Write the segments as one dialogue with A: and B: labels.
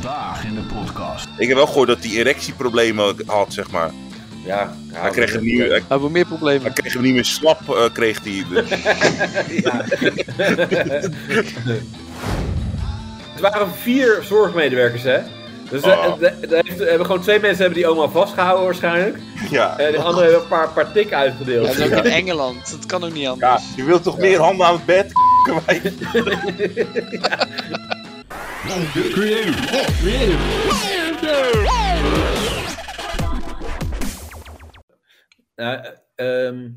A: vandaag in de podcast.
B: Ik heb wel gehoord dat hij erectieproblemen had, zeg maar.
C: Ja, ja,
B: Hij kreeg hem niet, hij,
D: Hebben we
B: hij
D: meer problemen?
B: kreeg hem niet meer slap, eh, kreeg hij. Dus.
C: Ja. het waren vier zorgmedewerkers, hè? Dus eh,
B: Oh.
C: eh, er heeft- er hebben gewoon twee mensen hebben die oma vastgehouden waarschijnlijk.
B: ja.
C: En de anderen hebben een paar, paar tik
D: Ja,
C: uitgedeeld.
D: dat is ook in Engeland. Dat kan ook niet
B: ja,
D: anders.
B: je wilt toch meer handen aan het bed, kwijt?
C: Nou, eh, ehm,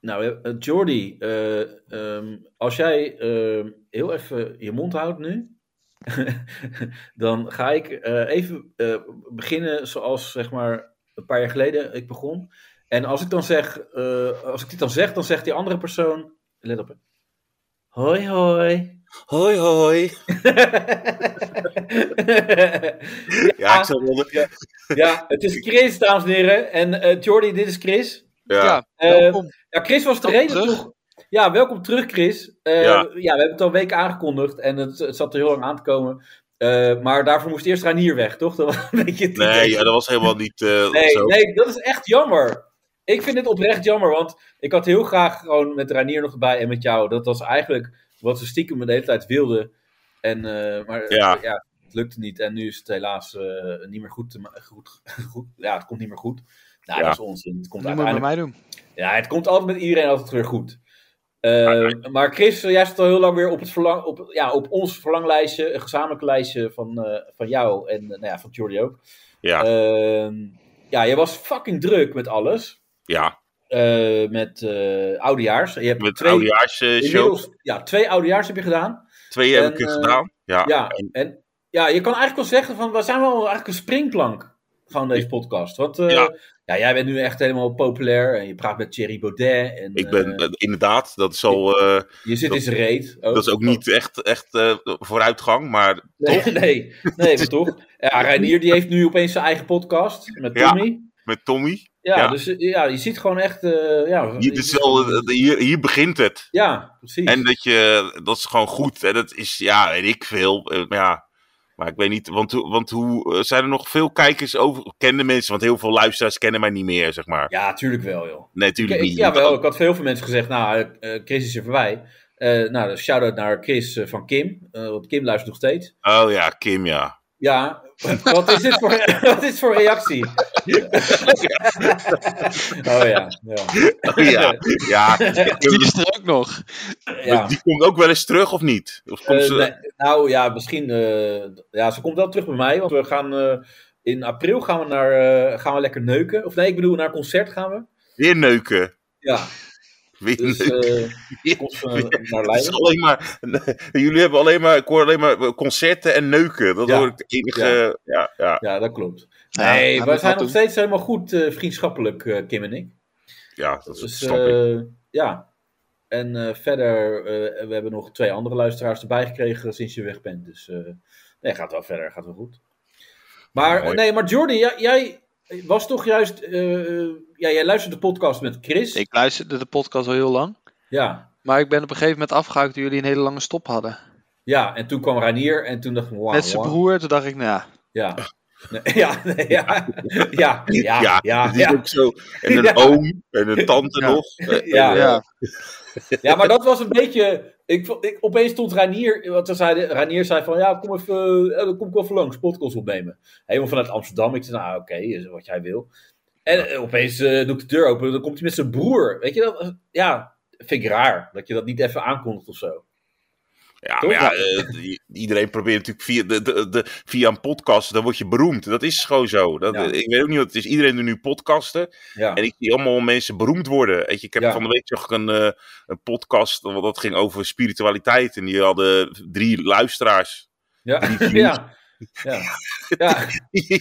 C: nou eh, Jordi, eh, ehm, als jij ehm, heel even je mond houdt nu, dan ga ik eh, even eh, beginnen zoals zeg maar een paar jaar geleden ik begon. En als ik dan zeg, eh, als ik dit dan zeg, dan zegt die andere persoon, let op, hè. hoi hoi.
E: Hoi hoi.
B: Ja, ik zou wel.
C: ja, het is Chris, dames en heren. En eh, Jordi, dit is Chris.
B: Ja.
D: Ja,
C: Eh,
D: welkom.
C: Ja, Chris was de
D: Welkom
C: reden
D: terug.
C: toch? Ja, welkom terug, Chris. Eh, ja.
B: Ja.
C: we hebben het al weken aangekondigd en het, het zat er heel lang aan te komen. Eh, maar daarvoor moest eerst Ranier weg, toch? Dat was een beetje het
B: Nee,
C: idee.
B: ja, dat was helemaal niet eh,
C: nee,
B: zo.
C: nee, dat is echt jammer. Ik vind dit oprecht jammer, want ik had heel graag gewoon met Ranier nog erbij en met jou. Dat was eigenlijk wat ze stiekem de hele tijd wilden. En, eh, maar eh, ja.
B: Ja.
C: het lukte niet. En nu is het helaas eh, niet meer goed, te ma- goed, goed. Ja, het komt niet meer goed. Nou,
B: Ja.
C: dat is onzin. Het komt
D: Dat moet je bij
C: uiteindelijk
D: mij doen.
C: ja, het komt altijd met iedereen altijd weer goed. Eh, maar Chris, jij staat al heel lang weer op, het verlang, op, ja, op ons verlanglijstje, een gezamenlijk lijstje van, eh, van jou en eh, nou ja, van Jordi ook.
B: Ja,
C: Ehm, ja, je was fucking druk met alles.
B: ja.
C: Eh, met eh oudejaars. Je hebt
B: Met
C: twee,
B: oudejaarsshow.
C: inmiddels- Ja, twee oudejaars heb je gedaan.
B: Twee heb ik
C: en,
B: het
C: eh,
B: gedaan. Ja.
C: ja, en ja, je kan eigenlijk wel zeggen van, we zijn wel eigenlijk een springplank van deze podcast. Want eh, ja.
B: Ja.
C: jij bent nu echt helemaal populair en je praat met Thierry Baudet. En,
B: Ik ben,
C: eh,
B: eh, inderdaad, dat is al. eh,
C: Je zit
B: Dat-
C: in zijn reet.
B: dat is ook niet echt, echt eh, vooruitgang, maar
C: Oh, Nee, nee, nee, maar toch. Ja, Reinier die heeft nu opeens zijn eigen podcast met
B: Ja.
C: Tommy.
B: met Tommy.
C: Ja,
B: Ja.
C: dus eh, ja, je ziet gewoon echt... eh, ja,
B: Hier, dit is wel, eh, hier, hier begint het.
C: ja, precies.
B: En dat, je, dat is gewoon goed. En dat is, ja, weet ik veel. Eh, maar ja, maar ik weet niet, want, hoe- want hoe eh, zijn er nog veel kijkers over? Kende mensen, want heel veel luisteraars kennen mij niet meer, zeg maar.
C: Ja, tuurlijk wel, joh.
B: Nee,
C: Ik,
B: natuurlijk niet.
C: ja, wel. Ik had veel van mensen gezegd, nou, eh, eh, Chris is er voorbij. Eh nou, dus shout-out naar Chris eh, van Kim. eh, want Kim luistert nog steeds.
B: Oh ja, Kim, ja.
C: Ja, wat is dit voor, wat is dit voor reactie? oh ja, ja.
B: Oh, ja. ja.
D: Die is er ook nog.
C: ja.
B: Die komt ook wel eens terug, of niet? Of komt
C: Eh,
B: ze...
C: nee, nou ja, misschien. eh, ja, ze komt wel terug bij mij. Want we gaan. eh, in april gaan we, naar, eh, gaan we lekker neuken. Of nee, ik bedoel, naar een concert gaan we.
B: Weer neuken.
C: Ja,
B: Weer
C: dus.
B: neuken.
C: eh, komt ze naar
B: Het is
C: Leiden.
B: alleen maar, jullie hebben alleen maar, ik hoor alleen maar concerten en neuken. Dat
C: Ja.
B: hoor ik de enige. Ja, ja. ja,
C: Ja, dat klopt.
D: Ja,
C: Nee,
D: laten we
C: we
D: het
C: zijn
D: wat
C: nog
D: doen.
C: steeds helemaal goed eh, vriendschappelijk, eh, Kim en ik.
B: dat
C: Dus
B: snap ik.
C: eh, ja. En eh, verder, eh, we hebben nog twee andere luisteraars erbij gekregen sinds je weg bent. Dus eh, nee, gaat wel verder, gaat wel goed. Maar,
B: Mooi.
C: nee, maar Jordi, jij, jij was toch juist. eh, ja, jij luisterde de podcast met Chris.
D: Ik luisterde de podcast al heel lang.
C: Ja,
D: Maar ik ben op een gegeven moment afgehaakt toen jullie een hele lange stop hadden.
C: ja, en toen kwam Ranier en toen dacht ik: wauw.
D: Met zijn
C: wauw.
D: broer, toen dacht ik, nou ja.
C: Ja. Nee, ja, nee, ja, ja, ja, ja, ja,
B: dat Dus is ook zo. En een
C: Ja.
B: oom en een tante
D: Ja.
B: nog. Eh,
C: Ja.
B: eh,
D: ja.
C: Ja, maar dat was een beetje. Ik, vond- ik, opeens stond Ranier. Want ze zeiden, Ranier zei van. Ja, kom, even, eh, dan kom ik wel even langs. Podcast opnemen. Helemaal vanuit Amsterdam. Ik zei. Nou, oké, is wat jij wil. En eh, opeens eh, doe ik de deur open. Dan komt hij met zijn broer. Weet je dat? eh, Ja, vind ik raar. Dat je dat niet even aankondigt of zo.
B: ja,
C: Toch?
B: maar ja, eh, i- iedereen probeert natuurlijk via, de, de, de, via een podcast, dan word je beroemd. Dat is gewoon zo. Dat,
C: Ja.
B: Ik weet ook niet wat het is. Iedereen doet nu podcasten.
C: Ja.
B: En ik zie allemaal mensen beroemd worden. Weet je, ik heb
C: Ja.
B: van de week zag ik een, eh, een podcast, want dat ging over spiritualiteit. En die hadden drie luisteraars.
C: Ja. Ja. Ja. Ja.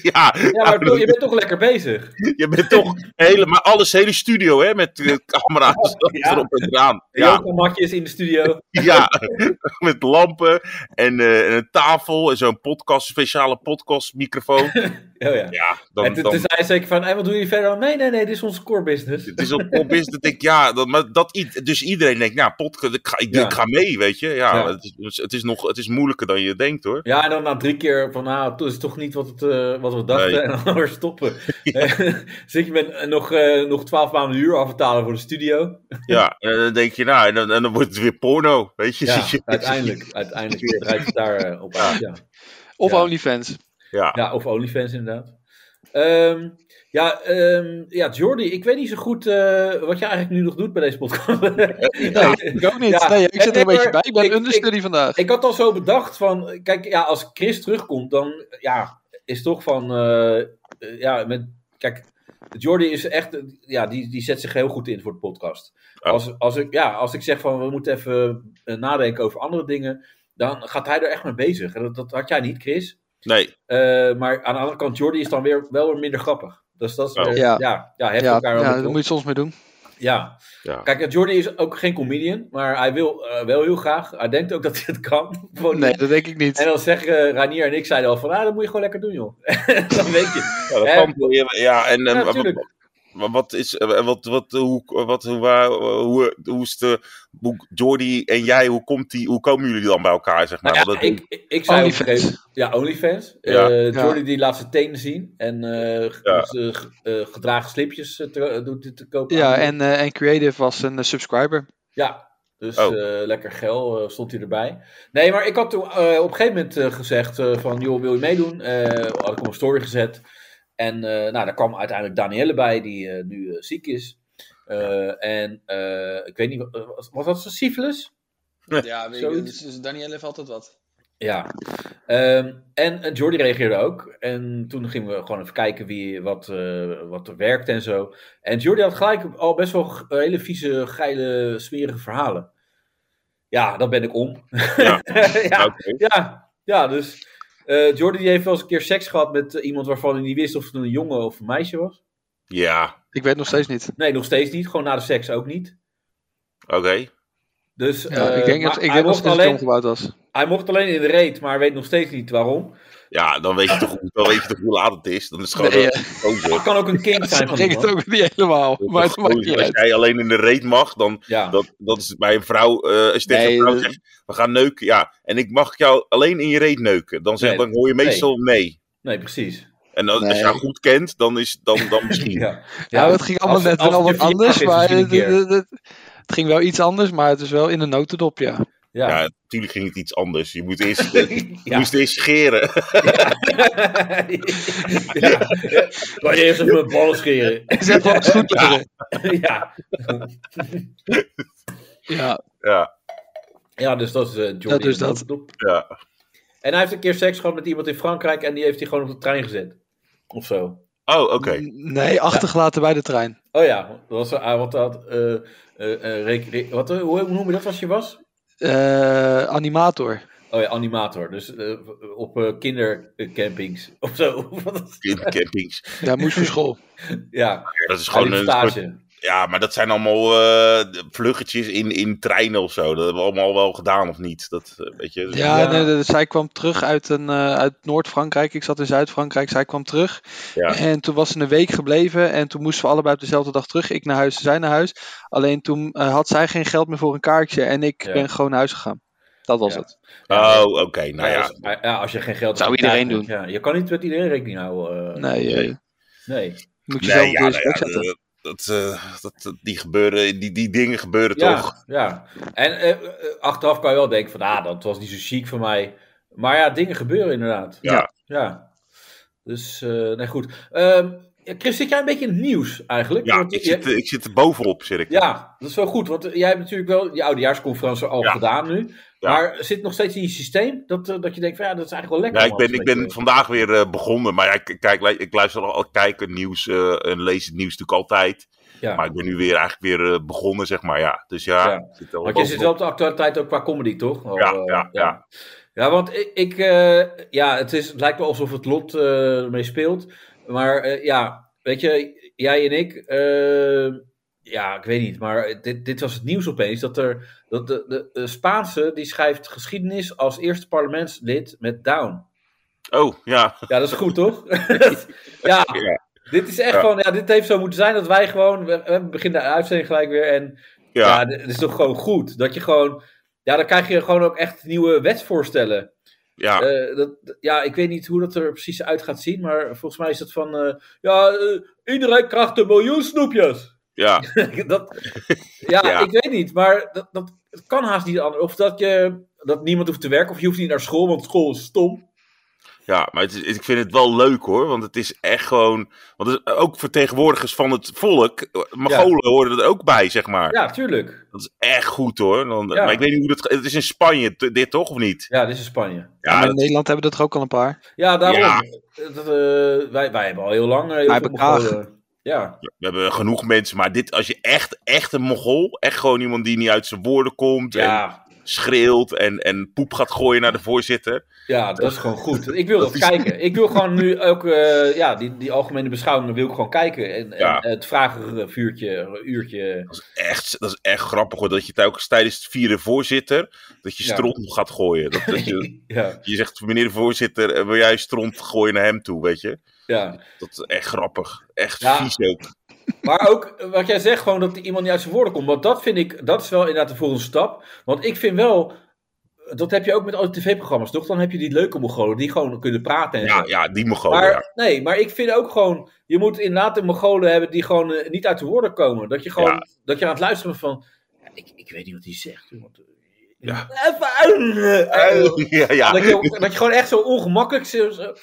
B: ja,
C: ja, maar toch, je bent toch lekker bezig.
B: Je bent toch helemaal alles, hele studio, hè, met eh, camera's
C: Ja.
B: erop en eraan.
C: Ja.
B: Ja,
C: Johan Matje is in de studio. Oh
B: ja, met lampen en, eh, en een tafel en zo'n podcast, speciale podcastmicrofoon.
C: Oh ja.
B: Ja, dan,
C: en toen,
B: dan-
C: toen zei hij zeker van, hey, wat doen jullie verder? aan?" Nee, nee, nee, dit is onze core business.
B: het is op op is dat ik, ja, dat, maar dat, i- dus iedereen denkt, nou, podcast, ik ga, ik,
C: Ja.
B: ik ga mee, weet je. Ja,
C: Ja.
B: Het, is, het, is nog, het is moeilijker dan je denkt, hoor.
C: Ja, en dan na drie keer van, nou, dat is toch niet wat, het, eh, wat we dachten.
B: Nee.
C: En dan weer stoppen. Zit je met eh, nog, eh, nog twaalf maanden huur afbetalen voor de studio?
B: Ja, en dan denk je, nou, en dan, en dan wordt het weer porno, weet je.
C: Ja,
B: Zit je-
C: uiteindelijk. Uiteindelijk draait het daar eh, op uit, ja.
D: Of
C: Ja.
D: OnlyFans.
B: Ja,
C: Ja, of OnlyFans inderdaad. Ehm, ja, ehm, ja, Jordi, ik weet niet zo goed eh, wat jij eigenlijk nu nog doet bij deze podcast.
D: Nee, ik ook niet.
C: Ja.
D: Nee, ik zit er
C: Nee,
D: een beetje
C: maar
D: bij. Ik ben
C: ik-
D: understudy vandaag.
C: ik had al zo bedacht van, kijk, ja, als Chris terugkomt, dan ja, is toch van, eh, eh, ja, met, kijk, Jordi is echt, eh, ja, die, die zet zich heel goed in voor de podcast.
B: Oh.
C: Als, als, ik, ja, als ik zeg van, we moeten even eh, nadenken over andere dingen, dan gaat hij er echt mee bezig. En dat, dat had jij niet, Chris.
B: nee,
C: Eh, maar aan de andere kant, Jordi is dan weer wel weer minder grappig. Dus dat is,
B: Oh.
C: eh,
D: Ja.
C: ja. ja, ja, heft
D: ja,
C: elkaar wel
D: ja
C: weer
D: daar
C: op.
D: moet je het soms mee doen.
C: Ja.
B: Ja.
C: Kijk, eh, Jordi is ook geen comedian, maar hij wil eh, wel heel graag. Hij denkt ook dat hij het kan. Gewoon
D: Nee,
C: niet.
D: dat denk ik
C: Oh, En
D: niet.
C: dan zeggen eh, Ranier en ik zeiden al van, ah, dat moet je gewoon lekker doen, joh. dan weet je.
B: ja, dat
C: Eh,
B: kan wel, ja, Ja, en, en
C: Ja,
B: wat-
C: natuurlijk.
B: wat, wat, is, eh, wat, wat, hoe, wat, hoe, waar- hoe, hoe is de, hoe, Jordi en jij, hoe, komt die, hoe komen jullie dan bij elkaar, zeg maar?
C: Nou ja,
B: Want dat-
C: ik, ik, ik zei op een
D: OnlyFans.
C: gegeven moment- Ja, OnlyFans.
B: Ja.
C: Eh,
D: Ja.
C: Jordi die laat zijn tenen zien. En eh, g-
B: Ja.
C: eh, g- eh, gedragen slipjes eh, te, eh, doet hij te kopen.
D: Ja, en, eh, en Creative was een eh, subscriber.
C: Ja, dus
B: Oh.
C: eh, lekker geil eh, stond hij erbij. Nee, maar ik had toen eh, op een gegeven moment eh, gezegd eh, van, joh, wil je meedoen? Eh had ik op een story gezet. En eh, nou, daar kwam uiteindelijk Danielle bij, die eh, nu eh, ziek is. Eh, en eh, ik weet niet, wat- was, was dat zo syphilis?
A: Ja, weet
C: Zoiets.
A: je, dus, dus Daniel heeft altijd wat.
C: Ja. Ehm, en eh, Jordi reageerde ook. En toen gingen we gewoon even kijken wie, wat, eh, wat er werkt en zo. En Jordi had gelijk al best wel g- hele vieze, geile, smerige verhalen. Ja, dat ben ik om.
B: Ja.
C: ja,
B: Oké.
C: ja, ja, dus eh Jordi die heeft wel eens een keer seks gehad met eh, iemand waarvan hij niet wist of het een jongen of een meisje was.
B: Ja,
D: Ik weet nog steeds niet.
C: Nee, nog steeds niet. Gewoon na de seks ook niet.
B: oké.
C: Dus,
D: Ja,
C: eh,
D: ik denk,
C: maar
D: dat, ik
C: hij, mocht
D: denk nog steeds dat hij
C: alleen,
D: omgebouwd was.
C: hij mocht alleen in de reet, maar weet nog steeds niet waarom.
B: Ja, dan weet je toch, hoe- dan weet je toch hoe laat het is. Dan is het gewoon
D: Nee,
B: eh, gozer.
C: Het kan ook een kind zijn
D: Dat
C: van
D: ging het
C: iemand.
D: ook niet helemaal. Maar het maakt niet
B: Als
D: uit.
B: jij alleen in de reet mag, dan
C: Ja.
B: dat, dat is het bij een vrouw. eh, als je tegen
D: Nee,
B: een vrouw
D: dat-
B: zegt, we gaan neuken, ja. En ik mag jou alleen in je reet neuken. Dan, zeg,
C: Nee.
B: dan hoor je meestal nee.
C: Nee, precies.
B: En als, als je
D: Nee.
B: haar goed kent, dan, is, dan, dan misschien.
C: Ja.
D: Ja, het ging allemaal
C: als-
D: net
C: als
D: wel
C: het
D: wat
C: je verjaardag
D: anders.
C: is,
D: Maar
C: misschien
D: het,
C: een keer.
D: het- het- het ging wel iets anders, maar het is wel in de notendop, ja.
C: Ja.
B: Ja, natuurlijk ging het iets anders. Je, moet eerst, je
C: Ja.
B: moest eerst scheren.
C: ja. Kan je eerst even mijn ballen scheren?
D: Het is echt wel eens goed. Ja.
C: ja.
D: Ja.
B: Ja,
C: ja, dus dat is eh Jordi.
D: Dat is dat.
B: ja.
C: En hij heeft een keer seks gehad met iemand in Frankrijk en die heeft hij gewoon op de trein gezet. Of zo.
B: Oh, oké.
D: Mm. Nee, achtergelaten bij de trein.
C: Oh ja, dat was, ah, wat dat, eh, eh, eh, rec- re- wat, eh, hoe, hoe noem je dat als je was?
D: Eh, animator.
C: Oh ja, animator. Dus eh, op eh, kindercampings of zo. Wat is-
B: Kind- Campings.
D: Ja, moest voor school.
C: ja,
B: Ja, dat is
C: hij
B: gewoon
C: liep
B: een soort-
C: stage.
B: Ja, maar dat zijn allemaal eh, vluggetjes in, in treinen of zo. Dat hebben we allemaal wel gedaan, of niet? Dat, eh, weet je, dus-
D: Ja,
C: Ja.
D: nee, de- zij kwam terug uit, een, eh, uit Noord-Frankrijk. Ik zat in Zuid-Frankrijk, zij kwam terug.
B: Ja.
D: En toen was ze een week gebleven en toen moesten we allebei op dezelfde dag terug. Ik naar huis, zij naar huis. Alleen toen eh, had zij geen geld meer voor een kaartje en ik
C: Ja.
D: ben gewoon naar huis gegaan. Dat was
C: Ja.
D: het.
C: Ah,
B: Oh, oké. nou
C: ja,
B: ja.
C: als, ja, als je geen geld
D: Zou
C: hebt,
D: iedereen
C: ja, Ja, je kan niet met iedereen rekening houden. eh.
D: Nee, eh,
B: Nee.
C: nee.
D: moet je zelf
B: Nee,
D: op
B: ja,
D: de
B: nou
C: dus
D: respect
B: ja,
D: zetten.
B: dat, dat, eh, dat- dat- die, gebeuren, die, die dingen gebeuren
C: Ja,
B: toch?
C: ja. En eh, eh, achteraf kan je wel denken van, ah, dat was niet zo chic van mij. Maar ja, dingen gebeuren inderdaad.
B: Ja.
C: Ja. Dus, eh, nee, goed. Ehm, ja, Chris, zit jij een beetje in het nieuws eigenlijk?
B: Ja,
C: Want
B: ik
C: je-
B: zit, ik zit er bovenop, zit ik.
C: ja, dat is wel goed, want jij hebt natuurlijk wel die oudejaarsconferentie al
B: Ja.
C: gedaan nu.
B: Ja.
C: Maar zit het nog steeds in je systeem dat, eh, dat je denkt van, ja, dat is eigenlijk wel
B: Ja,
C: lekker.
B: ik ben,
C: man,
B: ik ben
C: weet je.
B: vandaag weer eh, begonnen. Maar ja, ik- kijk, lu- ik luister al, al kijk het nieuws eh, en lees het nieuws natuurlijk altijd.
C: Ja.
B: Maar ik ben nu weer eigenlijk weer eh, begonnen, zeg maar. Ja. Dus ja,
C: Ja.
B: ik zit er al
C: Maar je zit wel
B: bovenop.
C: op de actualiteit ook qua comedy, toch? Al,
B: Ja,
C: eh,
B: ja, ja.
C: Ja, want ik, ik, eh, ja, het, is, het lijkt wel alsof het lot eh ermee speelt. Maar eh, ja, weet je, jij en ik, eh, ja, ik weet niet, maar dit, dit was het nieuws opeens, dat, er, dat de, de, de Spaanse, die schrijft geschiedenis als eerste parlementslid met Down.
B: Oh, ja.
C: Ja, dat is goed, toch? ja, dit is echt
B: Ja.
C: gewoon... Ja, dit heeft zo moeten zijn dat wij gewoon... We, we beginnen de uitzending gelijk weer en... Ja,
B: Ja,
C: dit is toch gewoon goed. Dat je gewoon... Ja, dan krijg je gewoon ook echt nieuwe wetsvoorstellen.
B: ja.
C: Eh, dat, d- ja, ik weet niet hoe dat er precies uit gaat zien, maar volgens mij is dat van... eh, ja, eh, iedereen krijgt een miljoen snoepjes.
B: ja.
C: dat, ja,
B: Ja.
C: ik weet niet, maar dat, dat het kan haast niet anders. Of dat, je, dat niemand hoeft te werken, of je hoeft niet naar school, want school is stom.
B: Ja, maar het is- ik vind het wel leuk hoor. Want het is echt gewoon. Want het is ook vertegenwoordigers van het volk. eh, Mongolen horen er ook bij, zeg maar.
C: Ja, tuurlijk.
B: Dat is echt goed hoor. Dan,
C: Ja.
B: Maar ik weet niet hoe dat. Het is in Spanje, t- dit toch of niet?
C: Ja, dit is in Spanje.
B: Ja,
D: maar in
B: dat-
D: Nederland hebben we dat toch ook al een paar.
C: Ja, daarom.
B: Ja.
C: Dat, eh, wij, wij hebben al heel lang eh, heel
D: Wij
C: veel
D: hebben Kaag.
C: Mongolen. Ja,
B: we hebben genoeg mensen. Maar dit, als je echt, echt een Mogol. Echt gewoon iemand die niet uit zijn woorden komt. En
C: ja,
B: schreeuwt en, en poep gaat gooien naar de voorzitter.
C: ja, dat is gewoon goed. Ik wil dat kijken. Ik wil gewoon nu ook, eh, ja, die, die algemene beschouwingen wil ik gewoon kijken. En,
B: Ja.
C: en het vragenvuurtje, uurtje.
B: Dat is echt, dat is echt grappig hoor. Dat je telkens tijdens het vierde voorzitter. dat je
C: Ja.
B: stront gaat gooien. Dat, dat je,
C: Ja,
B: je zegt, meneer de voorzitter, eh, wil jij stront gooien naar hem toe, weet je?
C: ja.
B: Dat is echt grappig. Echt
C: Ja.
B: vies ook.
C: Maar ook eh, wat jij zegt, gewoon dat er iemand niet uit zijn woorden komt. Want dat vind ik, dat is wel inderdaad de volgende stap. Want ik vind wel, dat heb je ook met alle tv-programma's, toch? Dan heb je die leuke Mongolen die gewoon kunnen praten en zo.
B: Ja, ja die Mongolen.
C: Maar,
B: Oh, ja.
C: Nee, maar ik vind ook gewoon... Je moet inderdaad een Mongolen hebben die gewoon eh, niet uit de woorden komen. Dat je gewoon...
B: Ja.
C: Dat je aan het luisteren bent van... ja, ik, ik weet niet wat hij zegt. joh, want, eh,
B: Ja.
C: Even- eh,
B: ja, ja.
C: Dat, je, dat je gewoon echt zo ongemakkelijk... zo- zo-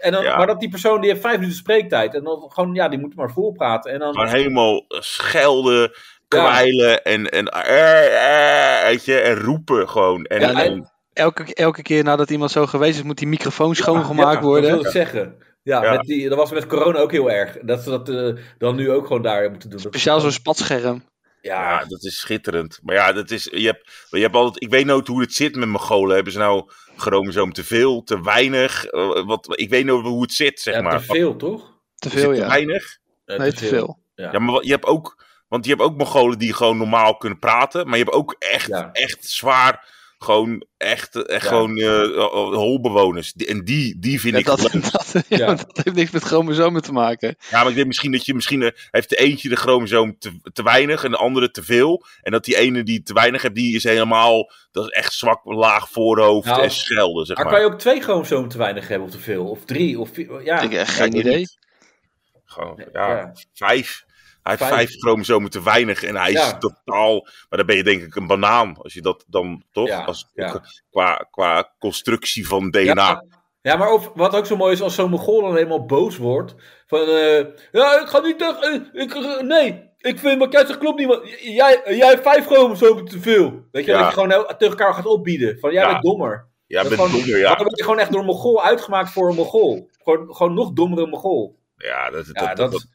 C: En dan,
B: Ja.
C: Maar dat die persoon die heeft vijf minuten spreektijd. En dan gewoon... Ja, die moet maar volpraten. En dan...
B: Gewoon helemaal schelden,
C: Ja.
B: kwijlen en, en, eh, eh, weet je, en roepen gewoon. En,
C: Ja,
B: en-
D: Elke, elke keer nadat iemand zo geweest is, moet die microfoon
C: Ah, Ja,
D: schoongemaakt
C: Dat
D: worden.
C: wil ik zeggen. Ja,
B: Ja.
C: Met die, dat was met corona ook heel erg. Dat ze dat eh, dan nu ook gewoon daar moeten doen. Dat-
D: Speciaal zo'n spatscherm.
B: ja,
C: Ja,
B: dat is schitterend. Maar ja, dat is, je hebt, je hebt altijd, ik weet nooit hoe het zit met Mongolen. Hebben ze nou chromosoom te veel, te weinig? Eh, wat, ik weet nooit hoe het zit, zeg
C: ja,
B: maar.
C: te veel, toch?
D: Te
B: Is het
D: veel,
B: te
D: ja.
B: weinig?
C: Eh,
D: Nee, te veel.
B: Ja, maar wat- je hebt ook, want je hebt ook Mongolen die gewoon normaal kunnen praten, maar je hebt ook echt,
C: Ja.
B: echt zwaar, gewoon echt, echt
C: Ja.
B: gewoon eh, holbewoners. Die- En die, die vind
D: Ja,
B: ik
D: dat,
B: leuk.
D: dat, ja,
C: Ja.
D: maar dat heeft niks met chromosomen te maken.
B: Ja, maar ik denk misschien dat je misschien eh, heeft de eentje de chromosoom te, te weinig en de andere te veel. En dat die ene die te weinig heeft, die is helemaal, dat is echt zwak, laag voorhoofd
C: Nou,
B: en schelden, zeg
C: Maar
B: maar.
C: kan je ook twee chromosomen te weinig hebben of te veel? Of drie? Of vier? Ja,
D: Ik heb
B: Ja,
D: geen
B: ik weet
D: idee.
B: niet. Gewoon, ja,
C: Ja.
B: vijf. Hij heeft
C: Vijf.
B: vijf chromosomen te weinig en hij
C: Ja.
B: is totaal. Maar dan ben je denk ik een banaan. Als je dat dan toch?
C: Ja,
B: Als,
C: ja.
B: Qua, qua constructie van DNA.
C: ja. Ja, maar ook, wat ook zo mooi is als zo'n Mongool dan helemaal boos wordt. Van, eh, ja, ik ga niet tegen... eh, ik, eh, nee, ik vind wat jij zegt klopt niet. Want j- jij, jij hebt vijf chromosomen te veel. Weet je,
B: Ja.
C: dat je gewoon heel- tegen elkaar gaat opbieden. Van, jij
B: Ja.
C: bent dommer.
B: Ja,
C: Dat
B: bent
C: gewoon-
B: dommer,
C: Maar
B: ja.
C: dan word je gewoon echt door een Mongool uitgemaakt voor een Mongool. Gewoon, gewoon nog dommere Mongool.
B: Ja, dat, dat,
C: Ja,
B: dat-
C: dat,
B: dat-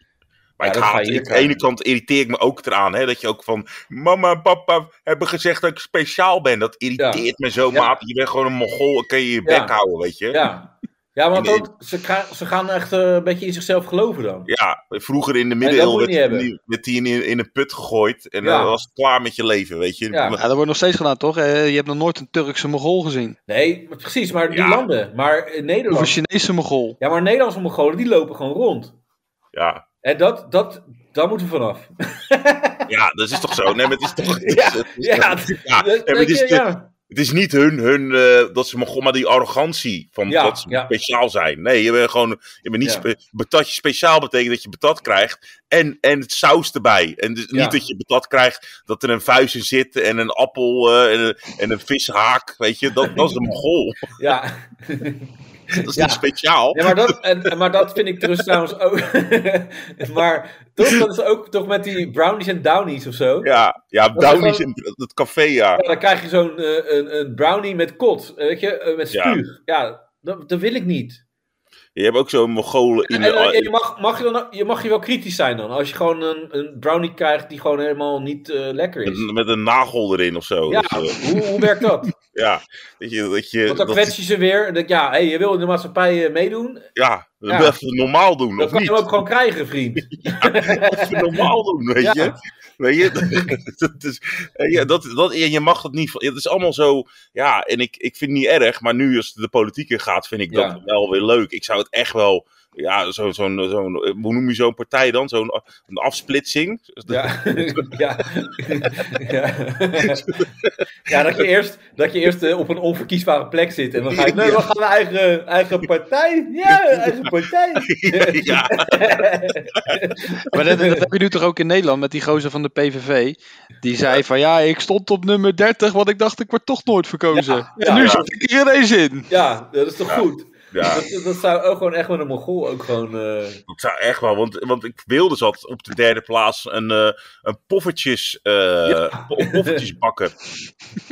B: maar ik
C: ja, dat ga
B: haat-
C: je hier
B: ik- aan de ene
C: krijgen.
B: kant irriteer ik me ook eraan. Hè, dat je ook van. Mama en papa hebben gezegd dat ik speciaal ben. Dat irriteert me zo,
C: Ja.
B: maat. Je bent gewoon een Mongool. en Kun je je bek
C: Ja.
B: houden, weet je?
C: ja. Ja, want
B: En-
C: ook, ze, ga- ze gaan echt eh, een beetje in zichzelf geloven dan.
B: Ja, vroeger in de
C: dat
B: middeleeuwen
C: moet je
B: werd,
C: niet
B: die-
C: hebben.
B: werd die in, in een put gegooid. En
C: Ja.
B: dan was het klaar met je leven, weet je.
C: Ja.
D: Ja, dat wordt nog steeds gedaan, toch? Eh, je hebt nog nooit een Turkse Mogol gezien.
C: Nee, maar precies, maar die
B: Ja.
C: landen. Maar eh,
D: Of een
C: Nederland.
D: Chinese Mogol.
C: Ja, maar Nederlandse Mongolen die lopen gewoon rond.
B: Ja,
C: En dat, dat, daar moeten we vanaf.
B: ja, dat is toch zo? Nee, maar het is toch.
C: Ja,
B: het is,
C: ja,
B: toch- ja,
C: Dat-
B: en
C: weet
B: het, is
C: je,
B: de-
C: ja.
B: het is niet hun, hun eh, dat ze Mongool, maar die arrogantie van
C: Ja,
B: dat ze
C: ja.
B: speciaal zijn. Nee, je bent gewoon. Je bent niet
C: Ja.
B: spe- betatje speciaal betekent dat je betat krijgt en, en het saus erbij. En dus
C: Ja.
B: niet dat je betat krijgt dat er een vuist in zit en een appel eh, en, een, en een vishaak. Weet je, dat, dat is een Mongool.
C: Ja.
B: Dat is
C: Ja.
B: niet speciaal.
C: Ja, maar, dat, en, en- maar dat vind ik dus trouwens ook. maar toch, dat is ook toch met die brownies en downies of zo.
B: Ja, ja
C: Dat is
B: Downies
C: gewoon-
B: in het café, ja.
C: Ja, dan krijg je zo'n eh, een, een brownie met kot, eh, weet je, eh, met
B: Ja.
C: spuug. Ja, dat, dat wil ik niet.
B: Je hebt ook zo'n Mongolen in
C: En,
B: de...
C: eh, je, mag, mag je, dan, ook- je mag je wel kritisch zijn dan. Als je gewoon een, een brownie krijgt die gewoon helemaal niet eh, lekker is.
B: Met, met een nagel erin of zo.
C: Ja,
B: Dus, eh,
C: hoe, hoe werkt dat?
B: ja. Dat je, dat je,
C: Want dan
B: dat-
C: kwets je ze weer. En denk, ja, hey, je wil in de maatschappij eh, meedoen.
B: ja,
C: Ja.
B: Dat even normaal doen,
C: Dat
B: of
C: kan
B: niet?
C: je hem ook gewoon krijgen, vriend.
B: Even normaal doen, weet
D: Ja.
B: je? Weet je? dat is, eh, ja, dat, dat, en je mag dat niet. Het is allemaal zo. Ja, en ik, ik vind het niet erg, maar nu als het de politiek in gaat, vind ik dat
C: Ja.
B: wel weer leuk. Ik zou het echt wel. Ja, zo'n. Zo, zo'n zo'n- hoe noem je zo'n partij dan? Zo'n a- een afsplitsing.
C: Ja. ja. ja. ja, dat je eerst, dat je eerst eh, op een onverkiesbare plek zit. En dan ga je, nee, we gaan een eigen, eigen partij. Ja, eigen partij.
B: ja.
D: Maar dat, dat heb je nu toch ook in Nederland met die gozer van de PVV. Die zei van ja, ik stond op nummer 30, want ik dacht ik word toch nooit verkozen.
C: Ja,
D: en nu
B: ja.
D: zit ik er ineens in.
C: Ja, dat is toch goed?
B: ja.
C: Dat, dat zou ook gewoon echt met een Mongool ook gewoon... eh,
B: Dat zou echt wel, want, want ik wilde zat op de derde plaats een, eh, een poffertjes, eh, een poffertjes bakken.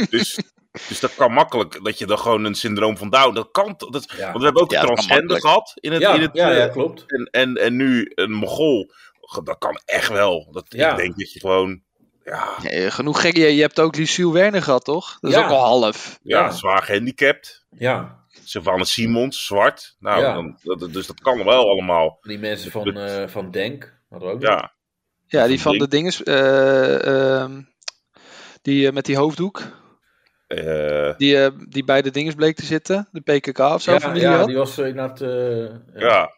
B: dus, dus dat kan makkelijk, dat je dan gewoon een syndroom van Down, dat kan, t- dat,
C: ja.
B: want we hebben ook
E: Ja,
B: een
E: dat kan
B: transgender
E: makkelijk.
B: gehad in het,
C: Ja,
B: in het
C: ja,
B: eh,
C: ja, klopt.
B: en, en, en nu een Mongool, Ge- dat kan echt wel. Dat,
C: Ja.
B: Ik denk dat je gewoon, ja, ja,
D: Nee, eh, genoeg gek. Je, je hebt ook Lucille Werner gehad, toch? Dat is
C: Ja.
D: ook al half.
C: Ja.
B: zwaar gehandicapt.
C: Ja,
B: Savannah Simons, zwart. Nou,
C: Ja.
B: dan, dat, dus dat kan wel allemaal.
C: die mensen van, eh, van Denk hadden we ook nog.
B: Ja,
D: Ja,
B: Van
D: die van de
B: Ding.
D: dinges. eh, ehm, die eh, met die hoofddoek.
B: eh,
D: Die, eh, die bij de dinges bleek te zitten. De PKK of zo. van
C: Ja,
D: wie die
C: ja,
D: had.
C: die was eh, inderdaad... eh,
B: ja.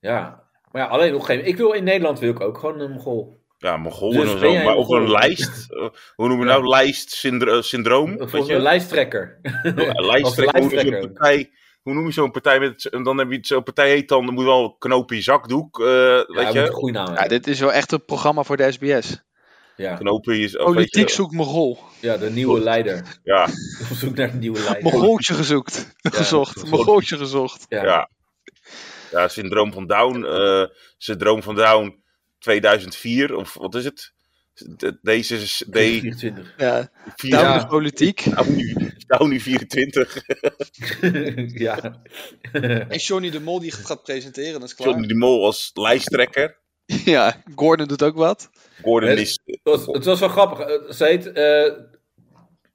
C: Ja, maar ja, alleen op een gegeven moment. Ik wil in Nederland wil ik ook gewoon een Mongool.
B: Ja, Mongool
C: Dus
B: en
C: ben
B: zo,
C: jij
B: maar op
C: Mongool?
B: een lijst. eh, hoe noem je
C: Ja.
B: nou lijst syndro- syndroom? Hm? Weet
C: Volgens mij
B: je?
C: een lijsttrekker.
B: Ja, lijsttrekker,
C: als
B: hoe noem je zo'n
C: lijsttrekker.
B: partij? Hoe noem je zo'n partij met z- en dan heb je zo'n partij heet dan moet wel een knoop in je zakdoek, eh,
C: Ja,
B: weet
C: moet een
B: je?
C: goede naam
D: Ja,
C: hebben.
D: dit is wel echt een programma voor de SBS.
C: Ja,
B: Knoop in je of weet
D: Politiek
B: je-
D: zoekt Mogol.
C: ja, de nieuwe leider.
B: Ja,
C: Op zoek naar een nieuwe leider.
D: Mogoltje gezoekt. gezocht.
C: goed.
D: Mogoltje gezocht.
C: Ja.
B: ja. Ja, syndroom van Down, eh, syndroom van Down 2004 of wat is het? D- Deze is D
C: 24.
D: Ja.
B: vier-
D: Daarom
C: Ja.
D: is politiek.
B: Down nu- Down nu 24.
C: ja.
A: En Johnny de Mol die het gaat presenteren, dat is klaar.
B: Johnny de Mol als lijsttrekker.
D: Ja, Gordon doet ook wat.
B: Gordon
C: Het-
B: is
C: Het was, het was wel grappig. Eh, Ze heet eh,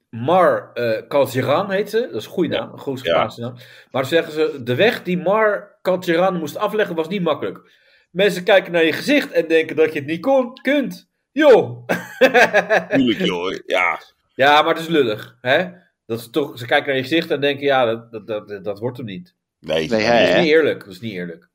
C: Mar eh Kaljiran heet ze. Dat is een goede naam. Een goede
B: Ja.
C: Spaanse naam. Maar zeggen ze, de weg die Mar Kaljiran moest afleggen was niet makkelijk. Mensen kijken naar je gezicht en denken dat je het niet kon, kunt. Joh.
B: natuurlijk joh. Ja,
C: ja, maar het is lullig. Hè? Dat is toch, ze kijken naar je gezicht en denken, ja, dat, dat, dat, dat wordt hem niet.
B: nee.
D: Nee,
C: Dat is
D: Hè?
C: niet eerlijk. Dat is niet eerlijk.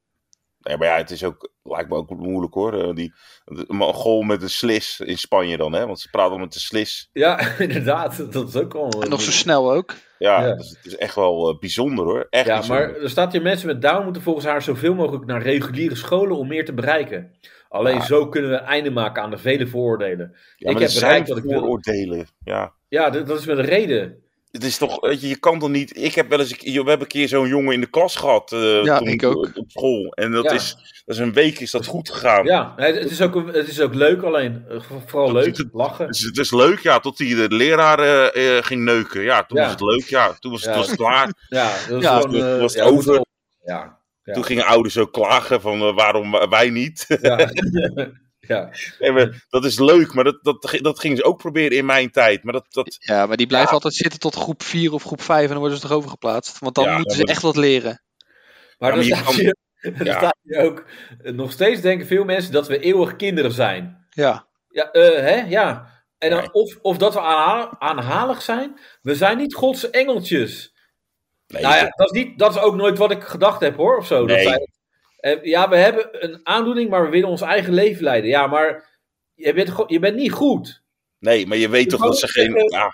B: Nee, maar ja, het is ook, lijkt me ook moeilijk hoor. Eh, Die de Mongool met een slis in Spanje dan, hè? Want ze praten met een slis.
C: Ja, inderdaad. Dat is ook wel...
D: En nog zo snel ook.
B: Ja,
C: Ja.
B: dus het is echt wel eh, bijzonder hoor. Echt
C: Ja,
B: bijzonder.
C: maar er staat hier mensen met Down moeten volgens haar zoveel mogelijk naar reguliere scholen om meer te bereiken. Alleen
B: Ja.
C: zo kunnen we einde maken aan de vele vooroordelen.
B: ja, maar
C: ik heb
B: er
C: bereikt
B: zijn
C: wat ik wil.
B: vooroordelen. Ja.
C: Ja, d- dat is met een reden.
B: Het is toch, weet je, je kan toch niet... Ik heb wel eens, een keer- we hebben een keer zo'n jongen in de klas gehad. eh,
D: Ja,
B: toen,
D: ik ook.
B: eh, Op school. En dat,
C: Ja.
B: is, dat is een week is dat goed gegaan.
C: Ja, nee, het, het is ook, het is ook leuk alleen. Eh, vo- Vooral
B: Dat
C: leuk,
B: is het-
C: lachen.
B: Dus het is leuk, ja, tot hij de leraar eh, eh, ging neuken. Ja, toen
C: Ja.
B: was het leuk, ja. Toen was, het-
C: Ja.
B: was het klaar.
C: Ja, dat is
D: Ja,
C: gewoon...
B: toen
C: eh,
B: was het
C: ja,
B: over.
C: moet wel- Ja, Ja.
B: Toen gingen ouders ook klagen van eh, waarom wij niet.
C: ja. ja.
B: Nee, maar dat is leuk, maar dat, dat, dat gingen ze ook proberen in mijn tijd. Maar dat, dat,
D: Ja, maar die blijven altijd zitten tot groep 4 of groep 5 en dan worden ze toch overgeplaatst. Want dan
B: Ja,
D: moeten ze
B: maar dat-
D: echt wat leren.
C: Maar
B: Ja,
C: dan
B: maar je
C: staat
B: kan-
C: hier, er
B: Ja.
C: staat hier ook... eh, Nog steeds denken veel mensen dat we eeuwig kinderen zijn.
D: Ja.
C: Ja, eh, hè? Ja. En dan,
B: Nee.
C: of, of dat we aanha- aanhalig zijn. We zijn niet Gods engeltjes.
B: nee,
C: nou ja,
B: dat-
C: dat is, niet, dat is ook nooit wat ik gedacht heb hoor. Of zo. Dat
B: Nee.
C: wij- eh, ja, we hebben een aandoening, maar we willen ons eigen leven leiden. Ja, maar je bent, go- je bent niet goed.
B: nee, maar je weet toch dat ze geen... Ja,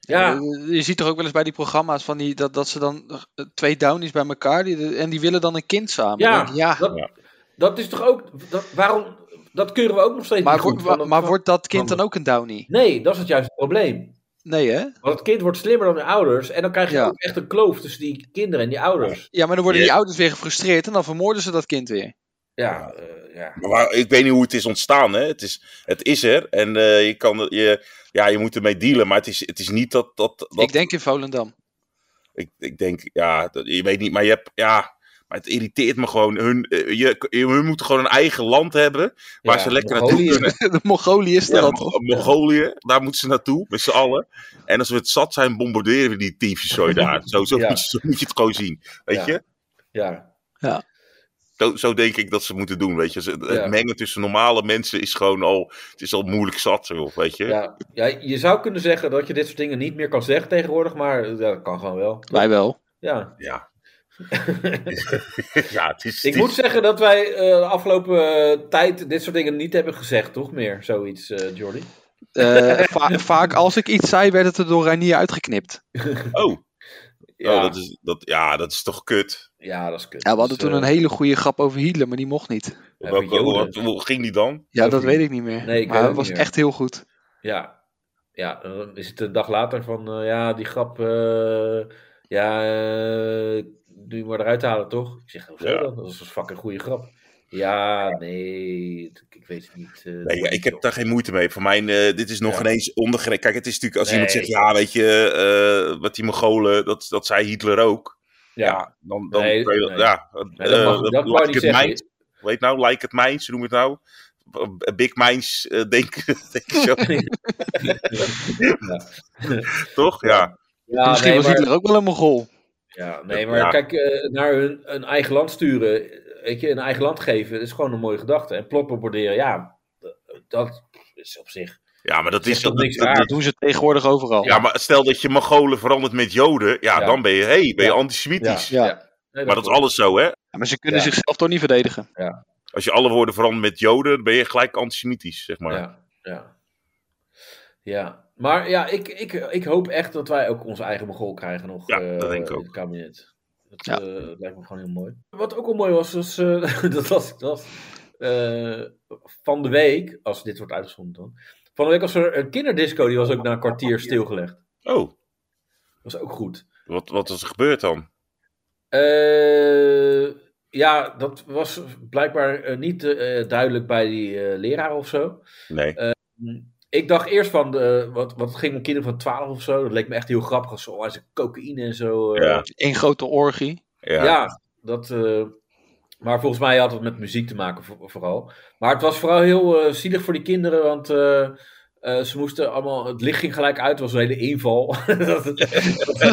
C: Ja,
D: Eh, Je ziet toch ook wel eens bij die programma's van die, dat, dat ze dan eh, twee downies bij elkaar die, eh, en die willen dan een kind samen.
C: Ja.
D: Dan denk ik, ja.
C: dat,
B: Ja.
C: dat is toch ook. Dat, waarom, dat keuren we ook nog steeds
D: Maar,
C: niet goed.
D: wordt-
C: van-
D: maar
C: van-
D: wordt dat kind
C: van-
D: dan ook een downie?
C: Nee, dat is het juiste probleem.
D: Nee hè?
C: Want het kind wordt slimmer dan de ouders. En dan krijg je
D: Ja.
C: ook echt een kloof tussen die kinderen en die ouders.
D: Ja, maar dan worden
B: Ja.
D: die ouders weer gefrustreerd en dan vermoorden ze dat kind weer.
C: Ja, eh, ja.
B: maar waar- ik weet niet hoe het is ontstaan, hè. Het is, het is er en eh, je, kan, er- je, ja, je moet ermee dealen, maar het is, het is niet dat... dat, dat
D: Ik denk in Volendam.
B: ik, ik denk, ja, dat, je weet niet, maar je hebt... Ja, maar het irriteert me gewoon. Hun, eh, je, je- hun moeten gewoon een eigen land hebben waar
C: Ja,
B: ze lekker
C: Mongolië.
B: naartoe kunnen.
D: De Mongolië is
B: Ja,
D: dat.
B: Mo- Mongolië, daar moeten ze naartoe, met z'n allen. En als we het zat zijn, bombarderen we die tyfus zo daar. Zo, zo,
C: Ja.
B: moet, je, zo moet je het gewoon zien, weet
C: Ja.
B: je?
C: Ja.
D: Ja.
B: Zo, zo denk ik dat ze moeten doen, weet je. Ze- Het
C: Ja.
B: mengen tussen normale mensen is gewoon al... Het is al moeilijk zat, joh, weet je.
C: Ja, ja, je zou kunnen zeggen dat je dit soort dingen niet meer kan zeggen tegenwoordig, maar eh, ja, dat kan gewoon wel.
D: Wij wel.
C: Ja.
B: Ja. ja, het is...
C: Ik
B: het
C: moet
B: is-
C: zeggen dat wij eh, de afgelopen eh, tijd dit soort dingen niet hebben gezegd, toch meer? Zoiets, eh
B: Oh,
C: Jordi.
D: Eh, va- vaak als ik iets zei, werd het er door Reinier uitgeknipt.
B: Oh,
C: Ja,
B: oh, dat is, dat, ja, dat is toch kut.
C: ja dat is kut.
D: Ja, we hadden
C: Dus,
D: toen een
C: eh,
D: hele goede grap over Hitler, maar die mocht niet.
C: Ja,
B: Welke-
C: voor Joden.
B: hoe, hoe ging die dan?
D: Ja,
C: Over
D: dat
C: Hitler.
D: weet ik niet meer.
C: Nee, ik weet
D: maar
C: het
D: het was
C: niet meer.
D: echt heel goed.
C: Ja, ja dan is het een dag later van, eh, ja, die grap, eh, ja, eh doe je maar eruit halen, toch? Ik zeg, hoezo
B: Ja.
C: dan? Dat was een fucking goede grap. Ja, nee, ik- ik weet het niet. eh,
B: Nee, ja, ik heb
C: joh.
B: daar geen moeite mee. Voor mij, eh, dit is nog
C: Ja.
B: geen eens ondergrens. Kijk, het is natuurlijk als iemand
C: Nee.
B: zegt, ja, weet je, eh, wat die Mongolen, dat, dat zei Hitler ook. Ja,
C: Ja,
B: dan, dan
C: Nee,
B: kan je dat-
C: nee.
B: ja,
C: nee, dat
B: eh,
C: mag, dat
B: like
C: mag niet
B: het
C: zeggen.
B: mijns, weet nou, like het mijns, hoe noem je het nou? B- Big Minds, eh, denk, denk ik zo, toch? Ja.
C: Ja,
D: Misschien
C: nee,
D: was
C: maar-
D: Hitler ook wel een Mogol.
C: Ja, nee, maar
B: Ja.
C: kijk, eh, naar hun een eigen land sturen, eh, weet je, een eigen land geven, is gewoon een mooie gedachte. En ploppen borderen, ja, d- dat is op zich.
B: ja, maar dat
C: Zegt
B: is...
C: toch
B: dat-
C: niks
B: dat-
C: raars?
B: dat-
D: Dat doen ze tegenwoordig overal.
B: Ja, maar stel dat je Mongolen verandert met Joden, ja,
C: Ja.
B: dan ben je, hey, ben je
C: Ja.
B: antisemitisch.
D: Ja.
C: Nee,
B: Maar dat is alles zo, hè?
D: Ja, maar ze kunnen
C: Ja.
D: zichzelf toch niet verdedigen.
B: Als je alle woorden verandert met Joden, dan ben je gelijk antisemitisch, zeg maar.
C: Ja, ja. ja. maar ja, ik, ik, ik hoop echt dat wij ook onze eigen Mogol krijgen nog
B: Ja,
C: eh,
B: dat denk ik
C: in
B: ook.
C: het kabinet. Dat
D: Ja.
C: eh, lijkt me gewoon heel mooi. Wat ook al mooi was, was eh, dat was, dat, eh, van de week, als dit wordt uitgezonden dan, van de week was er een kinderdisco, die was ook na een kwartier stilgelegd.
B: Oh,
C: Dat was ook goed.
B: wat, wat is er gebeurd dan?
C: Eh, ja, dat was blijkbaar eh, niet eh, duidelijk bij die eh, leraar of zo.
B: Nee.
C: Eh, Ik dacht eerst van, de, wat, wat ging om kinderen van 12 of zo? Dat leek me echt heel grappig. als Zo, oh, als ze cocaïne en zo. eh,
B: Ja.
D: Eén grote orgie.
B: Ja.
C: ja. dat. eh, maar volgens mij had het met muziek te maken, voor- vooral. Maar het was vooral heel eh, zielig voor die kinderen, want. eh, eh, ze moesten allemaal, het licht ging gelijk uit, het was een hele inval. dat, dat,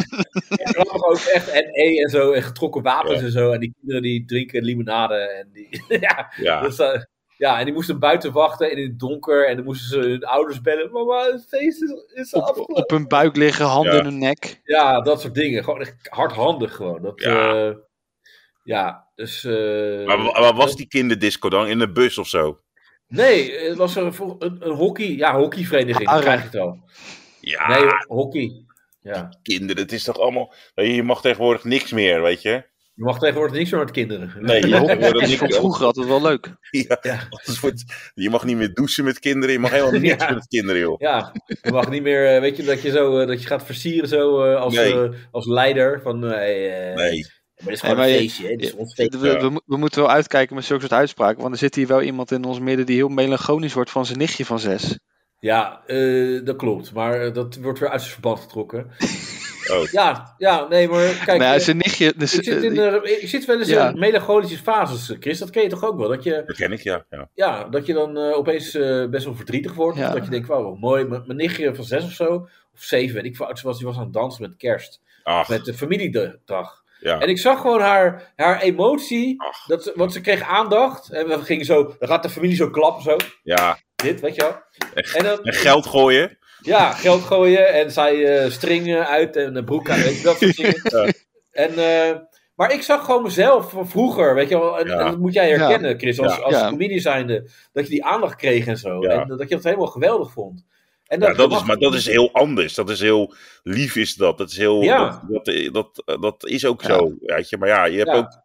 C: grappig ook echt NE en zo, en getrokken wapens en zo. En die kinderen die drinken limonade. En die, ja,
B: ja.
C: dus, eh, ja, en die moesten buiten wachten en in het donker. En dan moesten ze hun ouders bellen. Mama, het feest is, is
D: Op,
C: afgelopen.
D: op hun buik liggen, handen
B: Ja.
D: in hun nek.
C: Ja, dat soort dingen. Gewoon echt hardhandig gewoon. Dat,
B: Ja.
C: ja. ja, dus... eh,
B: Maar, wa- waar was die kinderdisco dan? In een bus of zo?
C: Nee, het was een, vo- een, een hockey... Ja, hockeyvereniging.
D: Arre.
C: Dat krijg je het al.
B: Ja,
C: Nee, hockey. Ja.
B: kinderen, het is toch allemaal... Weet je, je mag tegenwoordig niks meer, weet je?
C: Je mag tegenwoordig niks meer met kinderen.
B: Nee, je
D: Ja,
B: mag tegenwoordig
D: ik
B: niks
D: vond
B: meer.
D: vroeger altijd wel leuk.
B: Ja,
C: Ja.
B: dat is voor het- Je mag niet meer douchen met kinderen, je mag helemaal niks
C: Ja.
B: met kinderen, joh.
C: Ja, je mag niet meer, eh, weet je, dat je, zo, eh, dat je gaat versieren zo eh, als,
B: Nee.
C: eh, als leider. Van, eh, eh,
B: Nee,
C: Maar dit is gewoon
D: Nee, maar
C: een
D: je-
C: feestje, hè. Dit is ons feestje.
D: We, we, mo- we moeten wel uitkijken met zulke soort uitspraken. Want er zit hier wel iemand in ons midden die heel melancholisch wordt van zijn nichtje van zes.
C: Ja, eh, dat klopt. Maar eh, dat wordt weer uit zijn verband getrokken.
B: Oh.
C: Ja, ja, nee, maar kijk.
D: maar ja,
C: eh,
D: zijn nichtje.
C: ik,
D: Dus,
C: zit in
D: eh,
C: de, ik zit wel eens
D: Ja.
C: in melancholische fases, eh, Chris. Dat ken je toch ook wel? Dat je,
B: dat ken ik, ja. ja.
C: ja, dat je dan eh, opeens eh, best wel verdrietig wordt.
D: Ja.
C: Of dat je denkt, wauw, wat mooi. M- Mijn nichtje van zes of zo, of zeven, weet ik veel oud ze was, die was aan het dansen met kerst.
B: Ach,
C: Met de familiedag.
B: ja.
C: En ik zag gewoon haar, haar emotie.
B: Ach.
C: Dat, ze- want ze kreeg aandacht. En we gingen zo, dan gaat de familie zo klappen, zo.
B: ja.
C: Dit, weet je wel. En dan,
B: En geld gooien.
C: Ja, geld gooien en zij eh stringen uit en de broek aan, weet je, dat soort dingen.
B: Ja.
C: En, eh, maar ik zag gewoon mezelf van vroeger, weet je wel, en,
B: Ja.
C: en dat moet jij herkennen, Chris, als,
B: Ja.
C: als
D: Ja.
C: comedian zijnde, dat je die aandacht kreeg en zo,
B: Ja.
C: en dat je dat helemaal geweldig vond. En
B: Ja, dat is,
C: mag-
B: maar dat is heel anders. Dat is heel lief, is dat. Dat is, heel,
C: Ja.
B: dat, dat, dat, eh, dat is ook
D: Ja.
B: zo, weet je. Maar ja, je hebt
C: Ja.
B: ook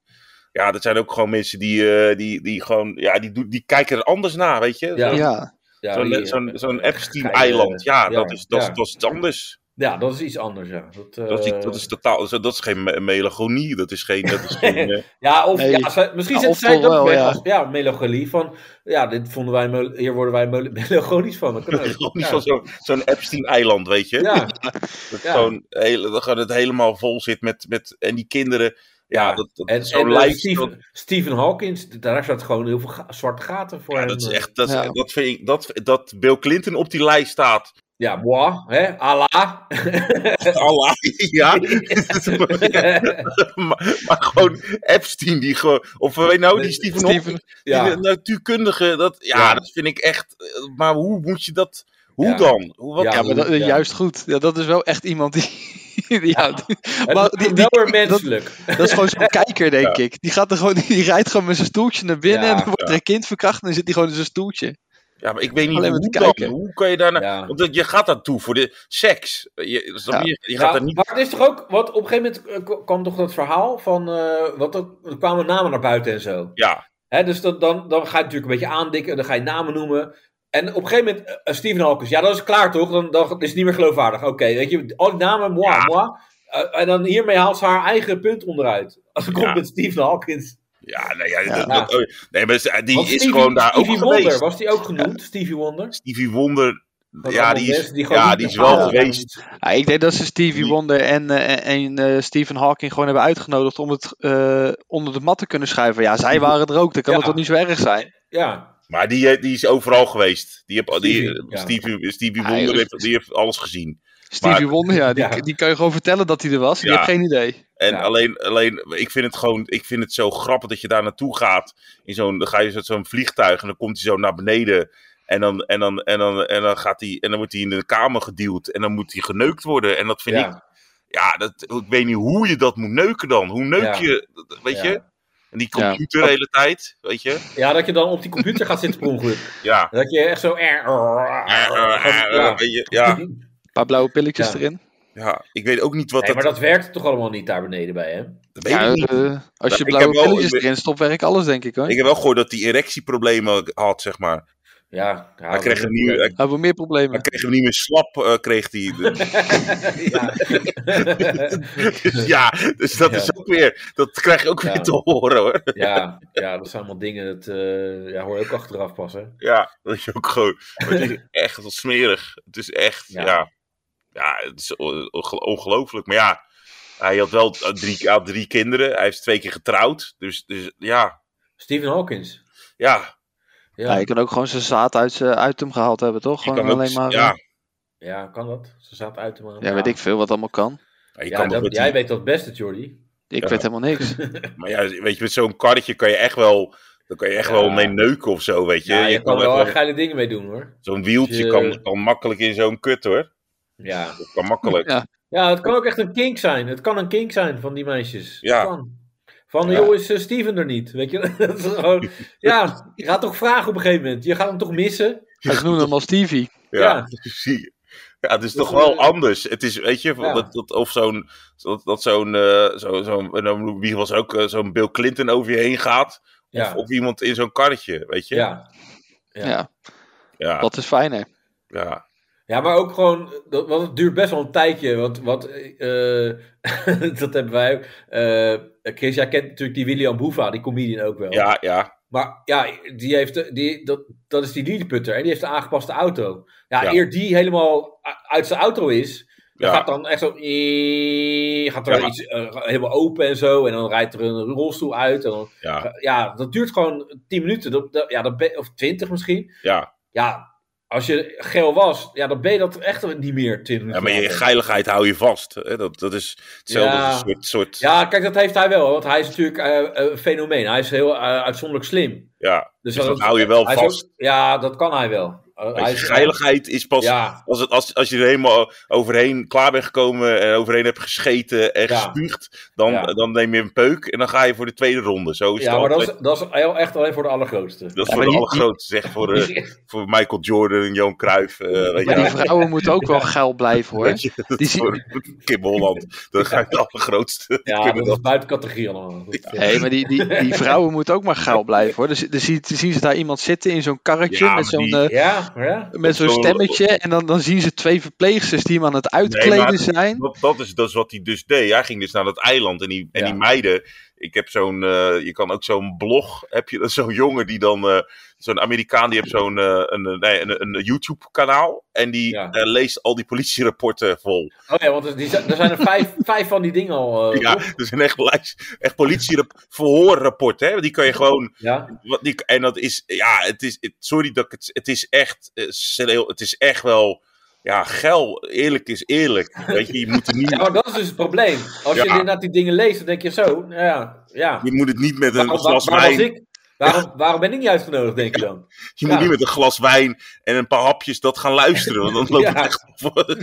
B: Ja, dat zijn ook gewoon mensen die, eh, die, die gewoon, ja, die, doen- die kijken er anders naar, weet je?
C: Ja.
B: Zo'n-
D: ja,
C: ja,
B: Zo'n
C: die- eh,
B: zo'n zo'n
C: Geile-
B: Epstein-eiland, ja,
C: ja,
B: dat is, dat, is-
C: ja.
B: dat is iets anders.
C: ja, dat is iets anders, ja. Dat, eh,
B: Dat is, niet- dat is totaal, zo- dat is geen me- melancholie, dat is geen, dat is geen, eh,
C: Ja, of
D: Nee.
C: ja, zij- misschien
D: Ja,
C: zit
D: of
C: zij
D: toch
C: dat
D: wel,
C: weg
D: ja.
C: als ja, melancholie, van ja, dit vonden wij, mel- hier worden wij mel- melancholisch van. Dat kan ook.
B: gewoon niet
C: Ja.
B: van zo'n zo'n Epstein-eiland, weet je?
C: Ja,
B: Dat,
C: ja.
B: Gewoon hele, dat gewoon het helemaal vol zit met, met en die kinderen, ja,
C: Ja,
B: dat, dat
C: En,
B: zo'n
C: en eh,
B: lijst, dat-
C: Stephen, Stephen Hawkins, daar zat gewoon heel veel ga- zwarte gaten voor
B: ja,
C: hem.
B: dat is
C: eh.
B: echt, dat, is-
D: Ja.
B: dat vind ik, dat, dat Bill Clinton op die lijst staat,
C: Ja, moi, hè? Allah.
B: Allah, ja. maar, maar gewoon Epstein, die gewoon. Of weet nou, die Stephen Hawking. Die
C: Ja,
B: natuurkundige, dat, ja,
C: Ja.
B: dat vind ik echt. eh, Maar hoe moet je dat. Hoe
C: Ja.
B: dan? Hoe, wat,
C: Ja,
D: Ja, maar dat,
C: ja.
D: juist goed. Ja, dat is wel echt iemand die... die- ja, die-
C: het
D: maar
C: maar,
D: die-
C: wel
D: die-
C: weer menselijk.
D: dat is gewoon zo'n kijker, denk ik. Die, gaat er gewoon, die rijdt gewoon met zijn stoeltje naar binnen
C: Ja,
D: en dan wordt er een kind verkracht en dan zit hij gewoon in zijn stoeltje.
B: ja, maar ik weet niet
D: Alleen
B: hoe
D: maar te
B: dan.
D: kijken.
B: Hoe kan je nou- daarna.
C: Ja.
B: Want je gaat dat toe voor de seks. Je, snap je? je gaat
C: Ja,
B: er niet.
C: Nou, Maar het is toch ook, want op een gegeven moment eh, k- kwam toch dat verhaal van, eh want er, er kwamen namen naar buiten en zo.
B: Ja,
C: Hè, dus dat, dan, dan ga je natuurlijk een beetje aandikken, dan ga je namen noemen. En op een gegeven moment, eh, eh, Steven Hawkins, ja, dat is klaar toch? Dan, dan is het niet meer geloofwaardig. Oké, weet je, al die namen, moi,
B: Ja.
C: moi. Eh, en dan hiermee haalt ze haar eigen punt onderuit. Als het
B: Ja.
C: komt met Steven Hawkins.
B: ja, nee, ja,
D: Ja.
B: dat- dat- nee maar ze- die
C: Want
B: is
C: Stevie-
B: gewoon daar ook
C: Stevie Wonder,
B: geweest.
C: was die ook genoemd? Stevie Wonder?
B: Stevie Wonder.
C: Dat
B: Ja,
C: allemaal
B: die is,
C: mensen die gewoon
B: ja,
C: niet
B: die is
C: bepalen
B: wel
C: waarom
B: geweest.
D: Ja, ik denk dat ze Stevie
B: Die-
D: Wonder en, eh, en eh, Stephen Hawking gewoon hebben uitgenodigd om het eh, onder de mat te kunnen schuiven. Ja, zij waren er ook. Dan kan
C: Ja.
D: het toch niet zo erg zijn?
C: Ja,
B: Maar die, eh, die is overal geweest. Die heb, die,
C: Stevie,
B: eh,
C: ja.
B: Stevie, Stevie
D: Ah,
B: Wonder
D: joh.
B: heeft, die heeft alles gezien.
D: Stevie Wonder, ja, die,
C: Ja.
D: die kan je gewoon vertellen dat hij er was. Die
B: Ja.
D: heeft geen idee.
B: En
C: Ja.
B: alleen, alleen, ik vind het gewoon, ik vind het zo grappig dat je daar naartoe gaat. In zo'n, dan ga je met zo'n vliegtuig en dan komt hij zo naar beneden. En dan, en dan, en dan, en dan gaat hij, en dan wordt hij in de kamer geduwd. En dan moet hij geneukt worden. En dat vind
C: ja,
B: ik, ja, dat, ik weet niet hoe je dat moet neuken dan. Hoe neuk
C: Ja.
B: je, dat- weet
C: ja.
B: je? En die
D: Ja.
B: computer de hele tijd, weet je?
C: Ja, dat je dan op die computer gaat zitten per ongeluk.
B: Ja.
C: Dat je echt zo... Ja.
B: Ja, weet je? ja,
D: Een paar blauwe pilletjes
C: Ja.
D: erin.
B: ja, ik weet ook niet wat
C: Nee,
B: dat,
C: maar dat werkt toch allemaal niet daar beneden bij hem?
B: dat weet ik
D: Ja,
B: niet.
D: eh, als je
B: ik
D: blauwe
B: heb wel-
D: pilletjes
B: ik ben-
D: erin stopt, werkt alles, denk ik hoor.
B: Ik heb wel gehoord dat hij erectieproblemen had, zeg maar.
C: Ja. ja
B: Hij
C: Oh, dat
B: kreeg
C: is
B: hem
C: een
B: niet, hij,
D: Hebben we meer problemen?
B: hij kreeg hem niet meer slap, eh, kreeg hij. Dus ja, dus dat
C: Ja.
B: is ook weer, dat krijg je ook
C: Ja.
B: weer te horen hoor.
C: ja. ja, ja, dat zijn allemaal dingen, dat eh, ja, hoor je ook achteraf pas, hè?
B: Ja, dat is ook gewoon, maar het is echt wel smerig. Het is echt,
C: Ja.
B: ja. Ja, het is o- o- ongelooflijk. Maar ja, hij had wel eh, drie, hij had drie kinderen. Hij is twee keer getrouwd. Dus, dus ja,
C: Stephen Hawkins.
B: ja.
D: Ja,
C: Ja,
D: je kan ook gewoon zijn zaad uit, z'n- uit hem gehaald hebben, toch?
B: Je
D: Gewoon
B: kan ook,
D: alleen maar.
B: ja,
D: eh,
C: ja kan dat? Ze zaten uit te maken.
D: ja, weet ik veel wat allemaal kan.
B: je
C: Ja,
B: kan nog
C: dat-
B: met die-
C: jij weet dat beste, Jordi.
D: Ik
B: Ja.
D: weet helemaal niks.
B: Maar ja, weet je, met zo'n karretje kan je echt wel, dan kan je echt
C: Ja.
B: wel mee neuken of zo, weet je.
C: Ja, je, kan er
B: echt
C: wel
B: wel-
C: echt geile dingen mee doen, hoor.
B: Zo'n wieltje
C: Je-
B: kan, kan makkelijk in zo'n kut hoor.
C: Ja.
B: Dat kan makkelijk.
D: Ja.
C: ja, het kan ook echt een kink zijn. Het kan een kink zijn van die meisjes. Het
B: Ja.
C: kan. Van,
B: Ja.
C: joh, is eh, Steven er niet? Weet je, dat is gewoon... Ja, je gaat toch vragen op een gegeven moment. Je gaat hem toch missen?
D: Ze noemen hem al Stevie.
B: Ja,
C: Ja.
B: zie je. Ja, het is
C: Dus,
B: toch wel
C: eh,
B: anders. Het is, weet je,
C: ja.
B: dat, dat, of zo'n, dat, dat zo'n, eh, zo, zo'n, en dan wie was er ook, eh, zo'n Bill Clinton over je heen gaat.
C: Ja.
B: Of, of iemand in zo'n karretje, weet je.
C: Ja.
D: Ja.
C: Ja.
B: ja,
D: dat is fijner.
B: ja.
C: ja, maar ook gewoon, dat, want het duurt best wel een tijdje. Want wat, eh, dat hebben wij ook. Eh, Chris, jij kent natuurlijk die William Boeva, die comedian ook wel.
B: ja, ja.
C: Maar ja, die heeft, die, dat, dat is die leaderputter. En die heeft een aangepaste auto. Ja,
B: Ja.
C: eer die helemaal u- uit zijn auto is, dan
B: Ja.
C: gaat dan echt zo... eh, Gaat er
B: Ja.
C: iets, eh, helemaal open en zo. En dan rijdt er een rolstoel uit. En dan,
B: ja,
C: ja, dat duurt gewoon 10 minuten. Dat, dat- ja, dat ben- of 20 misschien.
B: ja.
C: ja, als je geel was, ja, dan ben je dat echt niet meer, Tim.
B: Ja, maar je geiligheid hou je vast. Hè? Dat, dat is hetzelfde
C: Ja.
B: als een soort, soort ja.
C: Ja, kijk, dat heeft hij wel, want hij is natuurlijk eh, een fenomeen. Hij is heel eh, uitzonderlijk slim. Dus,
B: Dus dat hou je wel
C: hij is ook-
B: vast.
C: ja, dat kan hij wel. Eh,
B: Weet
C: hij
B: je, geiligheid is pas
C: Ja,
B: Als, het, als, als je er helemaal overheen klaar bent gekomen en overheen hebt gescheten en
C: Ja.
B: gespuugd, dan,
C: Ja.
B: dan neem je een peuk en dan ga je voor de tweede ronde. Zo is
C: ja
B: het
C: maar dat
B: altijd.
C: is, dat is heel echt alleen voor de allergrootste.
B: Dat is
D: Ja,
B: voor
D: maar
B: de
D: die-
B: allergrootste, zeg voor, eh, voor Michael Jordan en Johan Cruijff. eh, weet
D: Maar
B: je,
D: die vrouwen moeten ook wel geil blijven hoor.
B: weet je, dat
D: die
B: is
D: zie-
B: voor Kim Holland. Dan ga je de allergrootste.
C: Ja,
B: Kim
C: dat is
B: Holland.
C: buiten categorie allemaal. Dat, eh,
D: Nee, maar die, die, die vrouwen moeten ook maar geil blijven hoor. Dus, dan zie- dan zien ze daar iemand zitten in zo'n karretje
B: Ja,
D: met
B: maar
D: zo'n
B: die-
D: eh,
C: Ja, ja.
D: met zo'n
B: zo'n-
D: stemmetje. En dan, dan zien ze twee verpleegsters die hem aan het uitkleden
B: maar-
D: zijn.
B: dat, dat, is, dat is wat hij dus deed. Hij ging dus naar dat eiland en die, en
C: Ja.
B: die meiden. Ik heb zo'n, eh, je kan ook zo'n blog, heb je zo'n jongen die dan, eh, zo'n Amerikaan, die heeft zo'n eh, een, eh, nee, een, een YouTube-kanaal en die
C: Ja.
B: eh, leest al die politierapporten vol.
C: Oh ja, want er, die, zijn- er zijn er vijf, vijf van die dingen al. eh,
B: ja,
C: toch?
B: dus een echt, lijst- echt politieverhoorrapporten, hè? Die kan je gewoon,
C: ja.
B: wat, die, en dat is, ja, het is, het- sorry dat ik het, het is echt, eh, sereel- het is echt wel Ja, gel, eerlijk is eerlijk. Weet je, je moet er niet...
C: Ja, maar dat is dus het probleem. Als je
B: Ja.
C: inderdaad die dingen leest, dan denk je zo, nou ja, ja.
B: Je moet het niet met een
C: Waarom, waar,
B: glas
C: waar was
B: wijn.
C: ik? Waarom, waarom ben ik niet uitgenodigd, denk je dan?
B: Je moet
C: Ja.
B: niet met een glas wijn en een paar hapjes dat gaan luisteren. Want dan loopt
C: Ja.
B: het echt op.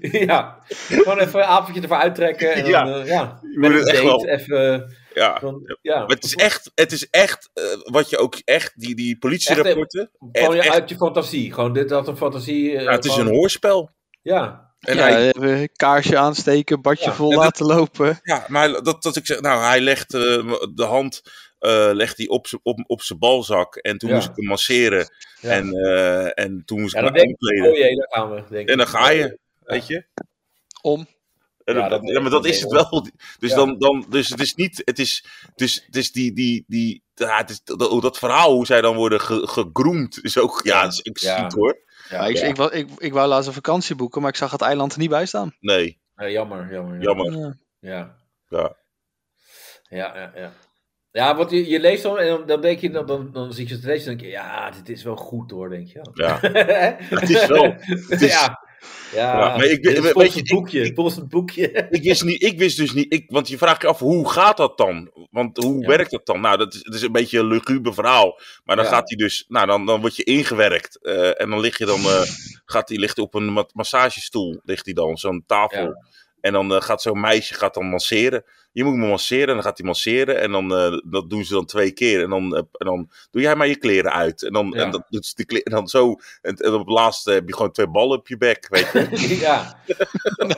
C: ja, gewoon even een avondje ervoor uittrekken. En dan,
B: Ja.
C: eh, ja.
B: Je
C: Met
B: moet
C: een
B: het echt wel.
C: date even... eh,
B: Ja.
C: dan- ja.
B: Maar het is echt, het is echt eh, wat je ook echt, die, die politierapporten.
C: Gewoon
B: echt-
C: uit je fantasie. Gewoon dit, dat een fantasie... eh,
B: Ja, het is
C: gewoon-
B: een hoorspel.
C: Ja,
B: En
D: ja,
B: hij,
D: even een kaarsje aansteken, badje
C: Ja,
D: vol
B: en dat-
D: laten lopen.
B: ja, maar hij- dat, dat ik zeg, nou, hij legt eh, de hand eh, legt hij op zijn op, op z'n balzak. En toen
C: Ja.
B: moest ik hem masseren.
C: Ja.
B: En, eh, en toen moest
C: Ja,
B: ik
C: dan
B: hem
C: denk ik,
B: omkleden.
C: oh jee, daar gaan we. Denk
B: En dan
C: ik.
B: ga je, weet je.
D: Om.
B: En
C: Ja,
B: dat-
C: dat-
B: ja, maar dat
C: dat
B: is het
C: denk
B: wel. Dus,
C: Ja.
B: dan, dan, dus het is niet. Het is, het is, het is die. die, die ja, het is, dat, dat verhaal, hoe zij dan worden ge, gegroomd, is ook. Ja, dat is ook
C: Ja.
B: ziek, hoor.
D: Ja, ik, Ik, wou- ik, ik wou laatst een vakantie boeken, maar ik zag het eiland er niet bij staan.
B: Nee,
C: Eh, jammer, jammer. ja.
B: jammer.
D: Ja.
C: Ja.
B: Ja.
C: Ja, ja, ja. Ja, want je, je leest dan en dan, dan denk je, dan, dan, dan zie je het lezen en denk je, ja, dit is wel goed hoor, denk je. Ja.
B: Ja. Het is wel. Het is,
C: ja. Ja,
B: Ja, maar ik-
C: dit is
B: weet
C: volgens
B: je,
C: het
B: ik-
C: boekje,
B: ik-
C: volgens het boekje.
B: ik, wist niet, ik wist dus niet. Ik, want je vraagt je af, hoe gaat dat dan? Want hoe
C: Ja.
B: werkt dat dan? Nou, dat is, het is een beetje een luguber verhaal. Maar dan
C: Ja.
B: gaat hij dus. Nou, dan, dan word je ingewerkt. eh, en dan lig je dan. eh, gaat hij ligt op een ma- massagestoel. Ligt hij dan, zo'n tafel.
C: Ja.
B: En dan eh, gaat zo'n meisje gaat dan masseren. Je moet me masseren. En dan gaat hij masseren. En dan eh, dat doen ze dan twee keer. En dan, eh, en dan doe jij maar je kleren uit. En dan,
C: Ja.
B: en dat, doet ze de kle- en dan zo. En, en op het laatste heb je gewoon twee ballen op je bek. Weet je.
C: ja.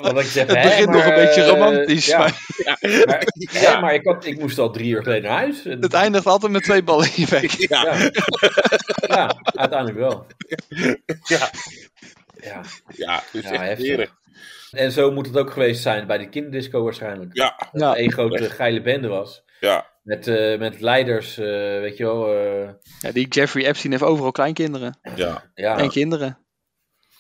C: Want ik zeg,
D: Het
C: hè,
D: begint
C: maar,
D: nog een beetje
C: eh,
D: romantisch,
C: ja.
D: maar
C: Maar,
B: Ja.
C: hè, maar ik, had, ik moest al drie uur geleden naar huis. En-
D: het eindigt altijd met twee ballen in je bek.
B: Ja.
C: Ja. ja, uiteindelijk wel.
B: Ja.
C: Ja.
B: Ja, dus
C: Ja,
B: echt
C: heftig.
B: heerlijk.
C: En zo moet het ook geweest zijn bij de kinderdisco waarschijnlijk.
B: Ja,
C: Dat
D: Ja.
C: het één grote geile bende was.
B: ja.
C: Met, eh, met leiders, eh, weet je wel. eh,
D: Ja, die Jeffrey Epstein heeft overal kleinkinderen.
B: Ja,
C: ja,
D: En kinderen.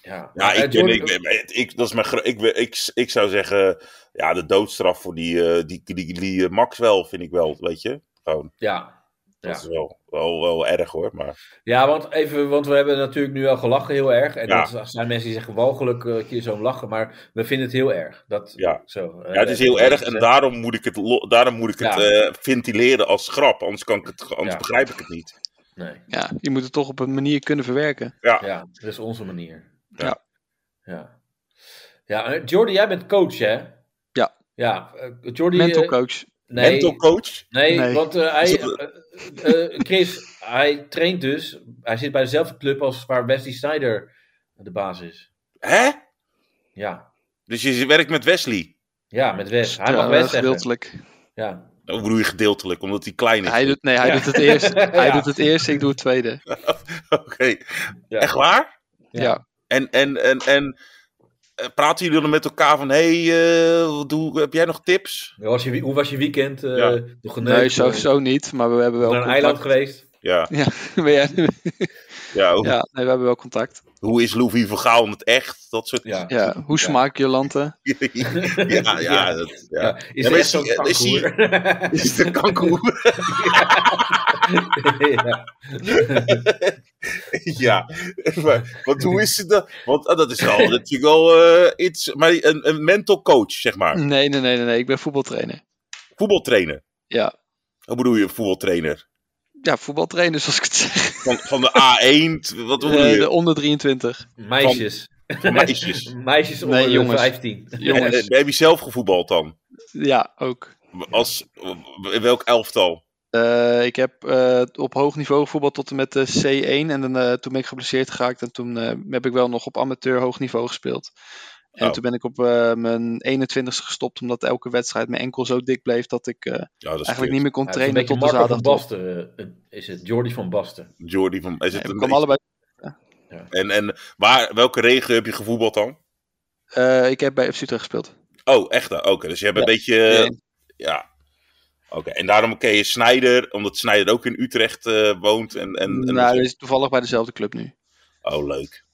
C: ja.
B: ja
C: Maar, eh,
B: ik, ben,
C: Jordan-
B: ik, ben- ik, dat is mijn, gro- ik, ben- ik, ik zou zeggen, ja, de doodstraf voor die, eh, die, die, die, eh, Max wel, vind ik wel, weet je. Gewoon,
C: ja.
B: dat
C: Ja.
B: is wel, wel, wel erg hoor, maar
C: ja, want even, want we hebben natuurlijk nu al gelachen heel erg. En
B: Ja.
C: dat zijn mensen die zeggen, walgelijk eh, dat je zo'n lachen. Maar we vinden het heel erg. Dat,
B: ja.
C: zo, eh,
B: Ja, het is heel erg en daarom moet ik het, lo- daarom moet ik het
C: Ja.
B: eh, ventileren als grap, anders, kan ik het, anders
C: Ja.
B: begrijp ik het niet.
C: Nee,
D: Ja, je moet het toch op een manier kunnen verwerken.
C: ja, dat is onze manier.
B: Ja.
C: Ja. Ja, eh, Jordi, jij bent coach, hè?
D: Ja.
C: Ja, eh, Jordi...
D: Mental
C: eh,
D: coach.
C: nee,
B: Mental coach?
C: Nee,
D: Nee.
C: want eh, hij,
B: Is dat-
C: eh, eh, Chris, hij traint dus. Hij zit bij dezelfde club als waar Wesley Snyder de baas is.
B: Hè?
C: Ja,
B: Dus je werkt met Wesley?
C: ja met Wes. Hij
D: Ja,
C: mag
D: eh,
C: Wes zeggen.
D: gedeeltelijk.
C: Ja.
B: Hoe Nou, bedoel je gedeeltelijk, omdat hij klein is?
D: Hij doet, nee, hij
C: Ja.
D: doet het eerst. Hij
C: Ja.
D: doet het eerst, ik doe het tweede.
B: Oké,
C: Ja.
B: echt waar?
C: Ja.
D: Ja.
B: En, en, en, en eh, praten jullie dan met elkaar van: hey, eh, wat doe, heb jij nog tips?
C: Hoe was je, wie- hoe was je weekend? eh
B: Ja.
C: Nog
D: Nee, sowieso niet, maar we hebben wel
C: Naar een eiland
D: contact.
C: geweest.
B: Ja,
D: Ben jij-
B: ja, hoe,
D: ja, nee, we hebben wel contact.
B: hoe is Louis van Gaal in het echt? Dat soort.
C: Ja. ja.
D: Ja, hoe smaakt Jolante?
B: ja, ja,
C: Ja.
B: dat- ja.
C: Is
B: Ja,
C: er
B: maar
C: echt
B: is
C: zo'n
B: hij- is hij-
C: kanker?
B: Is het een kankoer?
C: ja.
B: ja. Maar, want hoe is het dan? Want ah, dat is wel natuurlijk wel eh, iets. Maar een, een mental coach, zeg maar.
D: Nee, nee, nee, nee, nee, ik ben voetbaltrainer.
B: Voetbaltrainer.
D: Ja.
B: Hoe bedoel je een voetbaltrainer?
D: Ja, voetbaltrainer, zoals ik het zeg.
B: Van, van de A1, wat bedoel
D: Eh,
B: je?
D: de onder 23.
C: Meisjes.
B: Van meisjes.
C: Meisjes onder
D: Nee,
C: de
D: jongens.
C: 15.
D: Jongens.
B: Eh, Heb je zelf gevoetbald dan?
D: Ja, ook.
B: Als, in welk elftal?
D: Eh, ik heb eh, op hoog niveau voetbal tot en met de C1. En dan, eh, toen ben ik geblesseerd geraakt. En toen eh, heb ik wel nog op amateur hoog niveau gespeeld. En
B: Oh.
D: toen ben ik op eh, mijn 21ste gestopt. Omdat elke wedstrijd mijn enkel zo dik bleef dat ik eh,
B: Ja, dat is kut.
D: eigenlijk niet meer kon
C: Ja, het is een
D: trainen
C: beetje
D: tot de
C: Marco
D: zaterdag.
C: van Basten. eh, Is het Jordi van Basten?
B: Jordi van. Is het
D: we
B: een
D: kwamen allebei.
B: En, en waar, welke regio heb je gevoetbald dan?
D: Eh, ik heb bij FC Utrecht gespeeld.
B: Oh, echt? Oké, dus je hebt een
D: Ja.
B: beetje. eh, Ja. Oké, en daarom ken je Snijder, omdat Snijder ook in Utrecht eh, woont. En, en, en
D: nou, dat is toevallig bij dezelfde club nu.
B: Oh, leuk.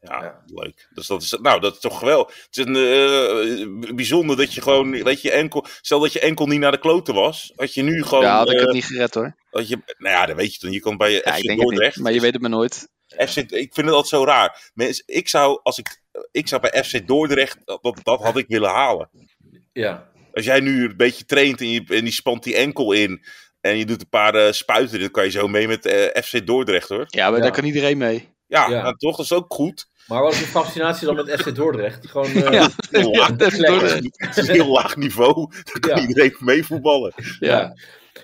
B: Ja,
C: Ja.
B: leuk. Dus dat is, nou, dat is toch wel. Het is een, eh, bijzonder dat je gewoon, dat je enkel, stel dat je enkel niet naar de kloten was, had je nu gewoon,
D: ja, had ik
B: eh,
D: het niet gered hoor.
B: had je, nou ja, dat weet je dan, je kan bij je
D: Ja,
B: FC
D: ik denk het
B: Dordrecht,
D: niet. Maar je weet het maar nooit.
B: FC, ik vind het altijd zo raar. Mens, ik, zou, als ik, ik zou bij FC Dordrecht, dat, dat had ik willen halen.
C: Ja.
B: Als jij nu een beetje traint en, je, en die spant die enkel in. En je doet een paar eh, spuiten, dan kan je zo mee met eh, FC Dordrecht hoor.
D: Ja, maar
C: Ja.
D: daar kan iedereen mee.
B: Ja,
C: Ja.
B: nou, toch? Dat is ook goed.
C: Maar wat is de fascinatie dan met FC Dordrecht? Gewoon, eh,
D: Ja.
B: Heel laag,
D: dat is
C: lekker.
D: door-
B: het is een heel laag niveau. Daar kan
C: Ja.
B: iedereen mee voetballen.
D: ja.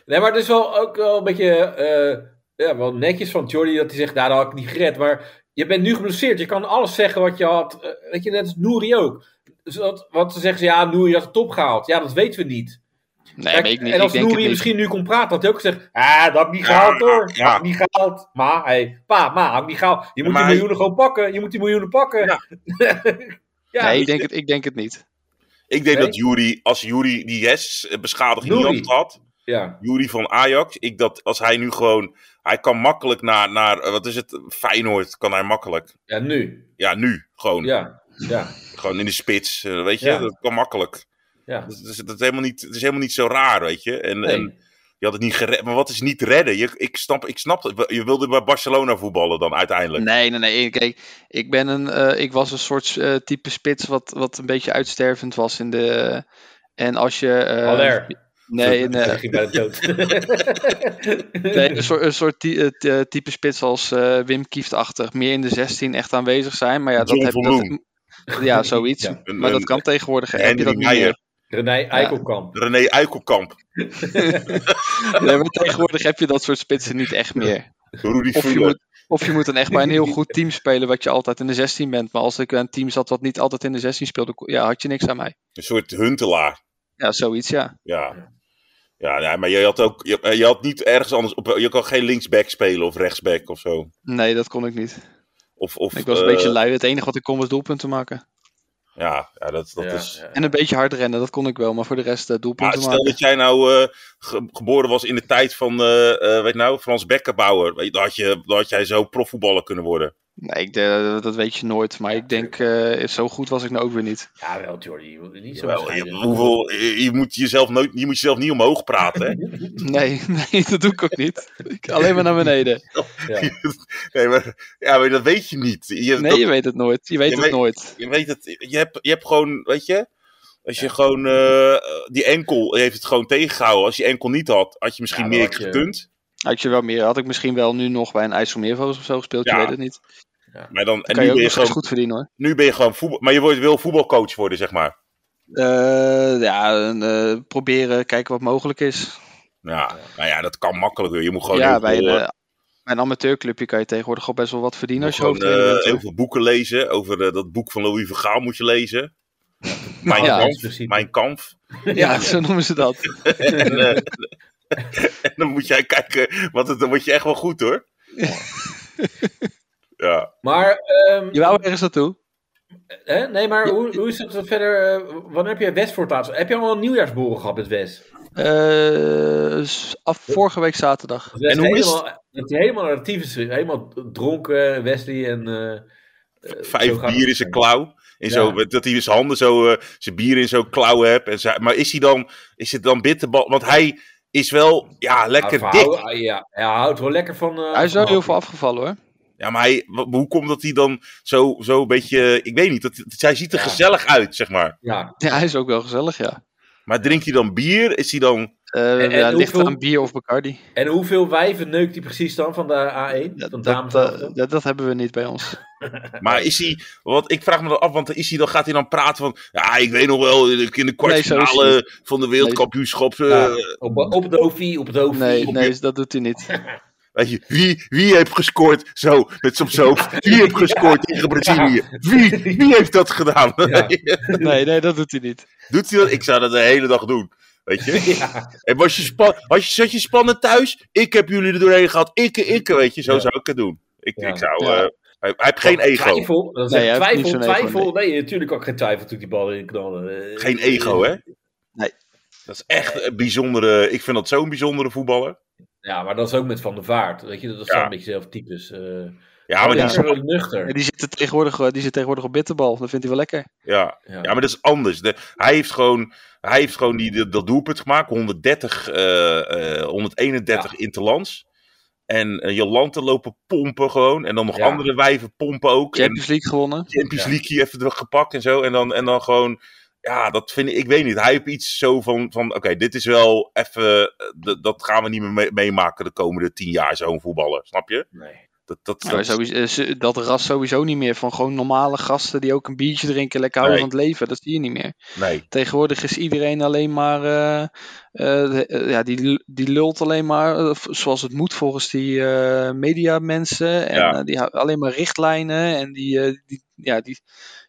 C: Nee, maar het is wel ook wel een beetje eh, ja, wel netjes van Jordi dat hij zegt, nou, dat had ik niet gered. Maar je bent nu geblesseerd. Je kan alles zeggen wat je had. Eh, weet je, net als Nouri ook. Dus dat, wat ze zeggen, ze, ja, Nouri had de top gehaald. Ja, dat weten we niet.
D: Nee,
C: Kijk,
D: maar ik niet.
C: en
D: Ik
C: als
D: denk het
C: Nouri
D: niet.
C: misschien nu kon praten, had hij ook gezegd, ah, dat heb ik niet
B: Ja,
C: gehaald hoor.
B: ja.
C: Dat heb ik niet gehaald. Ma, hey, pa, ma, dat heb ik niet gehaald. Je moet
B: Maar
C: die
B: hij-
C: miljoenen gewoon pakken. Je moet die miljoenen pakken. Ja, ja
D: nee, ik denk, het, ik denk het niet.
B: Ik denk
C: Nee?
B: dat Jury, als Jury die yes eh, beschadiging niet
C: Jury.
B: had gehad.
C: ja.
B: Jury van Ajax. Ik dat als hij nu gewoon. Hij kan makkelijk naar. naar eh, wat is het? Feyenoord kan hij makkelijk.
C: ja, nu.
B: Ja, nu. Gewoon.
C: Ja, ja,
B: Gewoon in de spits. eh, Weet je,
C: Ja.
B: dat kan makkelijk.
C: ja.
B: Dat, is, dat is helemaal niet, het is helemaal niet zo raar, weet je. En,
C: Nee.
B: en je had het niet gered. Maar wat is niet redden? Je, ik, snap, ik snap het. Je wilde bij Barcelona voetballen dan uiteindelijk.
D: Nee, nee, nee. Kijk, ik, ben een, eh, ik was een soort eh, type spits wat, wat een beetje uitstervend was in de. En als je. eh,
C: Haller.
D: nee, een, eh,
C: Hij ging bij de dood.
D: nee, een soort, een soort ty- eh, t- eh, type spits als eh, Wim Kieft-achtig. Meer in de 16 echt aanwezig zijn. Maar ja, dat
B: John
D: heb
B: van
D: je. Ja, zoiets.
C: Ja.
B: Een-
D: Maar dat
B: een-
D: kan tegenwoordig. Heb je
B: Henry
D: dat niet
B: Meijer.
D: meer?
C: René Eikelkamp.
B: René Eikelkamp.
D: Nee, maar tegenwoordig heb je dat soort spitsen niet echt meer.
B: Rudy
D: Of je,
B: Fuller.
D: moet, of je moet dan echt bij een heel goed team spelen wat je altijd in de 16 bent. Maar als ik bij een team zat wat niet altijd in de 16 speelde, ko- ja, had je niks aan mij.
B: Een soort huntelaar.
D: Ja, zoiets, ja.
B: Ja. Ja, nee, maar je had ook. Je, je had niet ergens anders. Op, je kan geen linksback spelen of rechtsback of zo.
D: Nee, dat kon ik niet.
B: Of, of,
D: Ik was een
B: eh,
D: beetje lui. Het enige wat ik kon was doelpunten maken.
B: Ja, ja dat, dat
C: Ja,
B: is.
C: ja.
D: En een beetje hard rennen, dat kon ik wel. Maar voor de rest eh,
B: Maar
D: doelpunten
B: stel
D: maken.
B: dat jij nou eh, ge- geboren was in de tijd van, eh, eh, weet nou, Frans Beckenbauer. Weet je, Dan had, je, dan had jij zo profvoetballer kunnen worden.
D: Nee, ik, eh, dat weet je nooit. Maar ik denk, eh, zo goed was ik nou ook weer niet.
C: Ja, wel, Jordi. je moet Niet zo
B: Wel, je,
C: bescheiden.
B: hoeveel, je, je moet jezelf nooit, je moet jezelf niet omhoog praten. Hè?
D: Nee, nee, dat doe ik ook niet. Ik- alleen maar naar beneden.
C: Ja.
B: nee, maar, ja, maar dat weet je niet. Je,
D: Nee,
B: dat-
D: je weet het nooit. Je weet
B: Je
D: het
B: weet-
D: nooit.
B: je weet het, je hebt, je hebt gewoon, weet je, als je gewoon, eh, die enkel heeft het gewoon tegengehouden. Als je enkel niet had, had je misschien
C: Ja, dan
B: meer
C: had je-
B: gekund.
D: Had, je wel meer, had ik misschien wel nu nog bij een IJsselmeervoos of zo gespeeld.
B: Ja.
D: Je weet het niet.
B: Maar dan, en
D: kan
B: nu ben
D: je ook
B: je,
D: nog eens
B: gewoon,
D: goed verdienen hoor.
B: nu ben je gewoon voetbal, maar je wordt, wil voetbalcoach worden, zeg maar.
D: Eh, ja, en, eh, proberen, kijken wat mogelijk is.
B: Ja, nou ja, dat kan makkelijk. hoor. Je moet gewoon
D: ja,
B: heel
D: bij een,
B: veel, eh,
D: eh, bij een amateurclubje kan je tegenwoordig al best wel wat verdienen als je
B: gewoon,
D: hoofdtrainer
B: eh,
D: bent. hoor.
B: heel veel boeken lezen. Over eh, dat boek van Louis Vergaal moet je lezen. Mijn,
D: Ja.
B: kamp,
C: Precies.
B: mijn kamp.
D: Ja, zo noemen ze dat.
B: En, eh, en dan moet jij kijken, want het, dan word je echt wel goed hoor. Ja,
C: Maar, ehm,
D: Je wou ergens naartoe.
C: hè? nee, maar hoe, hoe is het verder? eh, wanneer heb je West voor het laatst? Heb je al een nieuwjaarsborrel gehad met West?
D: Eh, s- af vorige week zaterdag.
C: West
B: En hoe is
C: helemaal, Dat hij helemaal naar de tyfus is. Helemaal dronken, Wesley en... eh, eh, zo
B: vijf
C: gaat
B: bier
C: het.
B: in zijn klauw. In
C: Ja.
B: zo, dat hij zijn handen zo, eh, zijn bier in zo'n klauw hebt. En zijn- maar is hij dan, is het dan bitterbal? Want hij is wel, ja, lekker
C: Hij
B: dik.
C: houdt- Ja, hij houdt wel lekker van... eh,
D: Hij is wel
C: van-
D: heel veel afgevallen hoor.
B: Ja, maar hij, wa- hoe komt dat hij dan zo, zo een beetje, eh, ik weet niet, dat, dat- hij ziet er
C: Ja.
B: gezellig uit, zeg maar.
C: Ja,
D: Ja, hij is ook wel gezellig, ja.
B: Maar drinkt hij dan bier? Is hij dan,
D: Eh,
C: En- en
D: ja, ligt
C: hoeveel-
D: aan bier of Bacardi.
C: en hoeveel wijven neukt hij precies dan van de A1?
D: Ja,
C: van
D: dat,
C: dames
D: eh, dat, dat hebben we niet bij ons.
B: maar is hij, want ik vraag me dan af, want is hij dan, gaat hij dan praten van, ja, ik weet nog wel, in de kwartfinale
D: Nee,
B: van de wereldkampioenschap, eh,
C: Ja, op, op het OV, op het OV.
D: Nee,
B: op
D: nee dat doet hij niet.
B: Weet je, wie, wie heeft gescoord? Zo, met soms zo. Wie heeft gescoord tegen Brazilië? Wie, wie heeft dat gedaan?
C: Ja.
D: Nee, nee, dat doet hij niet.
B: Doet hij dat? Ik zou dat de hele dag doen. Weet je?
C: Ja.
B: En was je span, was je, zat je spannend thuis? Ik heb jullie er doorheen gehad. Ikke, ikke, weet je. Zo
C: Ja.
B: zou ik het doen. Ik,
C: Ja.
B: ik zou...
D: Ja.
B: eh, hij, hij heeft geen ego.
C: Twijfel, dat is
D: Nee,
C: echt
D: hij heeft niet
C: twijfel,
D: zo'n ego,
C: twijfel. Nee, natuurlijk ook geen twijfel toen ik die bal erin knalde. Eh,
B: Geen ego, hè?
D: Nee.
B: Dat is echt een bijzondere... Ik vind dat zo'n bijzondere voetballer.
C: Ja, maar dat is ook met Van der Vaart. Weet je, dat is
B: Ja.
C: wel een beetje zelf types. eh
B: Ja, maar,
D: Ja.
B: Die,
C: lekker nuchter.
D: Ja, die, zit er tegenwoordig, eh, die zit tegenwoordig op bitterbal. Dat vindt hij wel lekker.
B: ja.
C: Ja.
B: Ja, maar dat is anders. De, hij heeft gewoon, hij heeft gewoon die, dat doelpunt gemaakt. 130, eh, eh, 131 interlands. En uh, Jolante lopen pompen gewoon. En dan nog
D: Ja.
B: andere wijven pompen ook. En
D: Champions League gewonnen.
B: Champions League hier even terug gepakt en zo. En dan, en dan gewoon, ja, dat vind ik, ik weet niet. Hij heeft iets zo van, van oké, dit is wel even, eh, d- dat gaan we niet meer mee- meemaken de komende tien jaar, zo'n voetballer. Snap je?
C: Nee.
B: Dat, dat,
D: Ja,
B: dat-
D: maar sowieso- eh, ze- dat ras sowieso niet meer. Van gewoon normale gasten die ook een biertje drinken, lekker houden
B: Nee.
D: van het leven. Dat zie je niet meer.
B: nee.
D: Tegenwoordig is iedereen alleen maar. eh, eh, de- eh, ja, die, die lult alleen maar eh, v- zoals het moet volgens die eh, mediamensen. En
B: Ja.
D: eh, die houden alleen maar richtlijnen. En die. eh, die ja, die.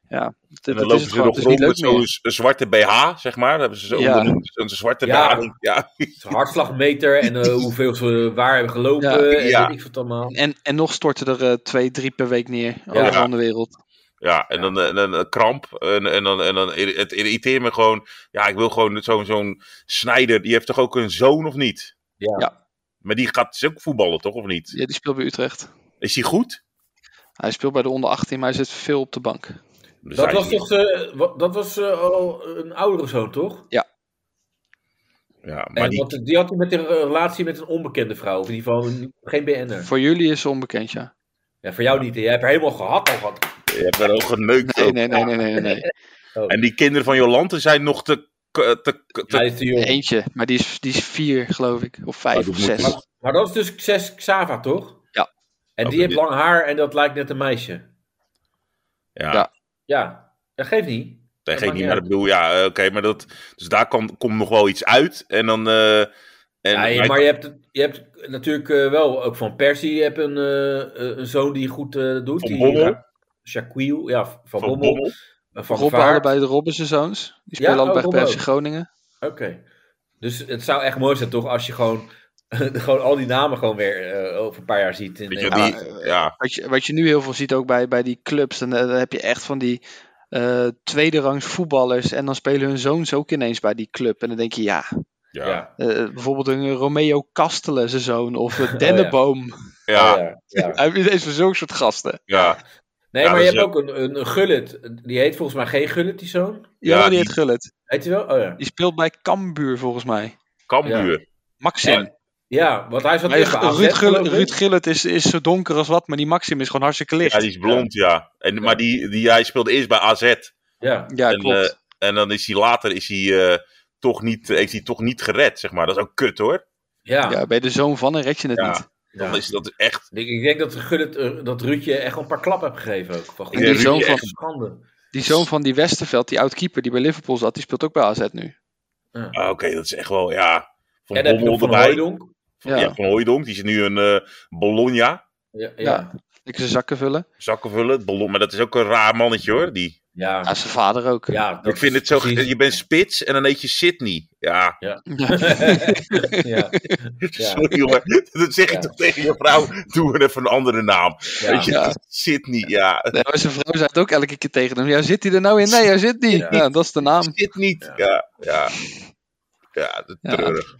D: Ja, d-
B: En dan
D: dat is
B: lopen
D: het
B: ze
D: gewoon.
B: nog
D: Het is
B: rond
D: niet
B: met
D: leuk
B: zo'n
D: meer.
B: z- zwarte BH, zeg maar. Dat hebben ze zo
D: Ja.
B: ondernoemd. Zo'n zwarte
C: Ja.
B: BH. Ja,
C: Zo'n hartslagmeter en eh, hoeveel ze waar hebben gelopen.
D: Ja.
C: En
B: Ja.
C: weet ik veel wat allemaal.
D: En, en nog storten er eh, twee, drie per week neer. Overal in de wereld.
B: ja en dan, en dan een kramp. En, en, dan, en dan het irriteert me gewoon. Ja, ik wil gewoon zo'n zo'n snijder. Die heeft toch ook een zoon of niet?
C: Ja.
D: Ja.
B: Maar die gaat dus ook voetballen, toch? Of niet?
D: Ja, die speelt bij Utrecht.
B: Is hij goed?
D: Hij speelt bij de onder 18, maar hij zit veel op de bank.
B: Dus
C: Dat
B: hij-
C: was toch eh, wa- dat was, eh, al een oudere zoon, toch?
B: Ja, maar
C: En
B: die,
C: want die... had hij met een eh, relatie met een onbekende vrouw. Of in ieder geval een- geen BN'er.
D: Voor jullie is ze onbekend, ja.
C: Ja, voor jou niet. hè. Jij hebt er helemaal gehad al gehad.
B: je hebt wel ook geneukt.
D: Nee,
B: ook.
D: nee, nee, nee, nee. nee.
C: Oh.
B: En die kinderen van Jolante zijn nog te... eh, te, te, te-
C: Hij is te jong.
D: Eentje, maar die is, die is vier, geloof ik. Of
B: Oh,
D: vijf
B: dat
D: of
B: moet-
D: zes.
B: maar-
C: Maar dat is dus Xes Xava, toch?
D: Ja.
C: En
B: Oké,
C: die heeft
B: dit-
C: lang haar en dat lijkt net een meisje.
B: ja,
D: Ja.
C: Ja, dat geeft niet.
B: dat
C: maakt
B: geeft
C: niet
B: niet. Maar ik
C: uit.
B: bedoel, ja, eh, oké. maar dat... Dus daar kan- komt nog wel iets uit. En dan... eh, en,
C: Ja, je- maar je hebt, je hebt natuurlijk eh, wel ook van Persie. Je hebt een, eh, eh, een zoon die goed eh, doet.
B: Van
C: die,
B: Bommel.
C: Ja, Shaquille, ja, van,
B: Van
C: Bommel.
B: Bommel.
C: eh, Van
D: Robben,
C: Vaart.
D: allebei de Robbense zoons. Die
C: Ja,
D: spelen
C: oh,
D: allebei bij
C: Robben
D: FC
C: ook.
D: Groningen.
C: Oké. Dus het zou echt mooi zijn toch als je gewoon, gewoon al die namen gewoon weer eh, over een paar jaar ziet. In,
B: Weet je,
C: eh,
D: Ja,
B: die, ja,
D: Wat je, wat je nu heel veel ziet ook bij, bij die clubs. Dan, eh, dan heb je echt van die eh tweede rangs voetballers. En dan spelen hun zoons ook ineens bij die club. En dan denk je, ja.
B: ja,
C: ja.
B: ja.
D: eh, bijvoorbeeld een Romeo Kastelen, zijn zoon. Of een
C: ja.
D: Denneboom.
B: ja,
C: ja, ja.
D: Hij heeft ineens van zo'n soort gasten.
C: Nee,
B: Ja,
C: maar
B: dat
C: je
B: is
C: hebt ook een, een, een Gullit. Die heet volgens mij geen Gullit, die zoon.
D: Ja,
B: Ja,
D: die
B: die-
D: heet Gullit.
C: Heet hij wel? Oh ja.
D: Die speelt bij Cambuur volgens mij.
B: Kambuur.
D: Maxim.
C: Ja, want hij zat
D: Nee,
C: eerst bij AZ,
D: Ruud, Gullit,
C: geloof ik.
D: Ruud Gullit is, is zo donker als wat, maar die Maxim is gewoon hartstikke licht.
B: Ja,
D: Ja,
B: die is blond, ja. En, maar die, die, hij speelde eerst bij AZ.
C: Ja,
B: en,
D: klopt.
B: eh, En dan is hij later is hij, eh, toch niet, heeft hij toch niet gered, zeg maar. Dat is ook kut, hoor.
C: ja. ja.
D: ja, bij de zoon van en red je het
B: Ja.
D: niet.
B: Dan is dat echt...
C: Ik, ik denk dat, Gullit, eh, dat Ruud je echt een paar klap hebt gegeven. Ook. Van,
B: Ik
D: die
B: denk
D: zoon
B: Ruud
D: van-
B: echt-
C: schande.
D: Die zoon van die Westerveld, die oud-keeper die bij Liverpool zat, die speelt ook bij AZ nu.
C: Ja.
B: Ah, Oké, dat is echt wel, ja... Van
C: En dan heb je nog
B: Bommel
C: Van
B: erbij.
C: Hooijdonk.
D: Ja,
B: Ja, van Hooijdonk. Die is nu een eh, Bologna.
C: Ja, ja.
D: Ja. ik zijn zakken vullen.
B: Zakken vullen. Bologna. Maar dat is ook een raar mannetje hoor. Die.
C: ja.
D: Ja, zijn vader ook. Ja.
C: Ja, dat
B: ik vind
C: is
B: het zo.
C: precies-
B: Je bent spits en dan eet je Sydney. Ja.
C: ja,
B: Sorry jongen. Dat zeg ik
C: Ja.
B: toch tegen je vrouw. Doe er even een andere naam.
C: ja.
B: Weet je,
D: Ja.
B: Sydney. Ja.
D: Nee, maar zijn vrouw zei het ook elke keer tegen hem. Ja, zit hij er nou in? Nee, hij zit niet.
C: Ja.
D: Ja. dat is de naam.
B: Zit niet. Ja. Ja. Ja, dat is
D: Ja.
B: treurig.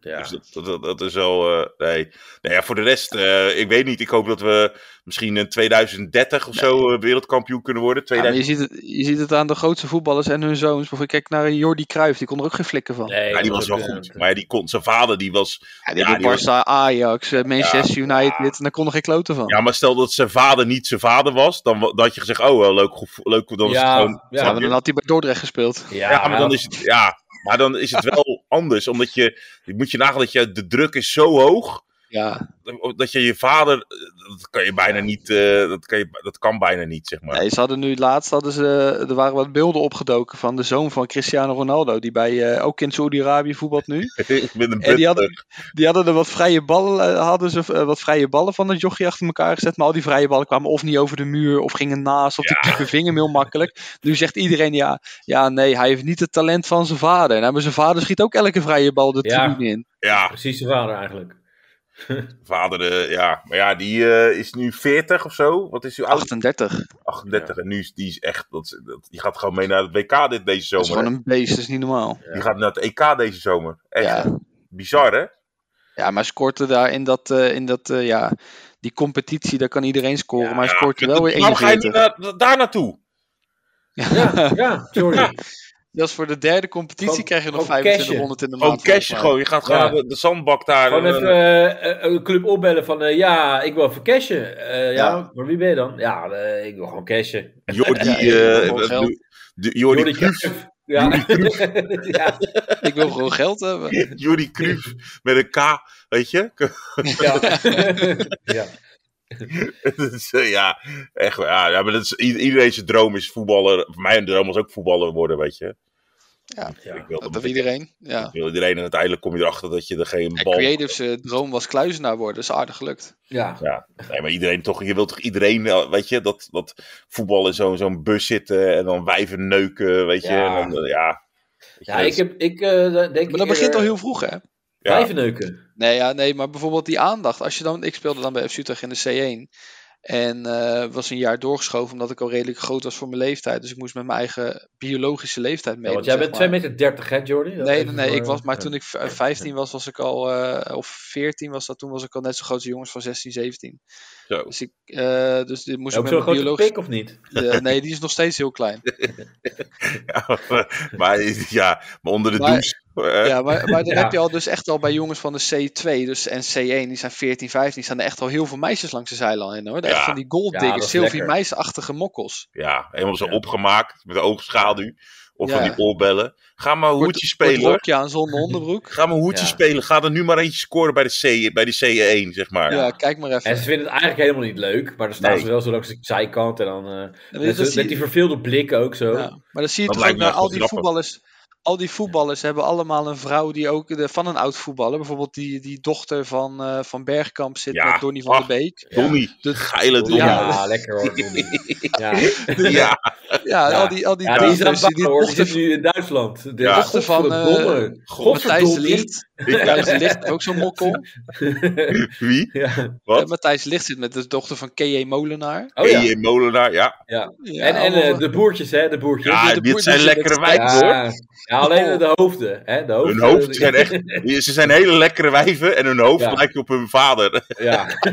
C: ja.
B: Dus dat, dat, dat is wel. eh, nee. Nou ja, voor de rest, eh, ik weet niet. Ik hoop dat we misschien in 2030 of zo eh, wereldkampioen kunnen worden.
D: Ja, maar
B: 2000,
D: je, ziet het, je ziet het aan de grootste voetballers en hun zoons. Bijvoorbeeld, kijk naar een Jordi Cruijff, die kon er ook geen flikken van.
C: Nee,
B: ja, die
C: dat
B: was
C: is
B: wel
C: ook,
B: goed.
C: eh,
B: Maar die kon, zijn vader die was
D: Ja, die
B: Ja,
D: doet
B: die was-
D: Barca, Ajax, eh, Manchester United, en daar kon er geen kloten van.
B: Ja, maar stel dat zijn vader niet zijn vader was, dan wa- dan had je gezegd, oh, wel leuk, goed- leuk, dan is het
C: Ja,
B: gewoon...
C: ja,
D: Ja,
B: snap
D: maar
B: je?
D: dan had hij bij Dordrecht gespeeld.
C: Ja,
B: Ja, maar dan is het, ja, maar dan is het wel anders, omdat je, je moet je nagaan dat je, de druk is zo hoog,
D: Ja,
B: dat je je vader, dat kan je bijna niet, eh, dat, kan je, dat kan bijna niet, zeg maar.
D: nee, ze hadden nu laatst, hadden ze, er waren wat beelden opgedoken van de zoon van Cristiano Ronaldo, die bij, eh, ook in Saudi-Arabië voetbalt nu.
B: Ik ben een
D: En die
B: butler.
D: hadden, die hadden er wat vrije ballen, eh, hadden ze eh, wat vrije ballen van het jochie achter elkaar gezet. Maar al die vrije ballen kwamen of niet over de muur, of gingen naast, of die keeper ving hem heel makkelijk. Nu zegt iedereen, ja, ja, nee, hij heeft niet het talent van zijn vader. Nou, maar zijn vader schiet ook elke vrije bal de
C: Ja.
D: tribune in.
B: Ja,
C: precies zijn vader eigenlijk.
B: vader, eh, ja. Maar ja, die eh, is nu 40 of zo. Wat is uw oud?
D: 38.
B: 38. En nu is die is echt, dat, is- dat- die gaat gewoon mee naar het WK dit, deze
D: Dat is
B: zomer.
D: gewoon een beest, dat is niet normaal.
B: Die gaat naar het EK deze zomer. Echt
D: Ja.
B: bizar, hè?
D: Ja, maar hij scoorde daar in dat, eh, in dat eh, ja, die competitie, daar kan iedereen scoren. maar hij scoort er wel weer
B: Waarom ga je niet
D: 41.
B: naar- daar naartoe?
C: Ja, ja, sorry.
D: Dat is voor de derde competitie
C: Gewoon-
D: krijg je nog
C: gewoon
D: 2500 in de
B: Gewoon
D: maand.
B: cash gewoon. Je gaat gewoon
C: Ja.
B: de, de zandbak daar.
C: Gewoon
B: en,
C: even eh, eh, een club opbellen van eh, ja, ik wil even cashen. Eh, ja,
D: Ja.
C: maar wie ben je dan? Ja, eh, ik wil gewoon cashen.
B: eh, Jordi,
D: Ja,
B: eh
D: je hebt gewoon
B: de-
D: geld.
B: de- de- Jordi
C: Jordi
B: Cruijff-
C: Cruijff. Ja. ja,
D: Ik wil gewoon geld hebben.
B: Jordi Cruijff met een K, weet je?
C: ja. ja.
B: Dat is, eh, ja, echt waar. Ja, ja, maar dat is, i- iedereen zijn droom is voetballer. Mijn droom was ook voetballer worden, weet je.
C: Ja.
B: wilde
D: Dat wil Eh, iedereen. Ja.
B: Ik wil iedereen en uiteindelijk kom je erachter dat je er geen
D: En
B: bal...
D: Creative's eh, droom was kluizenaar worden. Dat is aardig gelukt.
C: ja.
B: Nee, maar iedereen toch, je wilt toch iedereen, eh, weet je, dat, dat voetbal in zo'n zo'n bus zitten en dan wijven neuken, weet je.
C: Ja.
B: En dan, eh, ja. Weet je,
C: Ja, ik heb, ik eh, denk
D: Maar dat begint al heel vroeg, hè?
B: ja.
C: Wijvenneuken.
D: Nee, ja, nee, maar bijvoorbeeld die aandacht. Als je dan, ik speelde dan bij FC Utrecht in de C1. En eh, was een jaar doorgeschoven omdat ik al redelijk groot was voor mijn leeftijd. Dus ik moest met mijn eigen biologische leeftijd mee.
C: Ja, want jij bent 2 meter 30, hè, Jordi? Dat
D: Nee,
C: even
D: nee, nee,
C: voor-
D: ik was, maar
C: ja.
D: toen ik v- eh, 15 was, was ik al, eh, of 14 was dat, toen was ik al net zo groot als de jongens van 16, 17.
B: Zo.
D: Dus, ik, eh, dus dit moest
C: Heb
D: ik
C: je zo'n
D: met mijn
C: grote
D: biologische...
C: pik of niet?
D: Ja, nee, die is nog steeds heel klein.
B: Ja, maar, maar, ja, maar onder de
D: Maar-
B: douche. eh,
D: Ja, maar, maar dan
C: Ja.
D: heb je al dus echt al bij jongens van de C2 dus, en C1, die zijn 14, 15, staan er echt al heel veel meisjes langs de zijlijn hoor. Echt
B: Ja.
D: van die golddiggers,
C: Ja, dat is
D: Sylvie
C: lekker.
D: meisachtige mokkels.
B: Ja, helemaal zo
C: Ja.
B: opgemaakt, met de oogschaduw. Of
D: Ja.
B: van die oorbellen. Ga maar een
D: Kort-
B: hoedje
D: kort
B: spelen hoor.
D: rokje aan zonder onderbroek.
B: Ga maar een hoedje
C: Ja.
B: spelen. Ga er nu maar eentje scoren bij de, C, bij de C1, zeg maar.
D: Ja, kijk maar even.
C: En ze vinden het eigenlijk helemaal niet leuk, maar dan staan
B: Nee.
C: ze wel zo langs de zijkant en dan... eh,
D: En
C: met,
D: dat
C: zo-
D: zie
C: met
D: je-
C: die verveelde blik ook zo.
D: Ja, maar dan zie je
B: Dat
D: toch ook
B: lijkt me
D: naar
B: echt
D: al
B: wel
D: die
B: grappig.
D: voetballers. Al die voetballers hebben allemaal een vrouw die ook de, van een oud voetballer. Bijvoorbeeld die, die dochter van, eh, van Bergkamp zit
B: Ja, Ah.
D: met Donny van
B: ach.
D: der Beek.
B: Donnie,
D: De-
B: geile Donnie.
C: Ja,
B: Ja.
C: lekker hoor. Donnie. Ja,
B: Ja.
D: Ja,
C: Ja.
D: al die, al die
C: ja die is aan het
D: dochters,
C: bouwen,
D: die
C: hoor. Die
D: dochter-
C: zit nu in Duitsland. De
B: Ja.
D: dochter van,
C: godverdomme.
D: Matthijs de
C: Godverdomme.
D: Licht.
B: Ik-
D: Matthijs de Licht, ook zo'n mokkel.
B: Wie?
C: ja.
D: Eh,
B: Wat?
D: Matthijs de Licht zit met de dochter van K.J. Molenaar.
C: Oh ja.
B: E.J. Molenaar, ja.
D: Ja,
C: En, en eh,
D: allemaal-
C: de boertjes, hè, de boertjes.
B: Ja,
D: de
B: Ah, dit
D: boer-
B: zijn
D: dus
B: lekkere
D: dat-
B: wijven hoor.
C: ja. Ja, alleen de hoofden, hè, de hoofden.
B: Hun hoofd zijn echt... Ze zijn hele lekkere wijven en hun hoofd
C: Ja.
B: lijkt op hun vader.
C: Ja,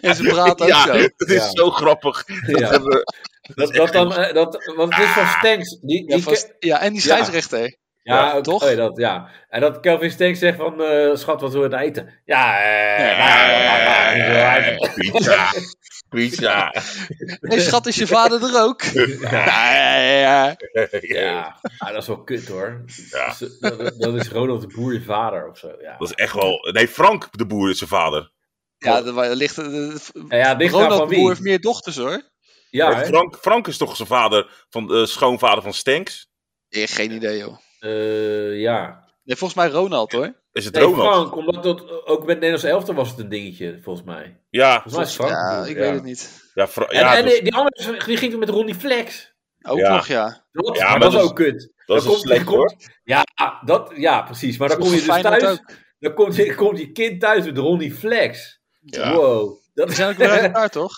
D: en ze praten ook
B: ja,
D: zo.
B: dat is
C: Ja.
B: zo grappig. Dat
C: ja.
B: hebben-
C: Dat, dat dan, eh, dat, want het is van Stanks. Die,
D: Ja,
C: die
D: van- ja, en die scheidsrechter.
C: Ja,
D: Ja,
C: ook-
D: toch?
C: oh ja, dat, ja. En dat Kelvin Stanks zegt van, eh, schat, wat wil je nou eten? Ja, eh,
B: Eh, Pizza. Pizza.
D: Hé schat, is je vader er ook? Ja, ja, ja.
C: ja. Ah, dat is wel kut hoor.
B: Ja.
C: Dus, eh, Dat, dat- dat is Ronald de Boer je vader of zo. Ja,
B: Dat is echt wel... Nee, Frank de Boer is zijn vader.
D: Ja,
B: Oh.
D: dat wa- ligt... eh,
C: ja, ja dit gaat
D: Ronald
C: van
D: de Boer heeft
C: wie?
D: meer dochters hoor.
C: Ja,
B: Maar
C: hè?
B: Frank, Frank is toch zijn vader, van, eh, schoonvader van Stanks?
D: Eh, geen idee joh.
C: Eh, ja.
D: Nee, volgens mij Ronald hoor.
B: Is het
C: Nee,
B: Ronald?
C: Frank, omdat dat ook met Nederlands elftal was het een dingetje, volgens mij.
B: Ja,
C: Volgens mij is Frank. de
D: Ja,
C: Boer,
D: ik
C: ja.
D: weet het niet.
B: ja, Fra-
C: En,
B: ja, dus-
C: en
B: dat is-
C: die, die andere is- die ging toen met Ronnie Flex.
D: Ook
B: Ja.
D: nog ja.
C: Dat,
B: Ja, maar
C: maar dat,
B: dat
C: is
B: is-
C: ook kut.
B: dat is
C: Dan
B: een
C: komt-
B: slecht
C: komt-
B: hoor.
C: Ja, dat, ja, precies. Maar dan kom je dus
D: Feyenoord
C: thuis.
D: ook.
C: Dan komt je, komt je kind thuis met Ronnie Flex.
B: Ja.
C: Wow. Dat
D: Die
C: is,
D: zijn ook weer uit elkaar toch?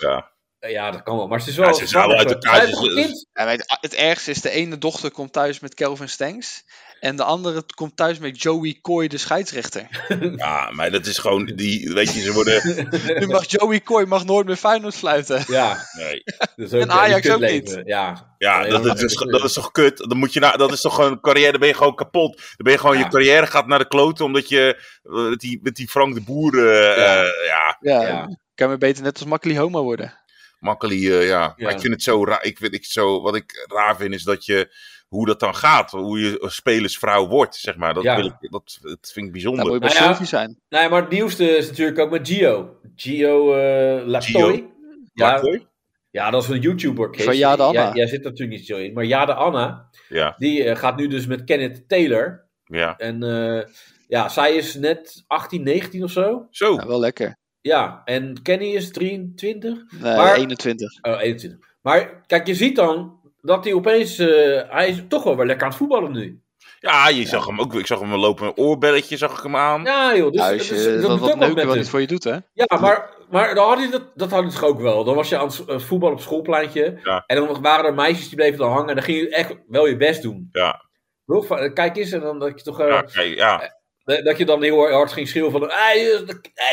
C: ja, dat kan wel. Maar ze is
B: Ja,
C: wel...
B: ze zijn wel uit elkaar,
C: Hij heeft
B: dus-
C: een kind.
D: Ja, maar het, het ergste is, de ene dochter komt thuis met Kelvin Stengs. En de andere komt thuis met Joey Coy, de scheidsrechter.
B: Ja, maar dat is gewoon, die, weet je, ze worden...
D: Nu mag Joey Coy mag nooit meer Feyenoord fluiten.
C: Ja,
B: Nee.
C: dat is ook,
D: En Ajax
C: je
D: ook
C: kutleven. Ja,
B: Ja,
C: Nee,
B: dat,
C: maar-
B: dat is, dus- dat is toch kut? Dan moet je na, dat is toch gewoon carrière, dan ben je gewoon kapot. Dan ben je gewoon,
C: Ja.
B: je carrière gaat naar de kloten, omdat je eh, met die, met die Frank de Boer, eh,
C: Ja.
B: eh, ja,
D: Ja,
C: Ja.
D: kan je beter net als Makkeli homo worden. Nou,
B: makkelijk, eh, ja.
C: Ja.
B: Maar ik vind het zo raar, ik vind ik zo, wat ik raar vind, is dat je, hoe dat dan gaat, hoe je als spelersvrouw wordt, zeg maar. Dat,
C: Ja.
B: wil ik, dat, dat vind ik
D: Dan
B: bijzonder.
D: moet je bij
C: Nou ja.
D: Sylvie zijn.
C: Nee, maar het nieuwste is natuurlijk ook met Gio. Gio eh Lactoy.
B: ja,
C: Ja, ja, dat is een YouTuber. Kees.
D: Van Jade Anna.
C: Jij, jij zit er natuurlijk niet zo in. Maar Jade Anna,
B: ja,
C: die eh, gaat nu dus met Kenneth Taylor.
B: ja.
C: En eh, ja, zij is net 18, 19 of zo.
B: Zo,
D: Ja, Nou, wel lekker.
C: Ja, en Kenny is 23.
D: Nee,
C: Maar-
D: 21.
C: Oh, 21. Maar kijk, je ziet dan dat hij opeens... eh, hij is toch wel weer lekker aan het voetballen nu.
B: ja, je zag hem ook, ik zag hem lopen, een oorbelletje zag ik hem aan.
C: Ja joh, dus,
D: Ja, Nou, als
C: dus-
D: je dat,
C: doet
D: dat
C: ook wat
D: neuken
C: met
D: wat
C: hem.
D: niet voor je doet, hè?
C: Ja, maar, maar dan had hij dat, dat had hij toch ook wel. Dan was je aan het s- eh, voetballen op het schoolpleintje.
B: Ja.
C: En dan waren er meisjes die bleven dan hangen. En dan ging je echt wel je best doen.
B: Ja.
C: Toch? Van, eh, Kijk eens, en dan dat je toch... eh,
B: Ja, kijk, ja.
C: eh, Dat je dan heel hard ging schreeuwen van... Hé,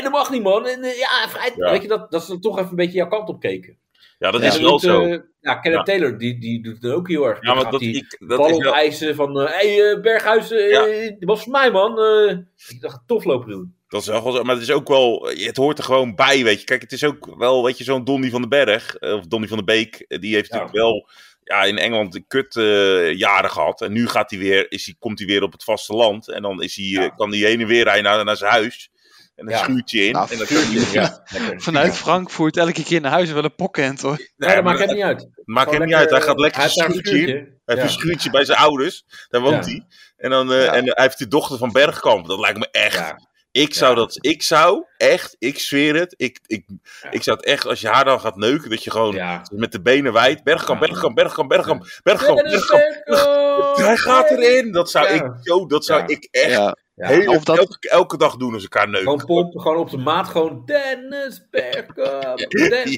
C: dat mag niet man. En, eh, ja, vrijheid.
B: Ja.
C: Weet je, dat, dat ze dan toch even een beetje jouw kant op keken.
B: Ja, dat
C: Ja,
B: is
C: doet,
B: wel zo.
C: eh, ja, Kenneth Taylor, die, die doet het ook heel erg.
B: ja,
C: Dan
B: maar
C: gaat
B: dat,
C: die
B: ik, dat
C: ballen
B: is wel-
C: opeisen van... Hé, hey, eh, Berghuis, eh,
B: Ja.
C: eh, die was voor mij, man. eh ik dacht, tof lopen doen.
B: Dat is wel gewoon zo, maar het is ook wel, het hoort er gewoon bij, weet je. Kijk, het is ook wel, weet je, zo'n Donny van den Berg, eh, of Donny van de Beek, eh, die heeft
C: Ja.
B: natuurlijk wel ja, in Engeland de kut eh, jaren gehad. En nu gaat hij weer, is hij, komt hij weer op het vasteland en dan is hij,
C: Ja.
B: eh, kan hij heen en weer rijden naar, naar zijn huis. En dan
C: Ja.
B: schuurt hij in.
D: Nou,
B: en dan kan hij-
C: Ja, lekker.
D: Vanuit Frankfurt elke keer naar huis en wel een pokkend hoor.
C: Nee, dat
B: maar
C: maakt hem niet uit.
B: maakt hem
C: Gewoon
B: niet uit, hij gaat
C: eh,
B: lekker
C: hij heeft daar een
B: schuurtje in.
C: schuurtje.
B: Hij heeft
C: Ja.
B: een schuurtje bij zijn ouders, daar woont
C: Ja.
B: hij. En, dan, eh,
C: Ja.
B: en hij heeft die dochter van Bergkamp, dat lijkt me echt...
C: Ja.
B: Ik zou dat, ik zou echt, ik zweer het, ik, ik,
C: Ja.
B: ik zou het echt, als je haar dan gaat neuken, dat je gewoon
C: Ja.
B: met de benen wijd, Bergkamp,
C: Ja.
B: Bergkamp, Bergkamp, Bergkamp, Bergkamp, Bergkamp, hij gaat erin. Dat zou
C: Ja.
B: ik, yo, dat zou
C: Ja.
B: ik echt
D: Ja.
C: Ja.
B: heel-
D: Of dat-
B: elke, elke dag doen als elkaar neuken.
C: Gewoon pomp, gewoon op de maat, gewoon Dennis Bergkamp, Dennis,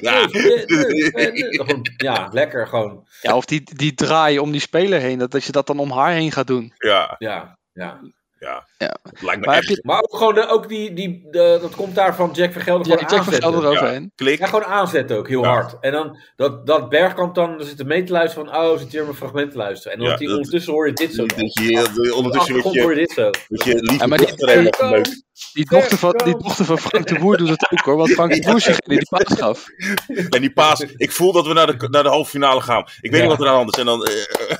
B: Ja.
C: Dennis, Dennis. Gewoon, ja, lekker gewoon.
D: Ja, of die, die draai om die speler heen, dat, dat je dat dan om haar heen gaat doen.
B: Ja,
C: Ja, ja.
B: ja,
D: Ja.
B: Dat lijkt me
D: Maar heb
B: echt
D: je
C: Maar ook gewoon, de, ook die, die, de- dat komt daar van Jack Vergelder
D: ja,
C: gewoon
D: ik check van
C: aanzetten.
D: Gelder overheen.
B: klik.
C: Ja, gewoon aanzetten ook, heel
B: Ja.
C: hard. En dan dat, dat Bergkamp dan zit te mee te luisteren van, oh, zit hier mijn fragment te luisteren. En dan
B: Ja,
C: dat die,
B: dat-
C: ondertussen hoor je dit zo.
B: Dat je- Ondertussen word
C: Ondertussen hoor
B: je,
C: je dit zo.
B: dat je
D: Ja,
B: lieve
D: maar die-
B: dochter helemaal geneukt.
D: Die, dochter van, die dochter van Frank de Boer doet het ook hoor, want Frank de Boer is degene die paas gaf.
B: En die paas, ik voel dat we naar de, naar de halve finale gaan. Ik weet
C: Ja.
B: niet wat er aan de hand is. En dan, eh,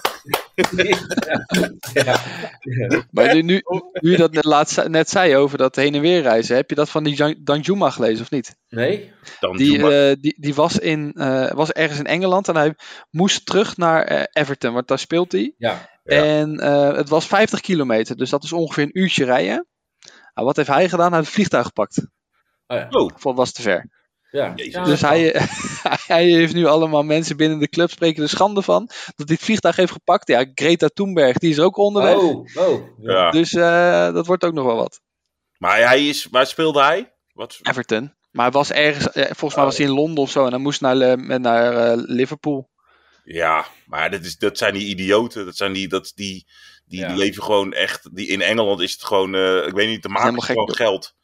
C: Ja. Ja.
D: Maar nu, nu, nu je dat net, laatst, ze- net zei over dat heen en weer reizen, heb je dat van die Jan- Danjuma gelezen of niet?
C: Nee?
B: dan
D: Die,
B: doe maar.
D: eh, die, die was, in, eh, was ergens in Engeland en hij moest terug naar eh, Everton, want daar speelt hij.
C: Ja.
B: Ja.
D: En eh, het was 50 kilometer, dus dat is ongeveer een uurtje rijden. Nou, wat heeft hij gedaan? Hij heeft het vliegtuig gepakt.
C: Oh ja.
B: Oh,
D: Voor was te ver.
C: ja.
B: Jezus.
C: Ja,
D: dus
C: dat
D: hij, hij heeft nu allemaal mensen binnen de club spreken er schande van. Dat hij het vliegtuig heeft gepakt. Ja, Greta Thunberg, die is ook
C: kan.
D: onderweg.
C: Oh, oh.
B: ja.
D: Dus eh, dat wordt ook nog wel wat.
B: Maar hij is, waar speelde hij? Wat,
D: Everton. Maar hij was ergens, eh, volgens mij was hij in Londen of zo. En hij moest naar, Le- met- naar eh, Liverpool.
B: ja, maar dat, is, dat zijn die idioten. Dat zijn die, dat, die, die,
C: Ja.
B: die leven gewoon echt. Die, in Engeland is het gewoon, eh, ik weet niet, de maken
D: Helemaal
B: is
D: gek,
B: gewoon
D: joh.
B: geld.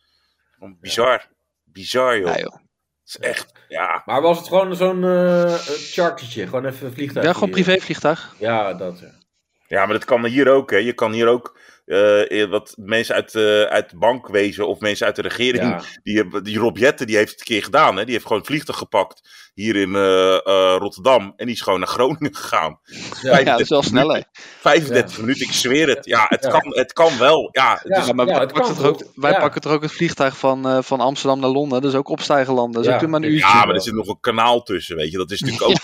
B: Gewoon Bizar. Bizar, joh.
D: Ja,
B: Het
D: joh.
B: is echt, ja.
C: Maar was het gewoon zo'n eh chartertje? Gewoon even een vliegtuig?
D: Ja, gewoon
C: hier.
D: privévliegtuig.
C: Ja, dat. ja.
B: Ja, maar dat kan hier ook, hè. Je kan hier ook eh, wat mensen uit, eh uit bankwezen of mensen uit de regering
C: Ja.
B: Die, hebben- die Rob Jetten die heeft het een keer gedaan. Hè? Die heeft gewoon het vliegtuig gepakt hier in eh, eh, Rotterdam. En die is gewoon naar Groningen gegaan.
C: Ja.
D: Ja, dat is wel sneller.
B: 35 minuten, ik zweer het. Ja, het,
C: Ja.
B: Kan, het kan wel. Ja, dus- het
C: Ja.
B: is-
D: Ja, maar
C: Ja,
D: wij,
C: het
D: pakken
C: kan
D: er ook,
C: toch?
D: wij
C: Ja.
D: pakken er ook het vliegtuig van, eh, van Amsterdam naar Londen. Dat is ook opstijgerland. Dat is
C: Ja.
D: ook maar een
C: Ja,
D: uurtje.
B: ja, maar er zit nog een kanaal tussen, weet je. Dat is natuurlijk ook...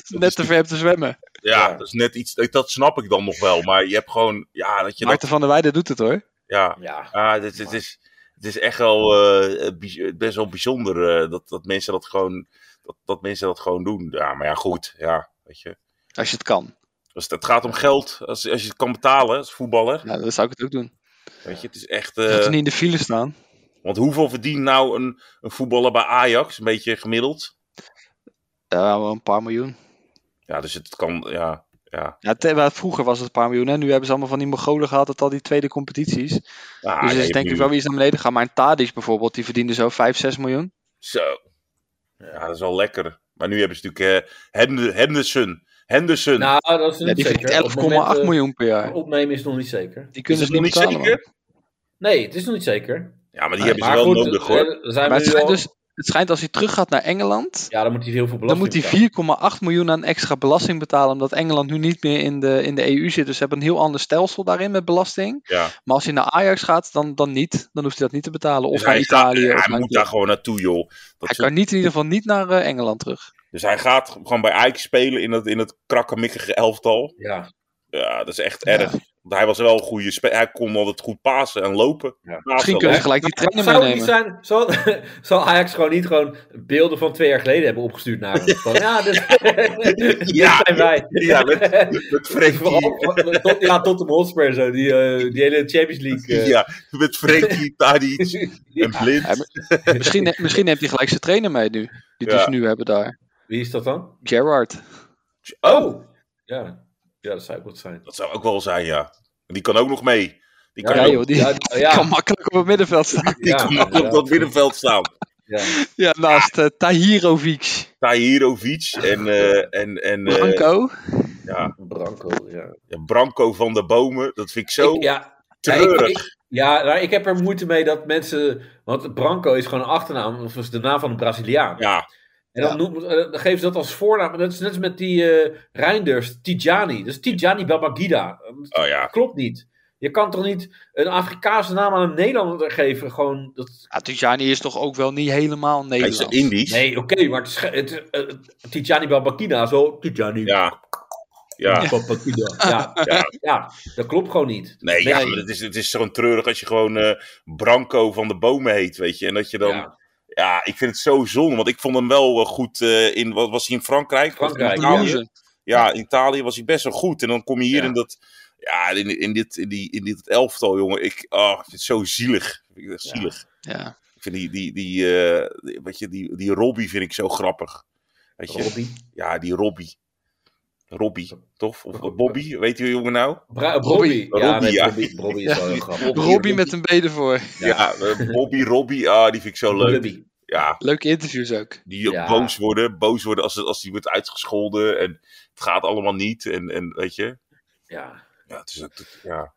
D: Net te ver om te zwemmen.
B: Ja,
C: Ja.
B: dat is net iets... Dat snap ik dan nog wel. Maar je hebt gewoon... Ja, dat je dat...
D: Maarten van der Weijden doet het hoor.
B: Ja,
C: Ja.
B: ja dit, dit is, het is echt wel eh, bij- best wel bijzonder eh, dat, dat mensen dat gewoon... Dat, dat mensen dat gewoon doen. Ja, maar ja, goed. Ja, weet je.
D: Als je het kan.
B: Als Dus het, het gaat om geld, als, als je het kan betalen als voetballer,
D: Nou, dan zou ik het ook doen.
B: weet je, het is echt...
D: Je gaat
B: eh,
D: er niet in de file staan.
B: want hoeveel verdient nou een, een voetballer bij Ajax, een beetje gemiddeld?
D: Ja, wel een paar miljoen.
B: Ja, dus het kan, ja, ja.
D: Ja, te- maar vroeger was het een paar miljoen. En nu hebben ze allemaal van die Mongolen gehad. Dat al die tweede competities.
B: Ah,
D: dus
B: ja,
D: is
B: je
D: denk ik
B: hebt
D: wel
B: nu-
D: weer iets naar beneden gaan. Maar een Tadic bijvoorbeeld. Die verdiende zo 5, 6 miljoen.
B: Zo. Ja, dat is wel lekker. Maar nu hebben ze natuurlijk eh, Hend- Henderson. Henderson.
C: Nou, dat is
D: Ja,
C: niet
D: die
C: zeker.
D: verdient
C: Op het moment,
D: 11,8
C: eh,
D: miljoen per jaar.
C: van Opnemen is nog niet zeker.
D: Die kunnen
B: is
D: ze
B: het
D: niet
B: nog niet
D: betalen.
B: zeker?
D: man.
C: Nee, het is nog niet zeker.
B: ja, maar die
D: Nee,
B: hebben ze wel
C: goed,
B: nodig,
C: eh,
B: hoor.
C: eh, zijn
D: Maar
C: we
D: het
C: nu
D: schijnt,
C: al-
D: dus, het schijnt als hij terug gaat naar Engeland.
C: Ja, dan moet hij heel veel
D: Dan
C: belasting
D: moet hij
C: betalen.
D: 4,8 miljoen aan extra belasting betalen. Omdat Engeland nu niet meer in de, in de EU zit. Dus ze hebben een heel ander stelsel daarin met belasting.
B: Ja.
D: Maar als hij naar Ajax gaat, dan, dan niet. Dan hoeft hij dat niet te betalen. Of
B: Dus
D: naar
B: hij gaat-
D: Italië. of
B: hij
D: naar
B: moet daar gewoon naartoe, joh. Dat
D: Hij
B: ze-
D: kan niet in ieder geval niet naar eh, Engeland terug.
B: Dus hij gaat gewoon bij Ajax spelen in het, in het krakkemikkige elftal.
C: Ja,
B: Ja, dat is echt
D: Ja.
B: erg. Want hij was wel een goede speler. Hij kon altijd goed pasen en lopen.
C: Ja.
B: Pasen,
D: Misschien kunnen ze
B: lopen.
D: gelijk die trainer
C: zou het niet
D: meenemen.
C: zijn, zal, zal Ajax gewoon niet gewoon beelden van twee jaar geleden hebben opgestuurd naar hem? Van, ja, dus- dit,
B: Ja.
C: dit zijn wij.
B: Ja, met, met Frenkie.
C: Vooral van- tot, ja, tot de Hotspur en zo, die, eh, die hele Champions League. eh,
B: Ja, met Frenkie, Tadic en
C: ja.
B: Blind.
D: Ja, Misschien, misschien neemt hij gelijk zijn trainer mee nu. Die
B: Ja.
D: dus nu hebben daar.
C: Wie is dat dan?
D: Gerrard.
B: Oh,
C: Ja, ja dat zou ook wat zijn.
B: dat zou ook wel zijn, ja. Die kan ook nog mee. Die kan
D: Ja,
B: ook
D: joh, die
C: Ja, ja.
D: kan makkelijk op het middenveld staan.
B: die
C: Ja,
B: kan ook op
C: inderdaad.
B: dat middenveld staan.
D: Ja, naast eh, Tahirovic.
B: Tahirovic en, eh, en, en eh,
D: Branco.
B: ja,
C: Branco, ja.
B: Branco van de Bomen. Dat vind ik zo
C: Ik- ja,
B: treurig.
C: Ja, ik, ik- ja, nou, ik heb er moeite mee dat mensen. Want Branco is gewoon een achternaam, of is de naam van een Braziliaan.
B: ja,
C: En dan,
A: Ja.
C: noemt, eh, dan geven ze dat als voornaam. Dat is net als met die eh, Reinders, Tijani. Dat is Tijani Babagida. Dat
B: oh ja.
C: klopt niet. Je kan toch niet een Afrikaanse naam aan een Nederlander geven? Gewoon dat...
D: Ja, Tijani is toch ook wel niet helemaal
B: Hij is
D: Nederlands.
B: Indisch.
C: Nee, oké, maar het is, ge- het, eh, Tijani Babagida, zo Tijani
B: Ja. Ja.
C: Babagida. Ja, ja. dat klopt gewoon niet.
B: Nee, ja, maar het is, het is gewoon treurig als je gewoon eh, Branco van de Bomen heet, weet je. En dat je dan... Ja,
C: Ja,
B: ik vind het zo zonde, want ik vond hem wel eh, goed eh, in... Wat was hij in Frankrijk? Of in
C: Frankrijk,
B: Italië?
D: Lozen.
B: Ja, in Italië was hij best wel goed. En dan kom je hier
C: Ja.
B: in dat... Ja, in, in, dit, in, die, in dit elftal, jongen. Ik, ah, ik vind het zo zielig. Ik vind het echt
C: Ja.
B: zielig.
D: Ja.
B: Ik vind die, die, die, eh, die- weet je, die, die Robbie vind ik zo grappig. Weet je?
C: Robbie.
B: Ja, die Robbie. Robbie, toch? Of Bobby, weet je die jongen nou?
C: Bra-
D: Robbie.
C: Robbie. Ja,
B: Robbie,
C: nee,
B: ja.
C: Robbie, Robbie is wel heel grappig.
D: Robbie met een bede voor.
B: Ja, eh, Bobby, Robbie, ah, die vind ik zo leuk.
C: Robbie.
B: Ja,
D: Leuke interviews ook.
B: die
C: Ja.
B: boos worden, boos worden als, als die wordt uitgescholden en het gaat allemaal niet en, en weet je.
C: Ja.
B: Ja, het is, het- ja.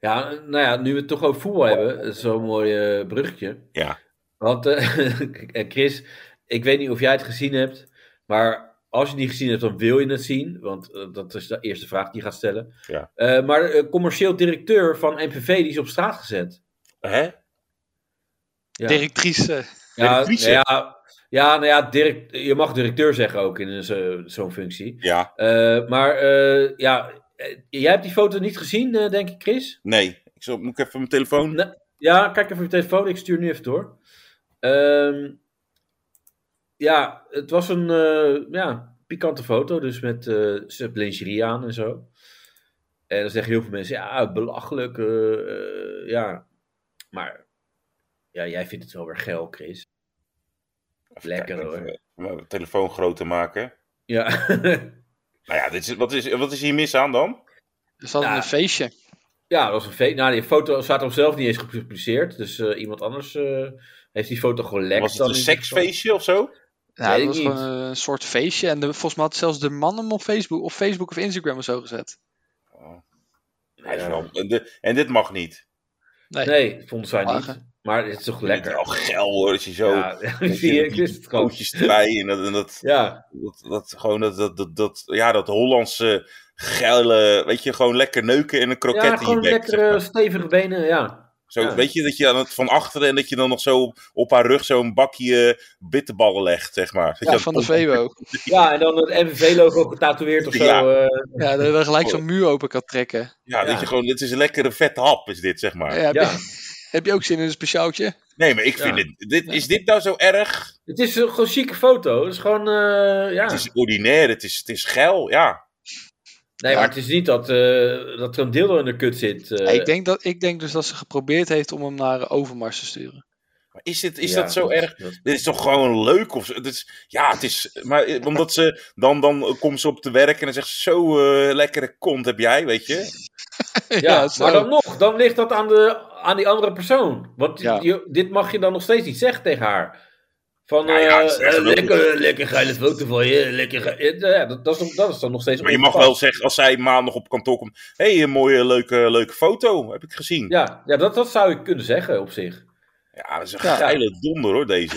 C: ja, nou ja, nu we het toch over voetbal hebben, zo'n mooi eh, bruggetje.
B: Ja.
C: Want eh, eh, Chris, ik weet niet of jij het gezien hebt, maar als je het niet gezien hebt, dan wil je het zien. Want eh, dat is de eerste vraag die je gaat stellen.
B: Ja.
C: Eh, maar eh, commercieel directeur van NPV, die is op straat gezet.
B: Hè?
C: Ja.
D: Directrice.
C: ja, nou
B: directrice.
C: ja, ja, nou ja, direct, je mag directeur zeggen ook in eh, zo- zo'n functie.
B: Ja,
C: Eh, maar eh, ja, eh, jij hebt die foto niet gezien, eh, denk ik, Chris?
B: nee. Ik zal, moet ik even mijn telefoon?
C: Nee. Ja, kijk even op je telefoon. Ik stuur nu even door. Ehm, ja, het was een eh, ja, pikante foto. Dus met eh, ze heeft lingerie aan en zo. En dan zeggen heel veel mensen, ja, belachelijk. eh, eh, ja, maar ja, jij vindt het wel weer geil, Chris.
B: Even
C: Lekker,
B: kijken,
C: hoor.
B: even eh, Mijn telefoon groter maken.
C: Ja,
B: Nou ja, dit is, wat, is, wat is hier mis aan dan?
D: Dus dat
C: Ja.
D: een feestje.
C: ja dat was een feest. Nou, die foto staat hem zelf niet eens gepubliceerd. Dus eh, iemand anders eh, heeft die foto gelekt.
B: Was het
C: dan
B: een
C: in ieder geval.
B: seksfeestje of zo?
C: Weet
D: Ja, dat
C: ik
D: was
C: niet.
D: gewoon een soort feestje. En de, volgens mij had zelfs de man hem op Facebook, op Facebook of Instagram of zo gezet.
B: Oh, Hij is
C: Ja.
B: wel- en, de- en dit mag niet.
D: Nee.
C: Nee, vonden zij niet.
D: Lachen.
C: Maar het is toch
B: Lekker.
C: lekker.
B: Al geil oh, hoor, als je zo...
C: Ja, zie je, ik wist het gewoon.
B: Pootjes erbij en dat, en dat,
C: Ja,
B: dat, dat gewoon dat, dat, dat, dat- ja, dat Hollandse geile, weet je, gewoon lekker neuken en een kroket in
C: ja
B: je
C: gewoon
B: bek. zeg
C: lekkere
B: maar.
C: stevige benen, ja.
B: zo,
C: ja.
B: Weet je, dat je aan het van achteren en dat je dan nog zo op, op haar rug zo'n bakje eh, bitterballen legt, zeg maar.
D: Ja, van de VWO.
C: Ja, en dan het MVV-logo getatoeëerd of zo.
B: Ja.
C: eh,
D: Ja, dat je dan gelijk zo'n muur open kan trekken.
B: ja, dat
C: ja.
B: je gewoon, dit is een lekkere vette hap, is dit, zeg
D: Ja,
B: maar.
D: heb,
C: ja.
D: Je, heb je ook zin in een speciaaltje?
B: Nee, maar ik
C: Ja.
B: vind het, dit, is dit nou zo erg?
C: Het is een gewoon chique foto. Het is gewoon, eh, ja.
B: Het is ordinair, het is, het is geil, ja.
C: Nee, maar het is niet dat, eh, dat er een dildo in de kut zit. eh.
D: ik, denk dat, ik denk dus dat ze geprobeerd heeft om hem naar Overmars te sturen.
B: Maar is, dit, is
C: Ja,
B: dat zo erg?
C: dat-
B: Dit is toch gewoon leuk? Of, zo? het is, ja, het is. Maar eh, omdat ze. Dan, dan komt ze op te werk en dan zegt ze. Zo eh, lekkere kont heb jij, weet je?
D: Ja,
C: Ja,
D: zo.
C: maar dan nog, dan ligt dat aan, de, aan die andere persoon. Want
D: Ja.
C: je- dit mag je dan nog steeds niet zeggen tegen haar. Van,
B: Nou ja,
C: eh,
B: ze zeggen
C: eh,
B: wel-
C: lekker, lekker geile foto van je, lekker ge- eh, ja, dat, dat, is, nog- dat is dan nog steeds
B: Maar je mag
C: ongepast.
B: wel zeggen. Als zij maandag op kantoor komt. Hé, hey, een mooie, leuke, leuke foto. Heb ik gezien. Ja,
C: Ja, ja dat, dat zou ik kunnen zeggen op zich.
B: dat is een
D: Ja.
B: geile donder hoor, deze.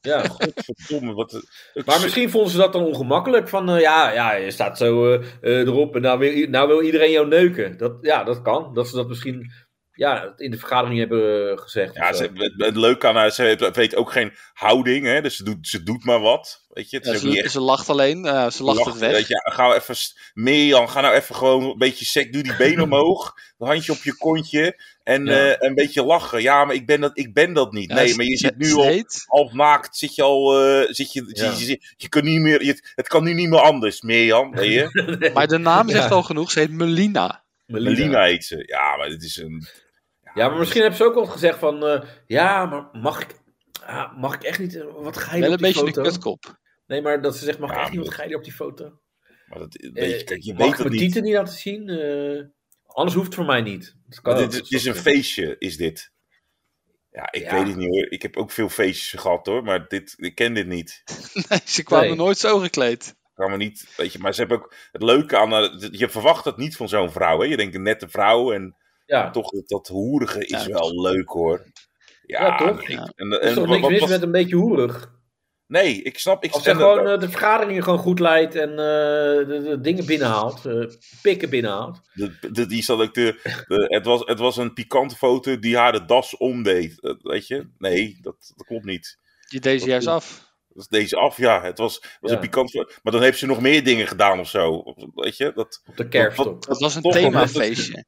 C: Ja.
B: Godverdomme. Wat, een- het
C: Maar
B: is-
C: misschien vonden ze dat dan ongemakkelijk. Van eh, ja, ja, je staat zo eh, eh, erop en nou wil, i- nou wil iedereen jou neuken. Dat, ja, dat kan. Dat ze dat misschien ja, in de vergadering hebben eh, gezegd.
B: Ja,
C: of zo.
B: ze, het, het leuke aan haar. Ze heeft- weet ook geen houding, hè? Dus ze doet, ze doet maar wat. Weet je? Het
D: Ja,
B: is ook niet
D: ze,
B: echt.
D: ze lacht alleen. eh, ze lacht het
B: lachen,
D: weg.
B: Weet je, ga nou even, st- Mirjam, ga nou even gewoon een beetje sec. Doe die benen omhoog, een handje op je kontje en
C: Ja.
B: eh, een beetje lachen. Ja, maar ik ben dat, ik ben dat niet.
D: Ja,
B: nee,
D: ze-
B: maar je
D: ze-
B: zit nu
D: ze
B: al
D: heet-
B: half naakt, zit je al, eh, zit je,
C: Ja.
B: je, je, je kan niet meer, je- het kan nu niet meer anders, Mirjam, weet je?
D: Maar de naam zegt
C: Ja.
D: al genoeg. Ze heet Melina.
C: Melina.
B: Melina heet ze. Ja, maar dit is een...
C: Ja, maar misschien hebben ze ook al gezegd van eh, ja, maar mag ik, ah, mag ik echt niet, eh, wat geil
D: Wel
C: op
D: een
C: die
D: beetje
C: foto?
D: een kutkop.
C: Nee, maar dat ze zegt, mag ik
B: Ja,
C: echt niet wat
B: maar-
C: geil op die foto?
B: Maar dat, weet
C: Eh,
B: je, kijk, je
C: mag
B: weet
C: ik
B: het
C: mijn
B: niet.
C: tieten niet laten zien? Eh, anders hoeft het voor mij niet. Dat kan
B: Maar
C: ook.
B: dit is, dit is een feestje, is dit. Ja, ik
C: Ja.
B: weet het niet hoor. Ik heb ook veel feestjes gehad hoor, maar dit, ik ken dit niet.
D: Nee, ze kwamen
C: Nee.
D: nooit zo gekleed.
B: Ik kan me niet, weet je, maar ze hebben ook het leuke aan, eh, je verwacht het niet van zo'n vrouw hè. Je denkt een nette vrouw en
C: Ja,
B: toch dat, dat hoerige is
D: Ja.
B: wel leuk hoor. Ja,
C: Ja, toch?
B: ik-
D: Ja.
B: En, en,
C: er is toch
B: wat-
C: niks
B: wat-
C: mis
B: wat-
C: met een beetje hoerig.
B: Nee, ik snap. Ik,
C: Als ze
B: en-
C: gewoon eh, de vergaderingen gewoon goed leidt en eh, de, de dingen binnenhaalt, eh, pikken binnenhaalt.
B: De, de- die zat ook te, de- het, was, het was een pikante foto die haar de das omdeed. Eh, weet je? Nee, dat, dat klopt niet.
D: Je deed ze
B: Wat
D: juist
B: goed.
D: af.
B: Dat is deze af, ja. Het was, het was
C: Ja.
B: een pikante foto. Maar dan heeft ze nog meer dingen gedaan of zo. Weet je? Dat,
C: Op de kerfstok.
D: Dat was een
B: Toch,
D: themafeestje.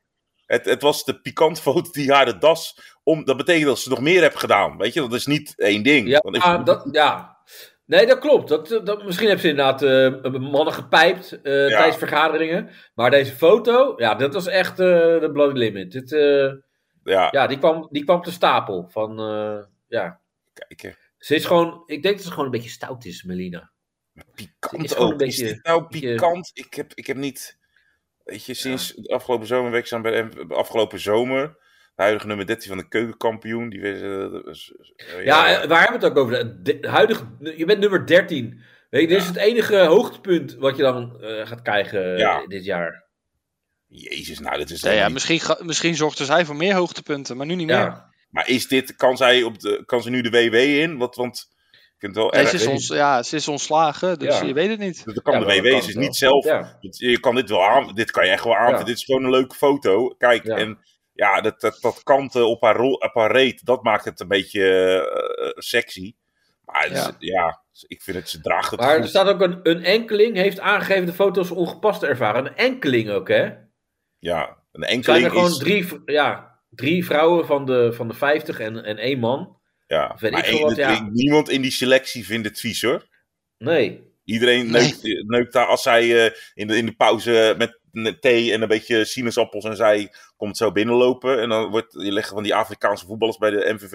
B: het, het was de pikante foto die haar de das om... Dat betekent dat ze nog meer heeft gedaan. Weet je? Dat is niet één ding.
C: Ja, ah,
B: Dan heeft ze-
C: dat, ja. Nee, dat klopt. Dat, eh, dat, misschien hebben ze inderdaad eh, mannen gepijpt eh,
B: Ja.
C: tijdens vergaderingen. Maar deze foto, ja, dat was echt eh, de bloody limit. Dit, eh,
B: ja,
C: ja, die kwam, die kwam te stapel. Van, eh, ja.
B: kijk. eh,
C: Ze is gewoon, ik denk dat ze gewoon een beetje stout is, Melina.
B: Pikant
C: Het is gewoon
B: ook.
C: een
B: is
C: beetje-
B: dit nou
C: beetje-
B: pikant? Ik heb, ik heb niet... Weet je, sinds de afgelopen zomer werkzaam bij de M- afgelopen zomer... De huidige nummer 13 van de keukenkampioen. Die werd, eh, dat was- eh,
C: Ja, eh, waar hebben we het ook over? De, de- huidige, je bent nummer 13. Weet je, dit is het enige hoogtepunt wat je dan eh, gaat krijgen eh,
B: Ja.
C: dit jaar.
B: Jezus, nou, dat is
D: Ja, ja,
B: helemaal niet-
D: misschien, ga- misschien zorgde zij voor meer hoogtepunten, maar nu niet meer.
C: Ja.
B: Maar is dit... Kan, zij op de, kan ze nu de WW in? Want, want ik vind het wel
D: Nee,
B: erg...
D: ze, is
C: weet
D: ons, ja, ze is ontslagen, dus
C: Ja.
D: je weet het niet.
B: Dat kan
C: Ja,
B: de
C: wel,
B: WW,
C: dat kan
B: ze is
C: wel.
B: niet zelf...
C: ja.
B: Want Je kan dit wel aan... Dit kan je echt wel aan.
C: Ja.
B: Dit is gewoon een leuke foto. Kijk,
C: Ja.
B: en... Ja, dat, dat, dat kanten op haar, rol, op haar reet, dat maakt het een beetje eh, eh, sexy. Maar het is-
D: Ja.
B: ja. ik vind het, ze draagt het
C: Maar
B: goed.
C: er staat ook een, een enkeling heeft aangegeven de foto's ongepast te ervaren. Een enkeling ook, hè?
B: Ja, een
C: Er zijn
B: enkeling
C: er gewoon
B: is...
C: drie, v- ja, drie vrouwen van de, van de 50 en, en één man.
B: ja.
C: weet
B: maar
C: ik veel
B: één-
C: wat, ja.
B: ik- niemand in die selectie vindt het vies, hoor.
C: Nee.
B: Iedereen
D: Nee.
B: neukt, eh, neukt daar als zij eh, in, de, in de pauze met n- thee en een beetje sinaasappels en zij komt zo binnenlopen. En dan wordt, je leggen van die Afrikaanse voetballers bij de MVV,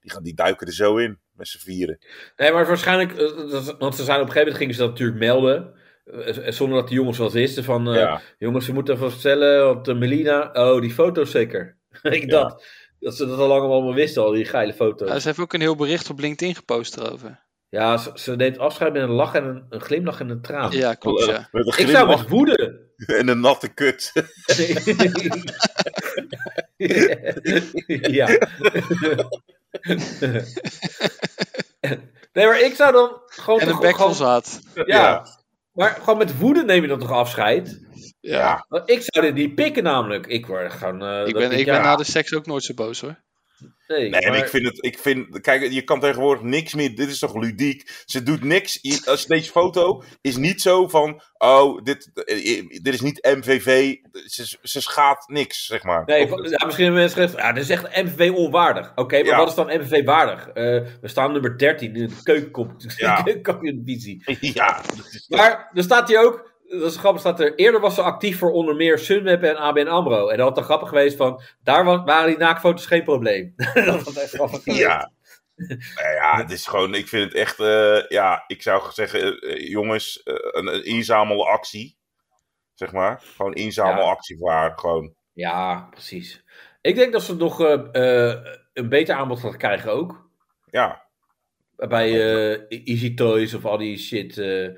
B: die, gaan, die duiken er zo in met z'n vieren.
C: Nee, maar waarschijnlijk, eh, dat- want ze zijn op een gegeven moment gingen ze dat natuurlijk melden. eh, eh, Zonder dat de jongens wat wisten van, eh,
B: ja.
C: jongens, we moeten even vertellen, want eh, Melina, oh, die foto's zeker. Ik
B: Ja.
C: dat, dat ze dat al lang allemaal wisten, al die geile foto's.
D: Ja, ze heeft ook een heel bericht op LinkedIn gepost erover.
C: Ja, ze, ze neemt afscheid met een lach en een, een glimlach en een traan.
D: Ja, klopt,
B: Wel, eh,
D: ja.
B: Met een
C: Ik zou
B: glimlach
C: met woede
B: en een natte kut.
C: ja. nee, maar ik zou dan gewoon...
D: En
C: toch
D: een bek
C: gewoon-
D: vol zaad.
C: ja,
B: Ja.
C: maar gewoon met woede neem je dan toch afscheid?
D: Ja.
C: Want ik zou dit niet pikken namelijk. Ik word gewoon... eh,
D: Ik
C: dat
D: ben,
C: dit
D: ik
C: jaar-
D: ben na de seks ook nooit zo boos hoor.
C: Nee,
B: Nee, en
C: maar-
B: ik vind het, ik vind, kijk, je kan tegenwoordig niks meer, dit is toch ludiek. Ze doet niks, Je- als je deze foto is niet zo van, oh, dit, eh, eh, dit is niet MVV, ze, ze schaadt niks, zeg maar.
C: Nee, van- ja, misschien hebben mensen gezegd, ja, dit is echt MVV onwaardig. Oké, maar
B: Ja.
C: wat is dan MVV waardig? Eh, we staan nummer 13 in de keukenkamp-
B: Ja.
C: keukenkampioen-divisie.
B: ja, dat is
C: Maar er staat hier ook, dat is grappig, staat er, eerder was ze actief voor onder meer Sunweb en ABN AMRO. En dat had dan grappig geweest van, daar wa- waren die naakfoto's geen probleem. dat was echt grappig geweest.
B: Ja. nou ja, het is gewoon, ik vind het echt, eh, ja, ik zou zeggen, eh, eh, jongens, eh, een, een inzamelactie. Zeg maar, gewoon inzamelactie voor haar. Gewoon.
C: Ja, precies. Ik denk dat ze nog eh, eh, een beter aanbod gaat krijgen ook.
B: Ja,
C: Bij eh, Easy Toys of al die shit. eh.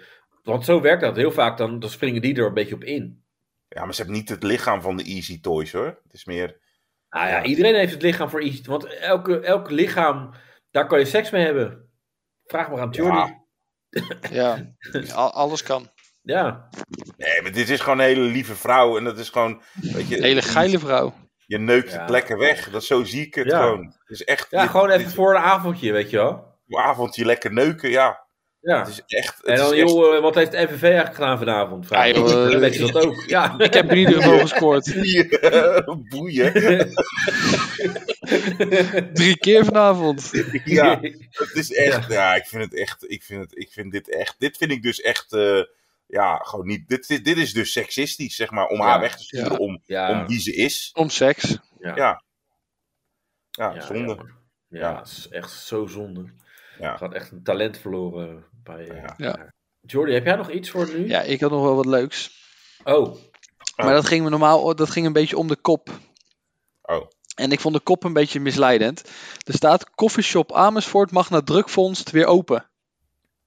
C: want zo werkt dat. Heel vaak dan, dan springen die er een beetje op in.
B: ja, maar ze hebben niet het lichaam van de Easy Toys hoor. Het is meer,
C: Nou ja,
B: Ja.
C: iedereen heeft het lichaam voor Easy Want elke, elk lichaam, daar kan je seks mee hebben. Vraag maar aan Jordi.
B: Ja.
D: Ja, Al- alles kan.
C: ja.
B: nee, maar dit is gewoon een hele lieve vrouw. En dat is gewoon, weet je,
D: Hele geile vrouw.
B: je neukt
C: Ja.
B: het lekker weg. Dat, zo zie ik het
C: Ja.
B: gewoon. Het is echt,
C: Ja,
B: dit-
C: gewoon even
B: dit-
C: voor een avondje, weet je wel.
B: een avondje lekker neuken, ja.
C: Ja.
B: Het is echt, het
C: en dan,
B: is echt-
C: joh, eh, wat heeft de MVV eigenlijk gedaan vanavond? Vraag
D: Ja,
C: ik.
D: joh,
C: Dan
D: eh,
C: weet je dat ook. Ja.
D: Ik heb in ieder geval gescoord.
B: boeien.
D: Drie keer vanavond.
B: Ja. Het is echt, ja. ik vind het echt, ik vind, het, ik vind dit echt, dit vind ik dus echt, eh, ja, gewoon niet, dit, dit, dit is dus seksistisch, zeg maar, om
C: Ja,
B: haar weg te sturen
D: ja.
B: om,
C: ja.
B: om wie ze is.
D: Om seks.
B: Ja, zonde.
C: jammer. Ja, het is echt zo zonde.
B: Ja.
C: Ja. Gaat echt een talent verloren bij. eh,
B: Ja.
D: Ja.
C: haar. Jordi, heb jij nog iets voor nu?
D: Ja, ik had nog wel wat leuks.
C: Oh,
D: Maar dat ging me normaal, dat ging een beetje om de kop.
B: Oh.
D: En ik vond de kop een beetje misleidend. Er staat: Coffeeshop Amersfoort mag na drukfonds weer open.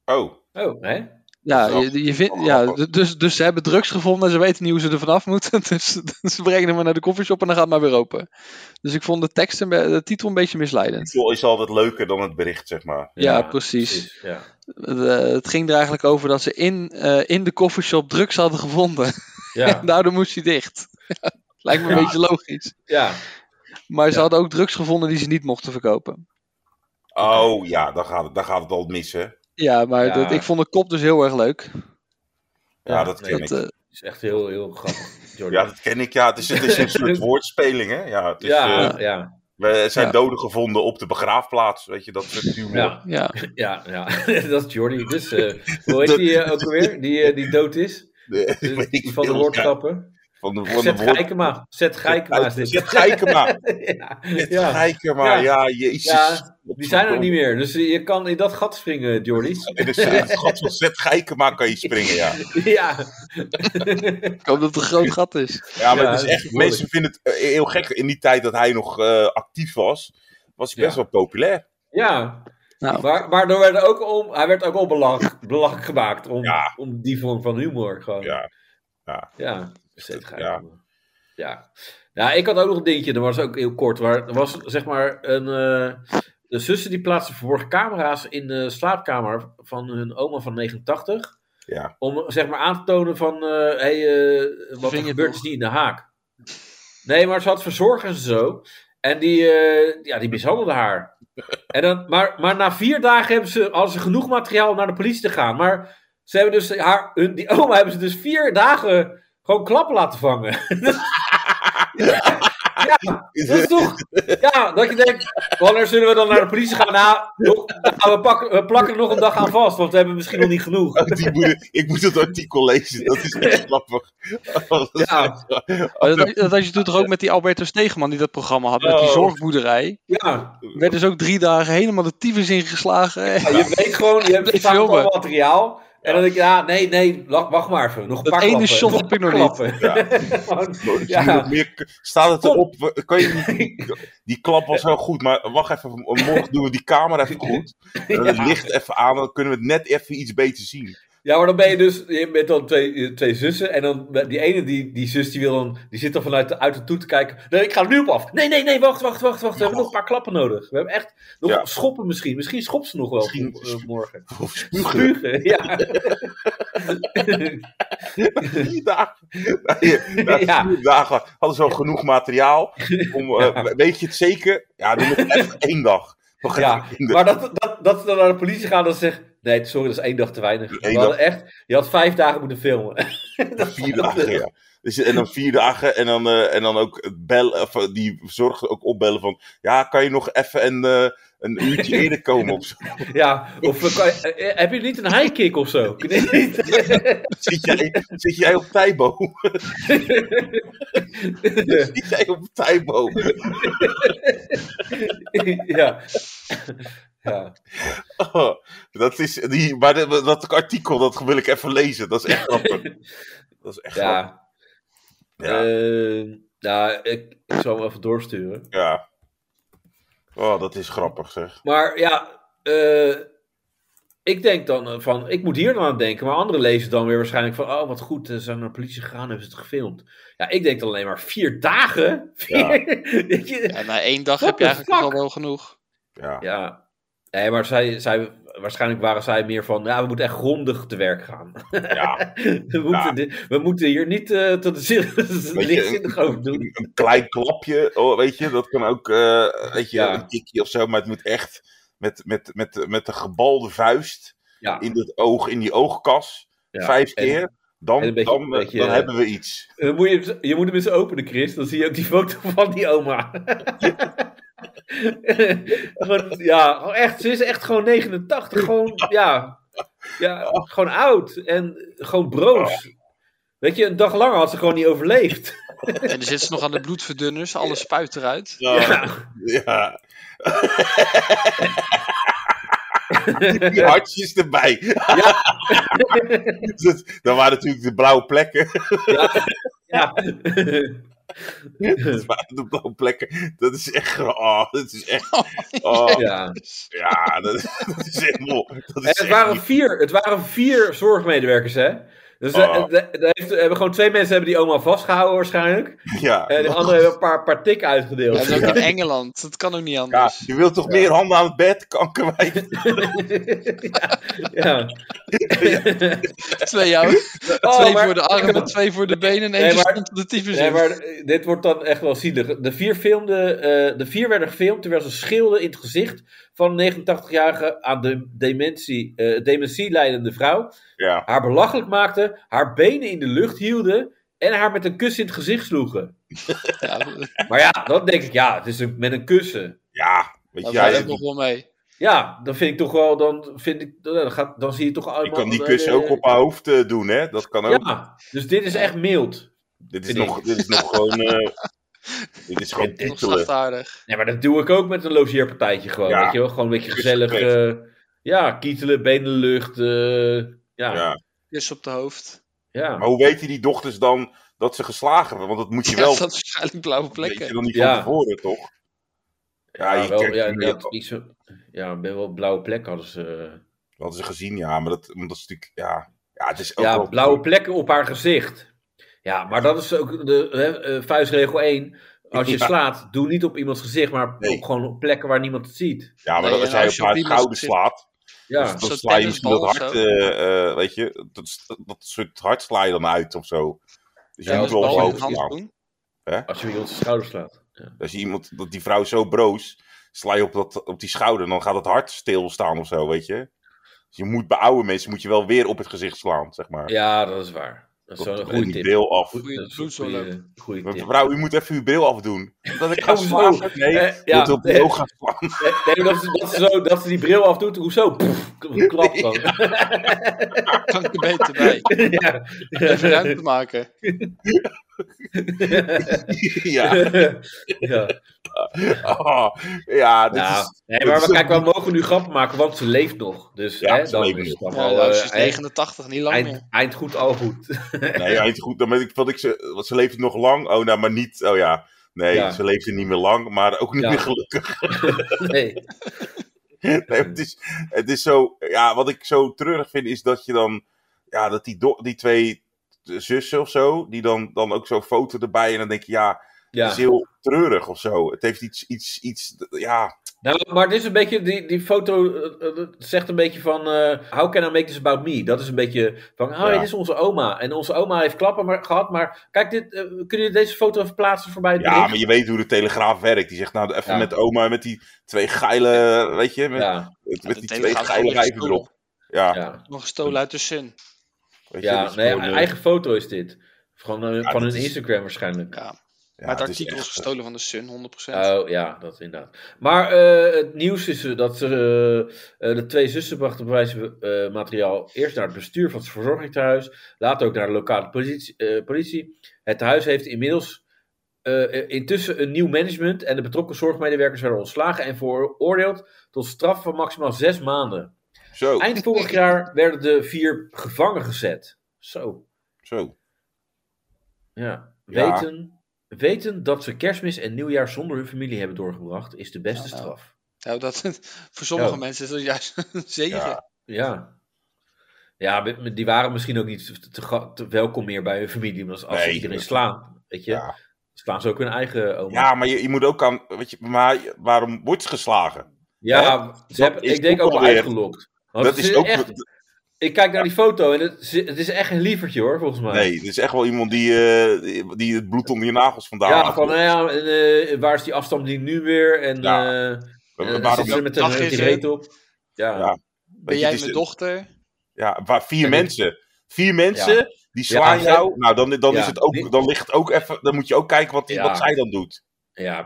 B: Oh,
C: Oh, hè?
D: Ja,
B: Dat is
D: je, je vindt-
B: wel
D: ja
B: grappig.
D: d- dus, dus ze hebben drugs gevonden en ze weten niet hoe ze er vanaf moeten. Dus, ze brengen hem maar naar de coffeeshop en dan gaat het maar weer open. Dus ik vond de tekst, en de titel een beetje
B: de
D: misleidend.
B: titel is altijd leuker dan het bericht, zeg maar.
D: Ja, precies.
C: Ja.
D: Eh, het ging er eigenlijk over dat ze in, eh, in de coffeeshop drugs hadden gevonden.
C: Ja.
D: En daardoor moest hij dicht. Lijkt me een
C: Ja.
D: beetje logisch.
C: ja.
D: Maar ze
C: Ja.
D: hadden ook drugs gevonden die ze niet mochten verkopen.
B: Oh ja, dan gaat het, dan gaat het al mis, hè? Ja,
D: Ja, maar
C: Ja.
D: dat- ik vond de kop dus heel erg leuk.
C: Ja,
B: dat
C: nee, eh,
B: ken ik.
D: Dat, eh,
C: Het is echt heel, heel grappig, Jordi.
B: Ja, dat ken ik. Ja, het is, het is een soort woordspeling, hè? Ja, het is,
C: ja,
B: eh,
C: ja,
B: we zijn
D: Ja.
B: doden gevonden op de begraafplaats, weet je, dat soort humor.
C: ja,
D: ja.
C: ja, ja. dat is Jordi. Dus, eh, hoe heet die eh, ook alweer? Die, eh, die dood is?
B: De-
C: Dus
B: weet ik
C: van de
B: veel,
C: woordgrappen.
B: ja, Van de, van de
C: Zet
B: woord...
C: Geikema. Zet Geikema. is dit.
B: Zet Geikema.
C: ja.
B: Zet
C: Ja.
B: Geikema,
C: Ja.
B: ja, jezus.
C: ja, die zijn er niet meer. Dus je kan in dat gat springen, Jordi.
B: In de zet- gat van Zet Geikema kan je springen, ja.
C: ja.
D: Ik hoop dat het een groot gat is.
B: Ja, maar
C: Ja,
B: het is
C: dat is
B: echt,
C: behoorlijk.
B: mensen vinden het eh, heel gek. In die tijd dat hij nog eh, actief was, was hij best
C: Ja.
B: wel populair.
C: Ja,
D: Nou,
C: waar, waardoor werd er ook om, hij werd ook al belach, belach gemaakt om,
B: Ja.
C: om die vorm van humor. Gewoon.
B: Ja.
C: Ja, steeds
B: Ja.
C: ja. ja. Ja, ik had ook nog een dingetje, dat was ook heel kort. Waar, er was zeg maar een. eh, de zussen die plaatsten verborgen camera's in de slaapkamer van hun oma van 89.
B: Ja.
C: Om zeg maar aan te tonen van. eh, hey, eh, wat er
D: Ving je
C: gebeurt
D: toch?
C: is niet in de haak. Nee, maar ze had verzorgers en zo. En die, eh ja, die mishandelden haar. En dan, maar, maar na vier dagen hebben ze, hadden ze genoeg materiaal om naar de politie te gaan. Maar ze hebben dus haar, hun, die oma hebben ze dus vier dagen gewoon klappen laten vangen. Dat is toch... Ja, dat je denkt, wanneer zullen we dan naar de politie gaan? Nou, nog- nou, we, pakken, we plakken er nog een dag aan vast, want we hebben misschien nog niet genoeg.
B: Die moet- ik moet het artikel lezen, dat is echt grappig.
C: Ja,
D: maar dat, dat had je toen toch ook met die Alberto Stegeman die dat programma had, met die
B: Oh.
D: zorgboerderij.
C: ja.
D: Werd dus ook drie dagen helemaal de tyfus ingeslagen.
C: je weet gewoon, je hebt
D: Ik
C: verzameld
D: wil me.
C: al materiaal. En dan denk je, ja, nee, nee, wacht, wacht maar even. Nog een
D: Dat
C: paar
D: ene
C: klappen.
D: shot heb ik nog niet.
C: niet.
B: Zo, dus je moet
C: Ja.
B: nog meer- staat het
C: Kom.
B: erop? We- Kan je niet, die klap was wel goed, maar wacht even. Morgen doen we die camera even goed. En het licht even aan, dan kunnen we het net even iets beter zien.
C: Ja, maar dan ben je dus je bent dan twee, twee zussen. En dan die ene, die, die zus, die, wil dan, die zit dan vanuit de, uit de toe te kijken. Nee, ik ga er nu op af. Nee, nee, nee, wacht, wacht, wacht. wacht. We hebben nog een paar klappen nodig. We hebben echt nog
B: Ja.
C: schoppen misschien. Misschien schopt ze nog wel
B: Misschien-
C: eh, morgen.
B: Of spugen.
C: Spugen, ja.
B: Vier dagen. Nee, na
C: Ja.
B: vier dagen hadden ze al genoeg materiaal. Om, eh, Weet je het zeker? Ja, dan nog even één dag. Nog even
C: ja.
B: één dag.
C: Maar dat, dat, dat ze dan naar de politie gaan en zeggen... Nee, sorry, dat is één dag te weinig. We
B: Eén
C: hadden echt, je had vijf dagen moeten filmen.
B: vier dagen, ja. Dus, en dan vier dagen en dan, eh, en dan ook bellen, of eh, die zorg ook opbellen van... Ja, kan je nog even een, eh, een uurtje eerder komen of zo?
C: Ja, of eh, kan je- eh, heb je niet een high kick of zo? Nee, niet.
B: Zit jij, zit jij op Tijbo? zit jij op Tijbo?
C: ja. ja.
B: Oh, dat is, die, maar dat, dat artikel, dat wil ik even lezen. Dat is echt grappig. Dat is echt grappig.
C: Ja.
B: Ja.
C: Eh, nou, ik, ik zal hem even doorsturen.
B: ja. Oh, dat is grappig zeg.
C: Maar ja, eh, ik denk dan eh, van, ik moet hier dan aan denken. Maar anderen lezen dan weer waarschijnlijk van, oh wat goed, ze zijn naar de politie gegaan, hebben ze het gefilmd. Ja, ik denk dan alleen maar vier dagen.
B: Ja.
C: Vier- Weet je?
D: En na één dag
C: What
D: heb je
C: the
D: eigenlijk
C: fuck?
D: al wel genoeg.
B: Ja.
C: ja. Nee, maar zij, zij, waarschijnlijk waren zij meer van, ja, we moeten echt grondig te werk gaan.
B: ja.
C: We moeten, dit- we moeten hier niet eh, tot de zin-
B: Weet je,
C: lichtzinnig over doen.
B: Een, een klein klapje, oh, weet je, dat kan ook eh, weet je,
C: Ja.
B: een tikje of zo. Maar het moet echt met, met, met, met de gebalde vuist
C: Ja,
B: in, het oog, in die oogkas.
C: ja.
B: Vijf
C: En-
B: keer. Dan,
C: en een beetje-
B: dan,
C: een beetje,
B: dan
C: eh,
B: hebben we iets.
C: Dan moet je, je moet hem eens openen, Chris. Dan zie je ook die foto van die oma. gewoon, ja, gewoon echt, ze is echt gewoon 89. Gewoon, ja, ja, gewoon oud en gewoon broos. Weet je, een dag langer had ze gewoon niet overleefd.
D: En dan zitten ze nog aan de bloedverdunners, alles spuit eruit.
B: Ja. ja. Die hartjes erbij. Dat, dat waren natuurlijk de blauwe plekken.
C: Ja.
B: Dat waren de blauwplekken. Dat is echt. Oh, dat is echt. Oh,
C: Ja.
B: ja, dat, dat is helemaal. Dat is
C: En het,
B: echt
C: waren
B: niet-
C: vier, het waren vier zorgmedewerkers, hè? Dus
B: Oh.
C: eh, eh, daar heeft, hebben gewoon twee mensen hebben die oma vastgehouden waarschijnlijk.
B: Ja.
C: En Eh, de andere hebben een paar, paar tik
D: Ja,
C: uitgedeeld.
D: dat is ook in Engeland. Dat kan ook niet
B: Ja,
D: anders.
B: je wilt toch meer handen aan het bed, kankerwijf?
C: ja.
D: Twee jaar.
C: Oh,
D: twee
C: maar-
D: voor de armen, twee voor de benen en
C: Nee,
D: eentje
C: maar-
D: stond op de tyfus
C: Nee,
D: in.
C: maar eh, dit wordt dan echt wel zielig. De vier, filmden, eh, de vier werden gefilmd terwijl ze schreeuwden in het gezicht van een 89-jarige aan de dementie, eh, dementie leidende vrouw.
B: Ja.
C: haar belachelijk maakten, haar benen in de lucht hielden en haar met een kus in het gezicht sloegen.
D: Ja,
C: Maar ja, dan denk ik, ja, het is een- met een kussen.
B: Ja, weet
D: daar
B: je,
D: ja,
B: ja,
D: ik nog wel mee.
C: Ja, dan vind ik toch wel, dan vind ik, dan, gaat, dan zie je toch allemaal...
B: je kan die kus ook op haar hoofd eh, doen, hè? Dat kan ook.
C: eh, Ja, dus dit is echt mild.
B: Dit is
C: vind ik.
B: nog, dit is nog gewoon. eh, dit is gewoon
D: Nog
B: titelen.
D: slachtaardig.
C: Nee, maar dat doe ik ook met een logeerpartijtje gewoon,
B: Ja.
C: weet je wel. Gewoon een beetje
B: Kus
C: gezellig, eh, ja, kietelen, benen in de lucht, eh, ja. Ja.
B: Ja. Oh,
D: Kus op de hoofd.
B: Maar hoe weten die dochters dan dat ze geslagen hebben? Want dat moet je
D: Ja,
B: wel.
D: dat is waarschijnlijk blauwe
B: weet je
D: plekken.
B: dan niet van
C: Ja.
B: tevoren, toch? Ja,
C: Ja,
B: je
C: wel,
B: kijkt-
C: ja, inderdaad, niet zo- ja, ben wel blauwe plek hadden ze... eh.
B: Dat hadden ze gezien, ja. Maar dat, omdat ze natuurlijk, ja, ja, het is ook
C: Ja,
B: wel-
C: blauwe plekken op haar gezicht. Ja, maar dat is ook de hè, eh, vuistregel 1. Als je
B: Ja.
C: slaat, doe niet op iemands gezicht, maar
B: Nee.
C: op gewoon op plekken waar niemand het ziet.
B: Ja, maar
D: Nee,
B: dat-
D: en
B: als jij
D: als
B: op
D: je op
B: haar
D: iemands
B: schouder
D: gezicht-
B: slaat,
C: Ja,
B: dan
D: Zo'n
B: sla je misschien dat hart,
D: tennisbal of
B: eh, eh, weet je, dat, dat soort hart sla je dan uit of zo. Dus je
C: Ja,
B: moet
C: dat
B: wel
C: is
B: op
C: wel
B: hoofd
C: een hand
B: slaan.
C: als je iemand op de schouder slaat. Ja.
B: Als je iemand, dat die vrouw zo broos, sla je op, dat, op die schouder, dan gaat het hart stilstaan of zo, weet je. Dus je moet bij oude mensen, moet je wel weer op het gezicht slaan, zeg maar.
C: ja, dat is waar. Dat is
B: Dat-
C: wel een
B: en
C: goede
B: die
C: tip.
B: bril af.
C: Goed- dat is een
D: bloedsomloop.
C: goede- Goede tip.
B: Mevrouw, u moet even uw bril afdoen. Dat ik
C: Ja,
B: ga
C: hoezo?
B: slaan. Nee,
C: Eh,
B: je
C: ja,
B: moet op de
C: nee,
B: bril gaan slaan.
C: nee, nee, dat, ze- dat, ze zo, dat ze die bril afdoet, hoezo? Pff, k- klap dan.
D: Kan ik er beter bij.
C: Ja.
D: Even ruimte maken.
B: ja,
C: ja.
B: Ah, ja, dit
C: Ja,
B: is...
C: nee,
B: dit
C: maar
B: is
C: we,
B: ook
C: kijk, we mogen nu grappen maken, want ze leeft nog. Dus
B: Ja,
C: hè,
B: ze
C: dan
B: leeft
C: is
B: nog.
C: het nog
D: Ja,
C: wel
D: nou,
C: eh,
D: ze is 89, niet lang
C: eind,
D: meer.
C: eind, eind goed, al goed.
B: Nee, ja, goed, dan weet ik wat ik ze... Want ze leeft nog lang. Oh, nou, maar niet... Oh ja, nee,
C: Ja.
B: ze leeft niet meer lang, maar ook niet
C: Ja.
B: meer gelukkig.
C: nee.
B: Nee, het, is, het is zo... Ja, wat ik zo treurig vind is dat je dan... Ja, dat die, do- die twee zussen of zo, die dan, dan ook zo'n foto erbij en dan denk je, ja, het
C: Ja.
B: is heel treurig of zo. Het heeft iets, iets, iets, ja,
C: Nou, maar het is een beetje, die, die foto eh, eh, dat zegt een beetje van, eh, how can I make this about me? Dat is een beetje van, oh,
B: Ja.
C: dit is onze oma. En onze oma heeft klappen maar, gehad, maar kijk, dit, eh, kunnen jullie deze foto even plaatsen voorbij het
B: Ja,
C: bericht?
B: maar je weet hoe de Telegraaf werkt. Die zegt nou even
C: Ja.
B: met oma, met die twee geile, weet je, met,
C: ja,
B: met
D: Ja, de
B: die twee
D: Telegraaf
B: geile
D: is gewoon
B: rijven erop.
D: gestolen.
B: Ja,
C: ja.
D: Nog gestolen uit de Sun.
B: weet je,
C: ja
B: dat is
C: nee, e-
B: gewoon, eh,
C: eigen foto is dit. Van,
B: Ja,
C: eh, van
B: dat
C: hun
B: is-
C: Instagram waarschijnlijk.
D: Ja.
B: ja,
D: maar
B: is
D: het artikel is
B: echt, eh,
D: gestolen van de Sun, 100%.
C: Oh ja, dat inderdaad. Maar eh, het nieuws is eh, dat eh, eh, de twee zussen brachten bewijsmateriaal eerst naar het bestuur van het verzorgingstehuis, later ook naar de lokale politie. eh, politie. Het huis heeft inmiddels eh, eh, intussen een nieuw management en de betrokken zorgmedewerkers werden ontslagen en veroordeeld tot straf van maximaal zes maanden.
B: eh, Zo,
C: Eind vorig jaar werden de vier gevangen gezet. Zo.
B: zo.
C: Ja,
B: Ja.
C: weten, weten dat ze kerstmis en nieuwjaar zonder hun familie hebben doorgebracht, is de beste
D: Ja, nou.
C: straf.
D: Nou, dat, voor sommige
C: Ja.
D: mensen is dat juist een zegen.
B: Ja.
C: Ja. Ja, m- m- die waren misschien ook niet te, ga- te welkom meer bij hun familie. Omdat als ze
B: Nee,
C: iedereen
B: dat-
C: slaan, weet je,
B: Ja,
C: slaan ze ook hun eigen oma.
B: ja maar je, je moet ook aan, weet je, maar waarom wordt ze geslagen?
C: Ja,
B: Ja,
C: ze hebben,
B: is
C: ik denk
B: ook
C: ook wel
B: alweer-
C: uitgelokt. Want
B: dat
C: het
B: is ook,
C: Oh, echt, ik kijk naar die foto en het, is- het is echt een lievertje hoor, volgens mij.
B: nee, het is echt wel iemand die, eh, die- die het bloed onder je nagels vandaan
C: Ja,
B: haalt.
C: van nou ja, en, eh, waar is die afstandbediening nu weer? En
B: Ja.
C: eh, eh,
B: Wa-
C: dan
B: waarom,
C: zitten ze met een
D: Dag
C: met
D: is
C: die
D: het.
C: reet op. Ja,
B: Ja.
C: ja.
B: weet
D: Ben
B: je,
D: jij
B: het is-
D: mijn dochter?
B: ja, waar vier
C: En ik-
B: mensen, vier mensen die slaan
C: Ja,
B: jou, nou dan, dan,
C: Ja.
B: is het ook, dan ligt het ook even, dan moet je ook kijken wat, die,
C: Ja.
B: wat zij dan doet.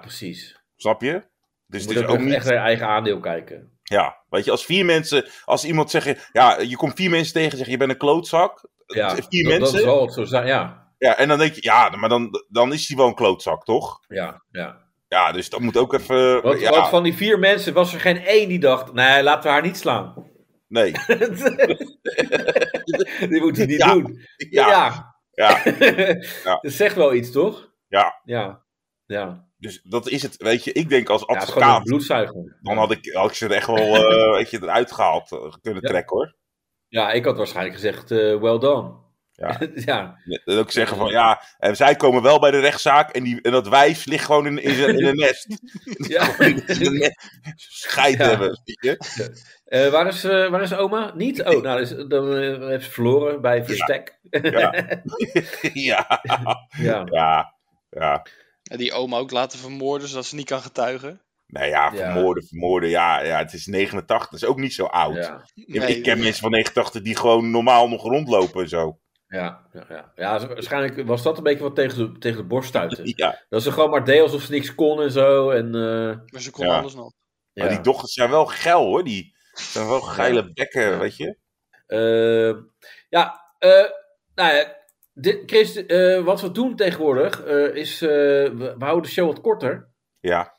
C: precies.
B: Snap je? Dus het
C: Dus moet
B: is
C: ook
B: ook
C: echt
B: niet.
C: naar je eigen aandeel kijken.
B: Ja, weet je, als vier mensen. Als iemand zegt. Ja, je komt vier mensen tegen en zeggen je bent een klootzak.
C: Ja,
B: Eh, vier
C: dat,
B: mensen?
C: dat zal het zo zijn, ja.
B: Ja, en dan denk je. Ja, maar dan, dan is hij wel een klootzak, toch?
C: Ja, ja.
B: Ja, dus dat moet ook even.
C: Want,
B: ja,
C: want van die vier mensen was er geen één die dacht: nee, laten we haar niet slaan.
B: nee.
C: die moet hij niet
B: Ja,
C: doen.
B: Ja, ja.
C: Dat zegt wel iets, toch?
B: Ja.
C: Ja. Ja.
B: Dus dat is het. Weet je, ik denk als
C: Ja, het is gewoon een
B: advocaat,
C: bloedzuiger.
B: dan had ik, had ik ze er echt wel eh, weet je, eruit gehaald eh, kunnen
C: Ja.
B: trekken hoor.
C: Ja, ik had waarschijnlijk gezegd, eh well done.
B: Ja.
C: ja.
B: Dat ook zeggen van ja, eh, zij komen wel bij de rechtszaak en, die, en dat wijf ligt gewoon in, in, zijn- in een nest.
C: ja.
B: In een nest. Scheid
C: Ja.
B: hebben. Weet je?
C: Eh, waar, is, eh, waar is oma? Niet? Oh, nou, dus, dan eh, heb ze verloren bij Verstek.
B: ja,
C: Ja.
B: ja, ja.
A: En die oma ook laten vermoorden, zodat ze niet kan getuigen.
B: Nou ja,
C: Ja.
B: vermoorden, vermoorden. Ja, ja, het is 89, dat is ook niet zo oud.
C: Ja.
B: Ik-
A: Nee,
B: ik ken mensen van 89 die gewoon normaal nog rondlopen en zo.
C: Ja, ja, ja. ja, ze- waarschijnlijk was dat een beetje wat tegen de, tegen de borst stuiten.
B: Ja.
C: Dat ze gewoon maar deed alsof ze niks kon en zo. En, eh,
A: Maar ze kon
B: Ja.
A: alles nog.
B: Maar
C: ja.
B: die dochters zijn wel geil hoor. Die zijn wel geile bekken,
C: Ja.
B: weet je.
C: Eh, ja, eh, nou ja, dit, Chris, eh, wat we doen tegenwoordig eh, is, eh, we, we houden de show wat korter.
B: Ja.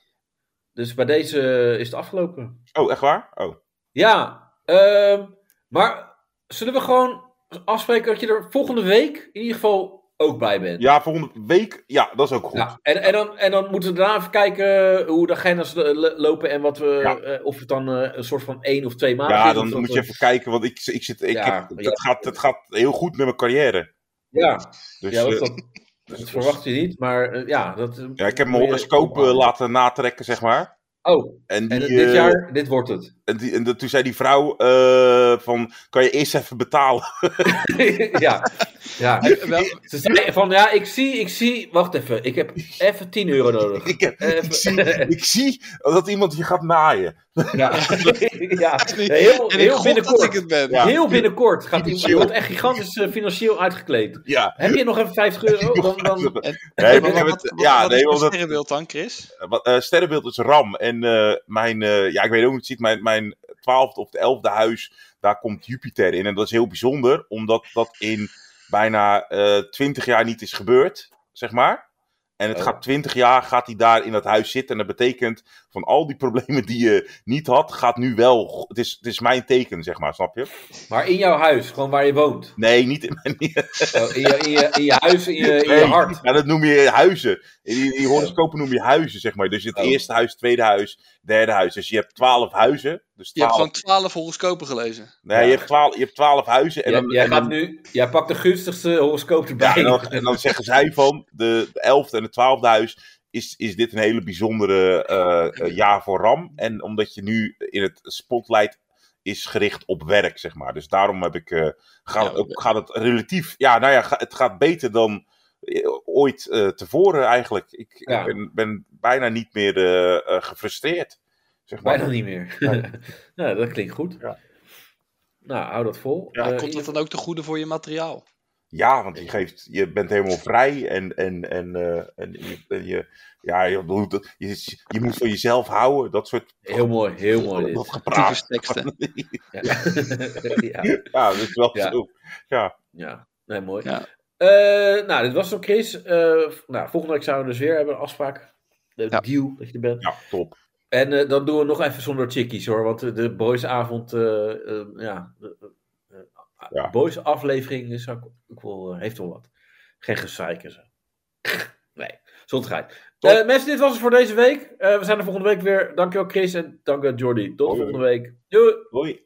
C: Dus bij deze is het afgelopen.
B: Oh, echt waar? Oh.
C: Ja, ehm, maar zullen we gewoon afspreken dat je er volgende week in ieder geval ook bij bent?
B: Ja, volgende week. Ja, dat is ook goed.
C: Ja, Nou, en, en, dan, en dan moeten we daarna even kijken hoe de agendas eh, lo- lopen en wat we,
B: Ja.
C: eh, of het dan eh, een soort van één of twee maanden
B: Ja,
C: is,
B: dan
C: of dat
B: moet je
C: we-
B: even kijken, want ik, ik zit, ik
C: Ja,
B: heb,
C: ja.
B: dat, gaat, dat gaat heel goed met mijn carrière.
C: Ja,
B: Dus,
C: ja
B: eh,
C: dat, dat,
B: dus-
C: dat verwacht je niet, maar eh, ja. Dat, eh,
B: ja, ik heb
C: moet
B: mijn
C: je-
B: horoscoop eh, laten natrekken, zeg maar.
C: Oh,
B: En, die,
C: en dit
B: eh,
C: jaar, dit wordt het.
B: en, die, en dat- toen zei die vrouw eh, van, kan je eerst even betalen?
C: ja, ja.
D: Hey, wel-
C: Ze zei van, ja, ik zie, ik zie, wacht even, ik heb even 10 euro nodig.
B: ik, heb- ik,
C: Even-
B: zie, ik zie dat iemand je gaat naaien.
C: Ja, ja.
A: Nee,
C: heel,
A: en ik
C: heel
A: gok dat ik
C: binnenkort.
A: het ben.
B: Ja.
C: Heel binnenkort gaat iemand,
B: Financieel.
C: je wordt echt gigantisch eh, financieel uitgekleed.
B: Ja,
C: Heb je nog even 50 euro? Dan, dan,
B: nee,
A: maar
B: ik heb
A: wat,
B: het-
A: wat-
B: ja,
A: wat
B: nee,
A: is het
B: want dat-
A: sterrenbeeld dan, Chris?
B: Wat, eh, sterrenbeeld is Ram. En eh, mijn, eh, ja, ik weet ook niet, ziet mijn, mijn twaalfde of de elfde huis, daar komt Jupiter in. En dat is heel bijzonder, omdat dat in bijna eh, twintig jaar niet is gebeurd, zeg maar. En het
C: Oh.
B: gaat twintig jaar, gaat hij daar in dat huis zitten. En dat betekent, van al die problemen die je niet had, gaat nu wel. go- Het is, het is mijn teken, zeg maar, snap je?
C: maar in jouw huis, gewoon waar je woont.
B: Nee, niet in mijn...
C: Oh, in, je, in, je, in je huis, in je, in je
B: Nee,
C: hart.
B: Ja, dat noem je huizen. Die, die horoscopen noem je huizen, zeg maar. Dus het
C: Oh.
B: eerste huis, tweede huis, derde huis. Dus je hebt twaalf huizen. Dus
A: Je hebt
B: twaalf,
A: gewoon twaalf horoscopen gelezen.
B: nee, je, hebt twaalf, je hebt twaalf huizen. En
C: Jij-
B: dan,
C: jij,
B: en dan,
C: gaat nu, jij pakt de gunstigste horoscoop
B: ja,
C: erbij.
B: en dan, en dan zeggen zij van de, de elfde en het twaalfde huis. Is, is dit een hele bijzondere eh, eh, jaar voor Ram? En omdat je nu in het spotlight is gericht op werk, zeg maar. Dus daarom heb ik, eh, gaat,
A: Ja,
B: het ook, gaat het relatief. Ja, nou ja, ga- het gaat beter dan eh, ooit eh, tevoren eigenlijk. Ik,
C: Ja.
B: ik ben, ben bijna niet meer eh, eh, gefrustreerd. Zeg maar.
C: Bijna niet meer. nou, dat klinkt goed.
B: Ja.
C: Nou, hou dat vol.
B: Ja,
C: Eh,
A: Komt dat dan ook te goede voor je materiaal?
B: Ja, want je, geeft, je bent helemaal vrij en, en, en, eh, en, je, en je- ja, je, bedoelt dat- je, je moet van jezelf houden. Dat soort
C: Heel mooi, heel mooi dit.
B: dat gepraat.
A: Tyfusteksten.
C: Ja, ja.
B: Ja, dat is wel
C: Ja.
B: zo.
C: ja. Nee, mooi.
A: Ja.
C: Eh, nou, dit was het, Chris. Eh, v- nou, volgende week zouden we dus weer hebben een afspraak. De
D: Ja.
C: deal dat je er bent.
B: Ja, top.
C: En eh, dan doen we nog even zonder chickies hoor. Want eh, de boysavond, eh, eh, ja, de, eh, eh,
B: Ja.
C: boys aflevering is ook, ook wel, eh, heeft wel wat. Geen gezeik en zo. nee, zondigheid.
B: Top.
C: Eh, mensen, dit was het voor deze week. Eh, we zijn er volgende week weer. Dankjewel Chris en dankjewel Jordi. Tot
B: Hoi.
C: volgende week. Doei!
B: Hoi.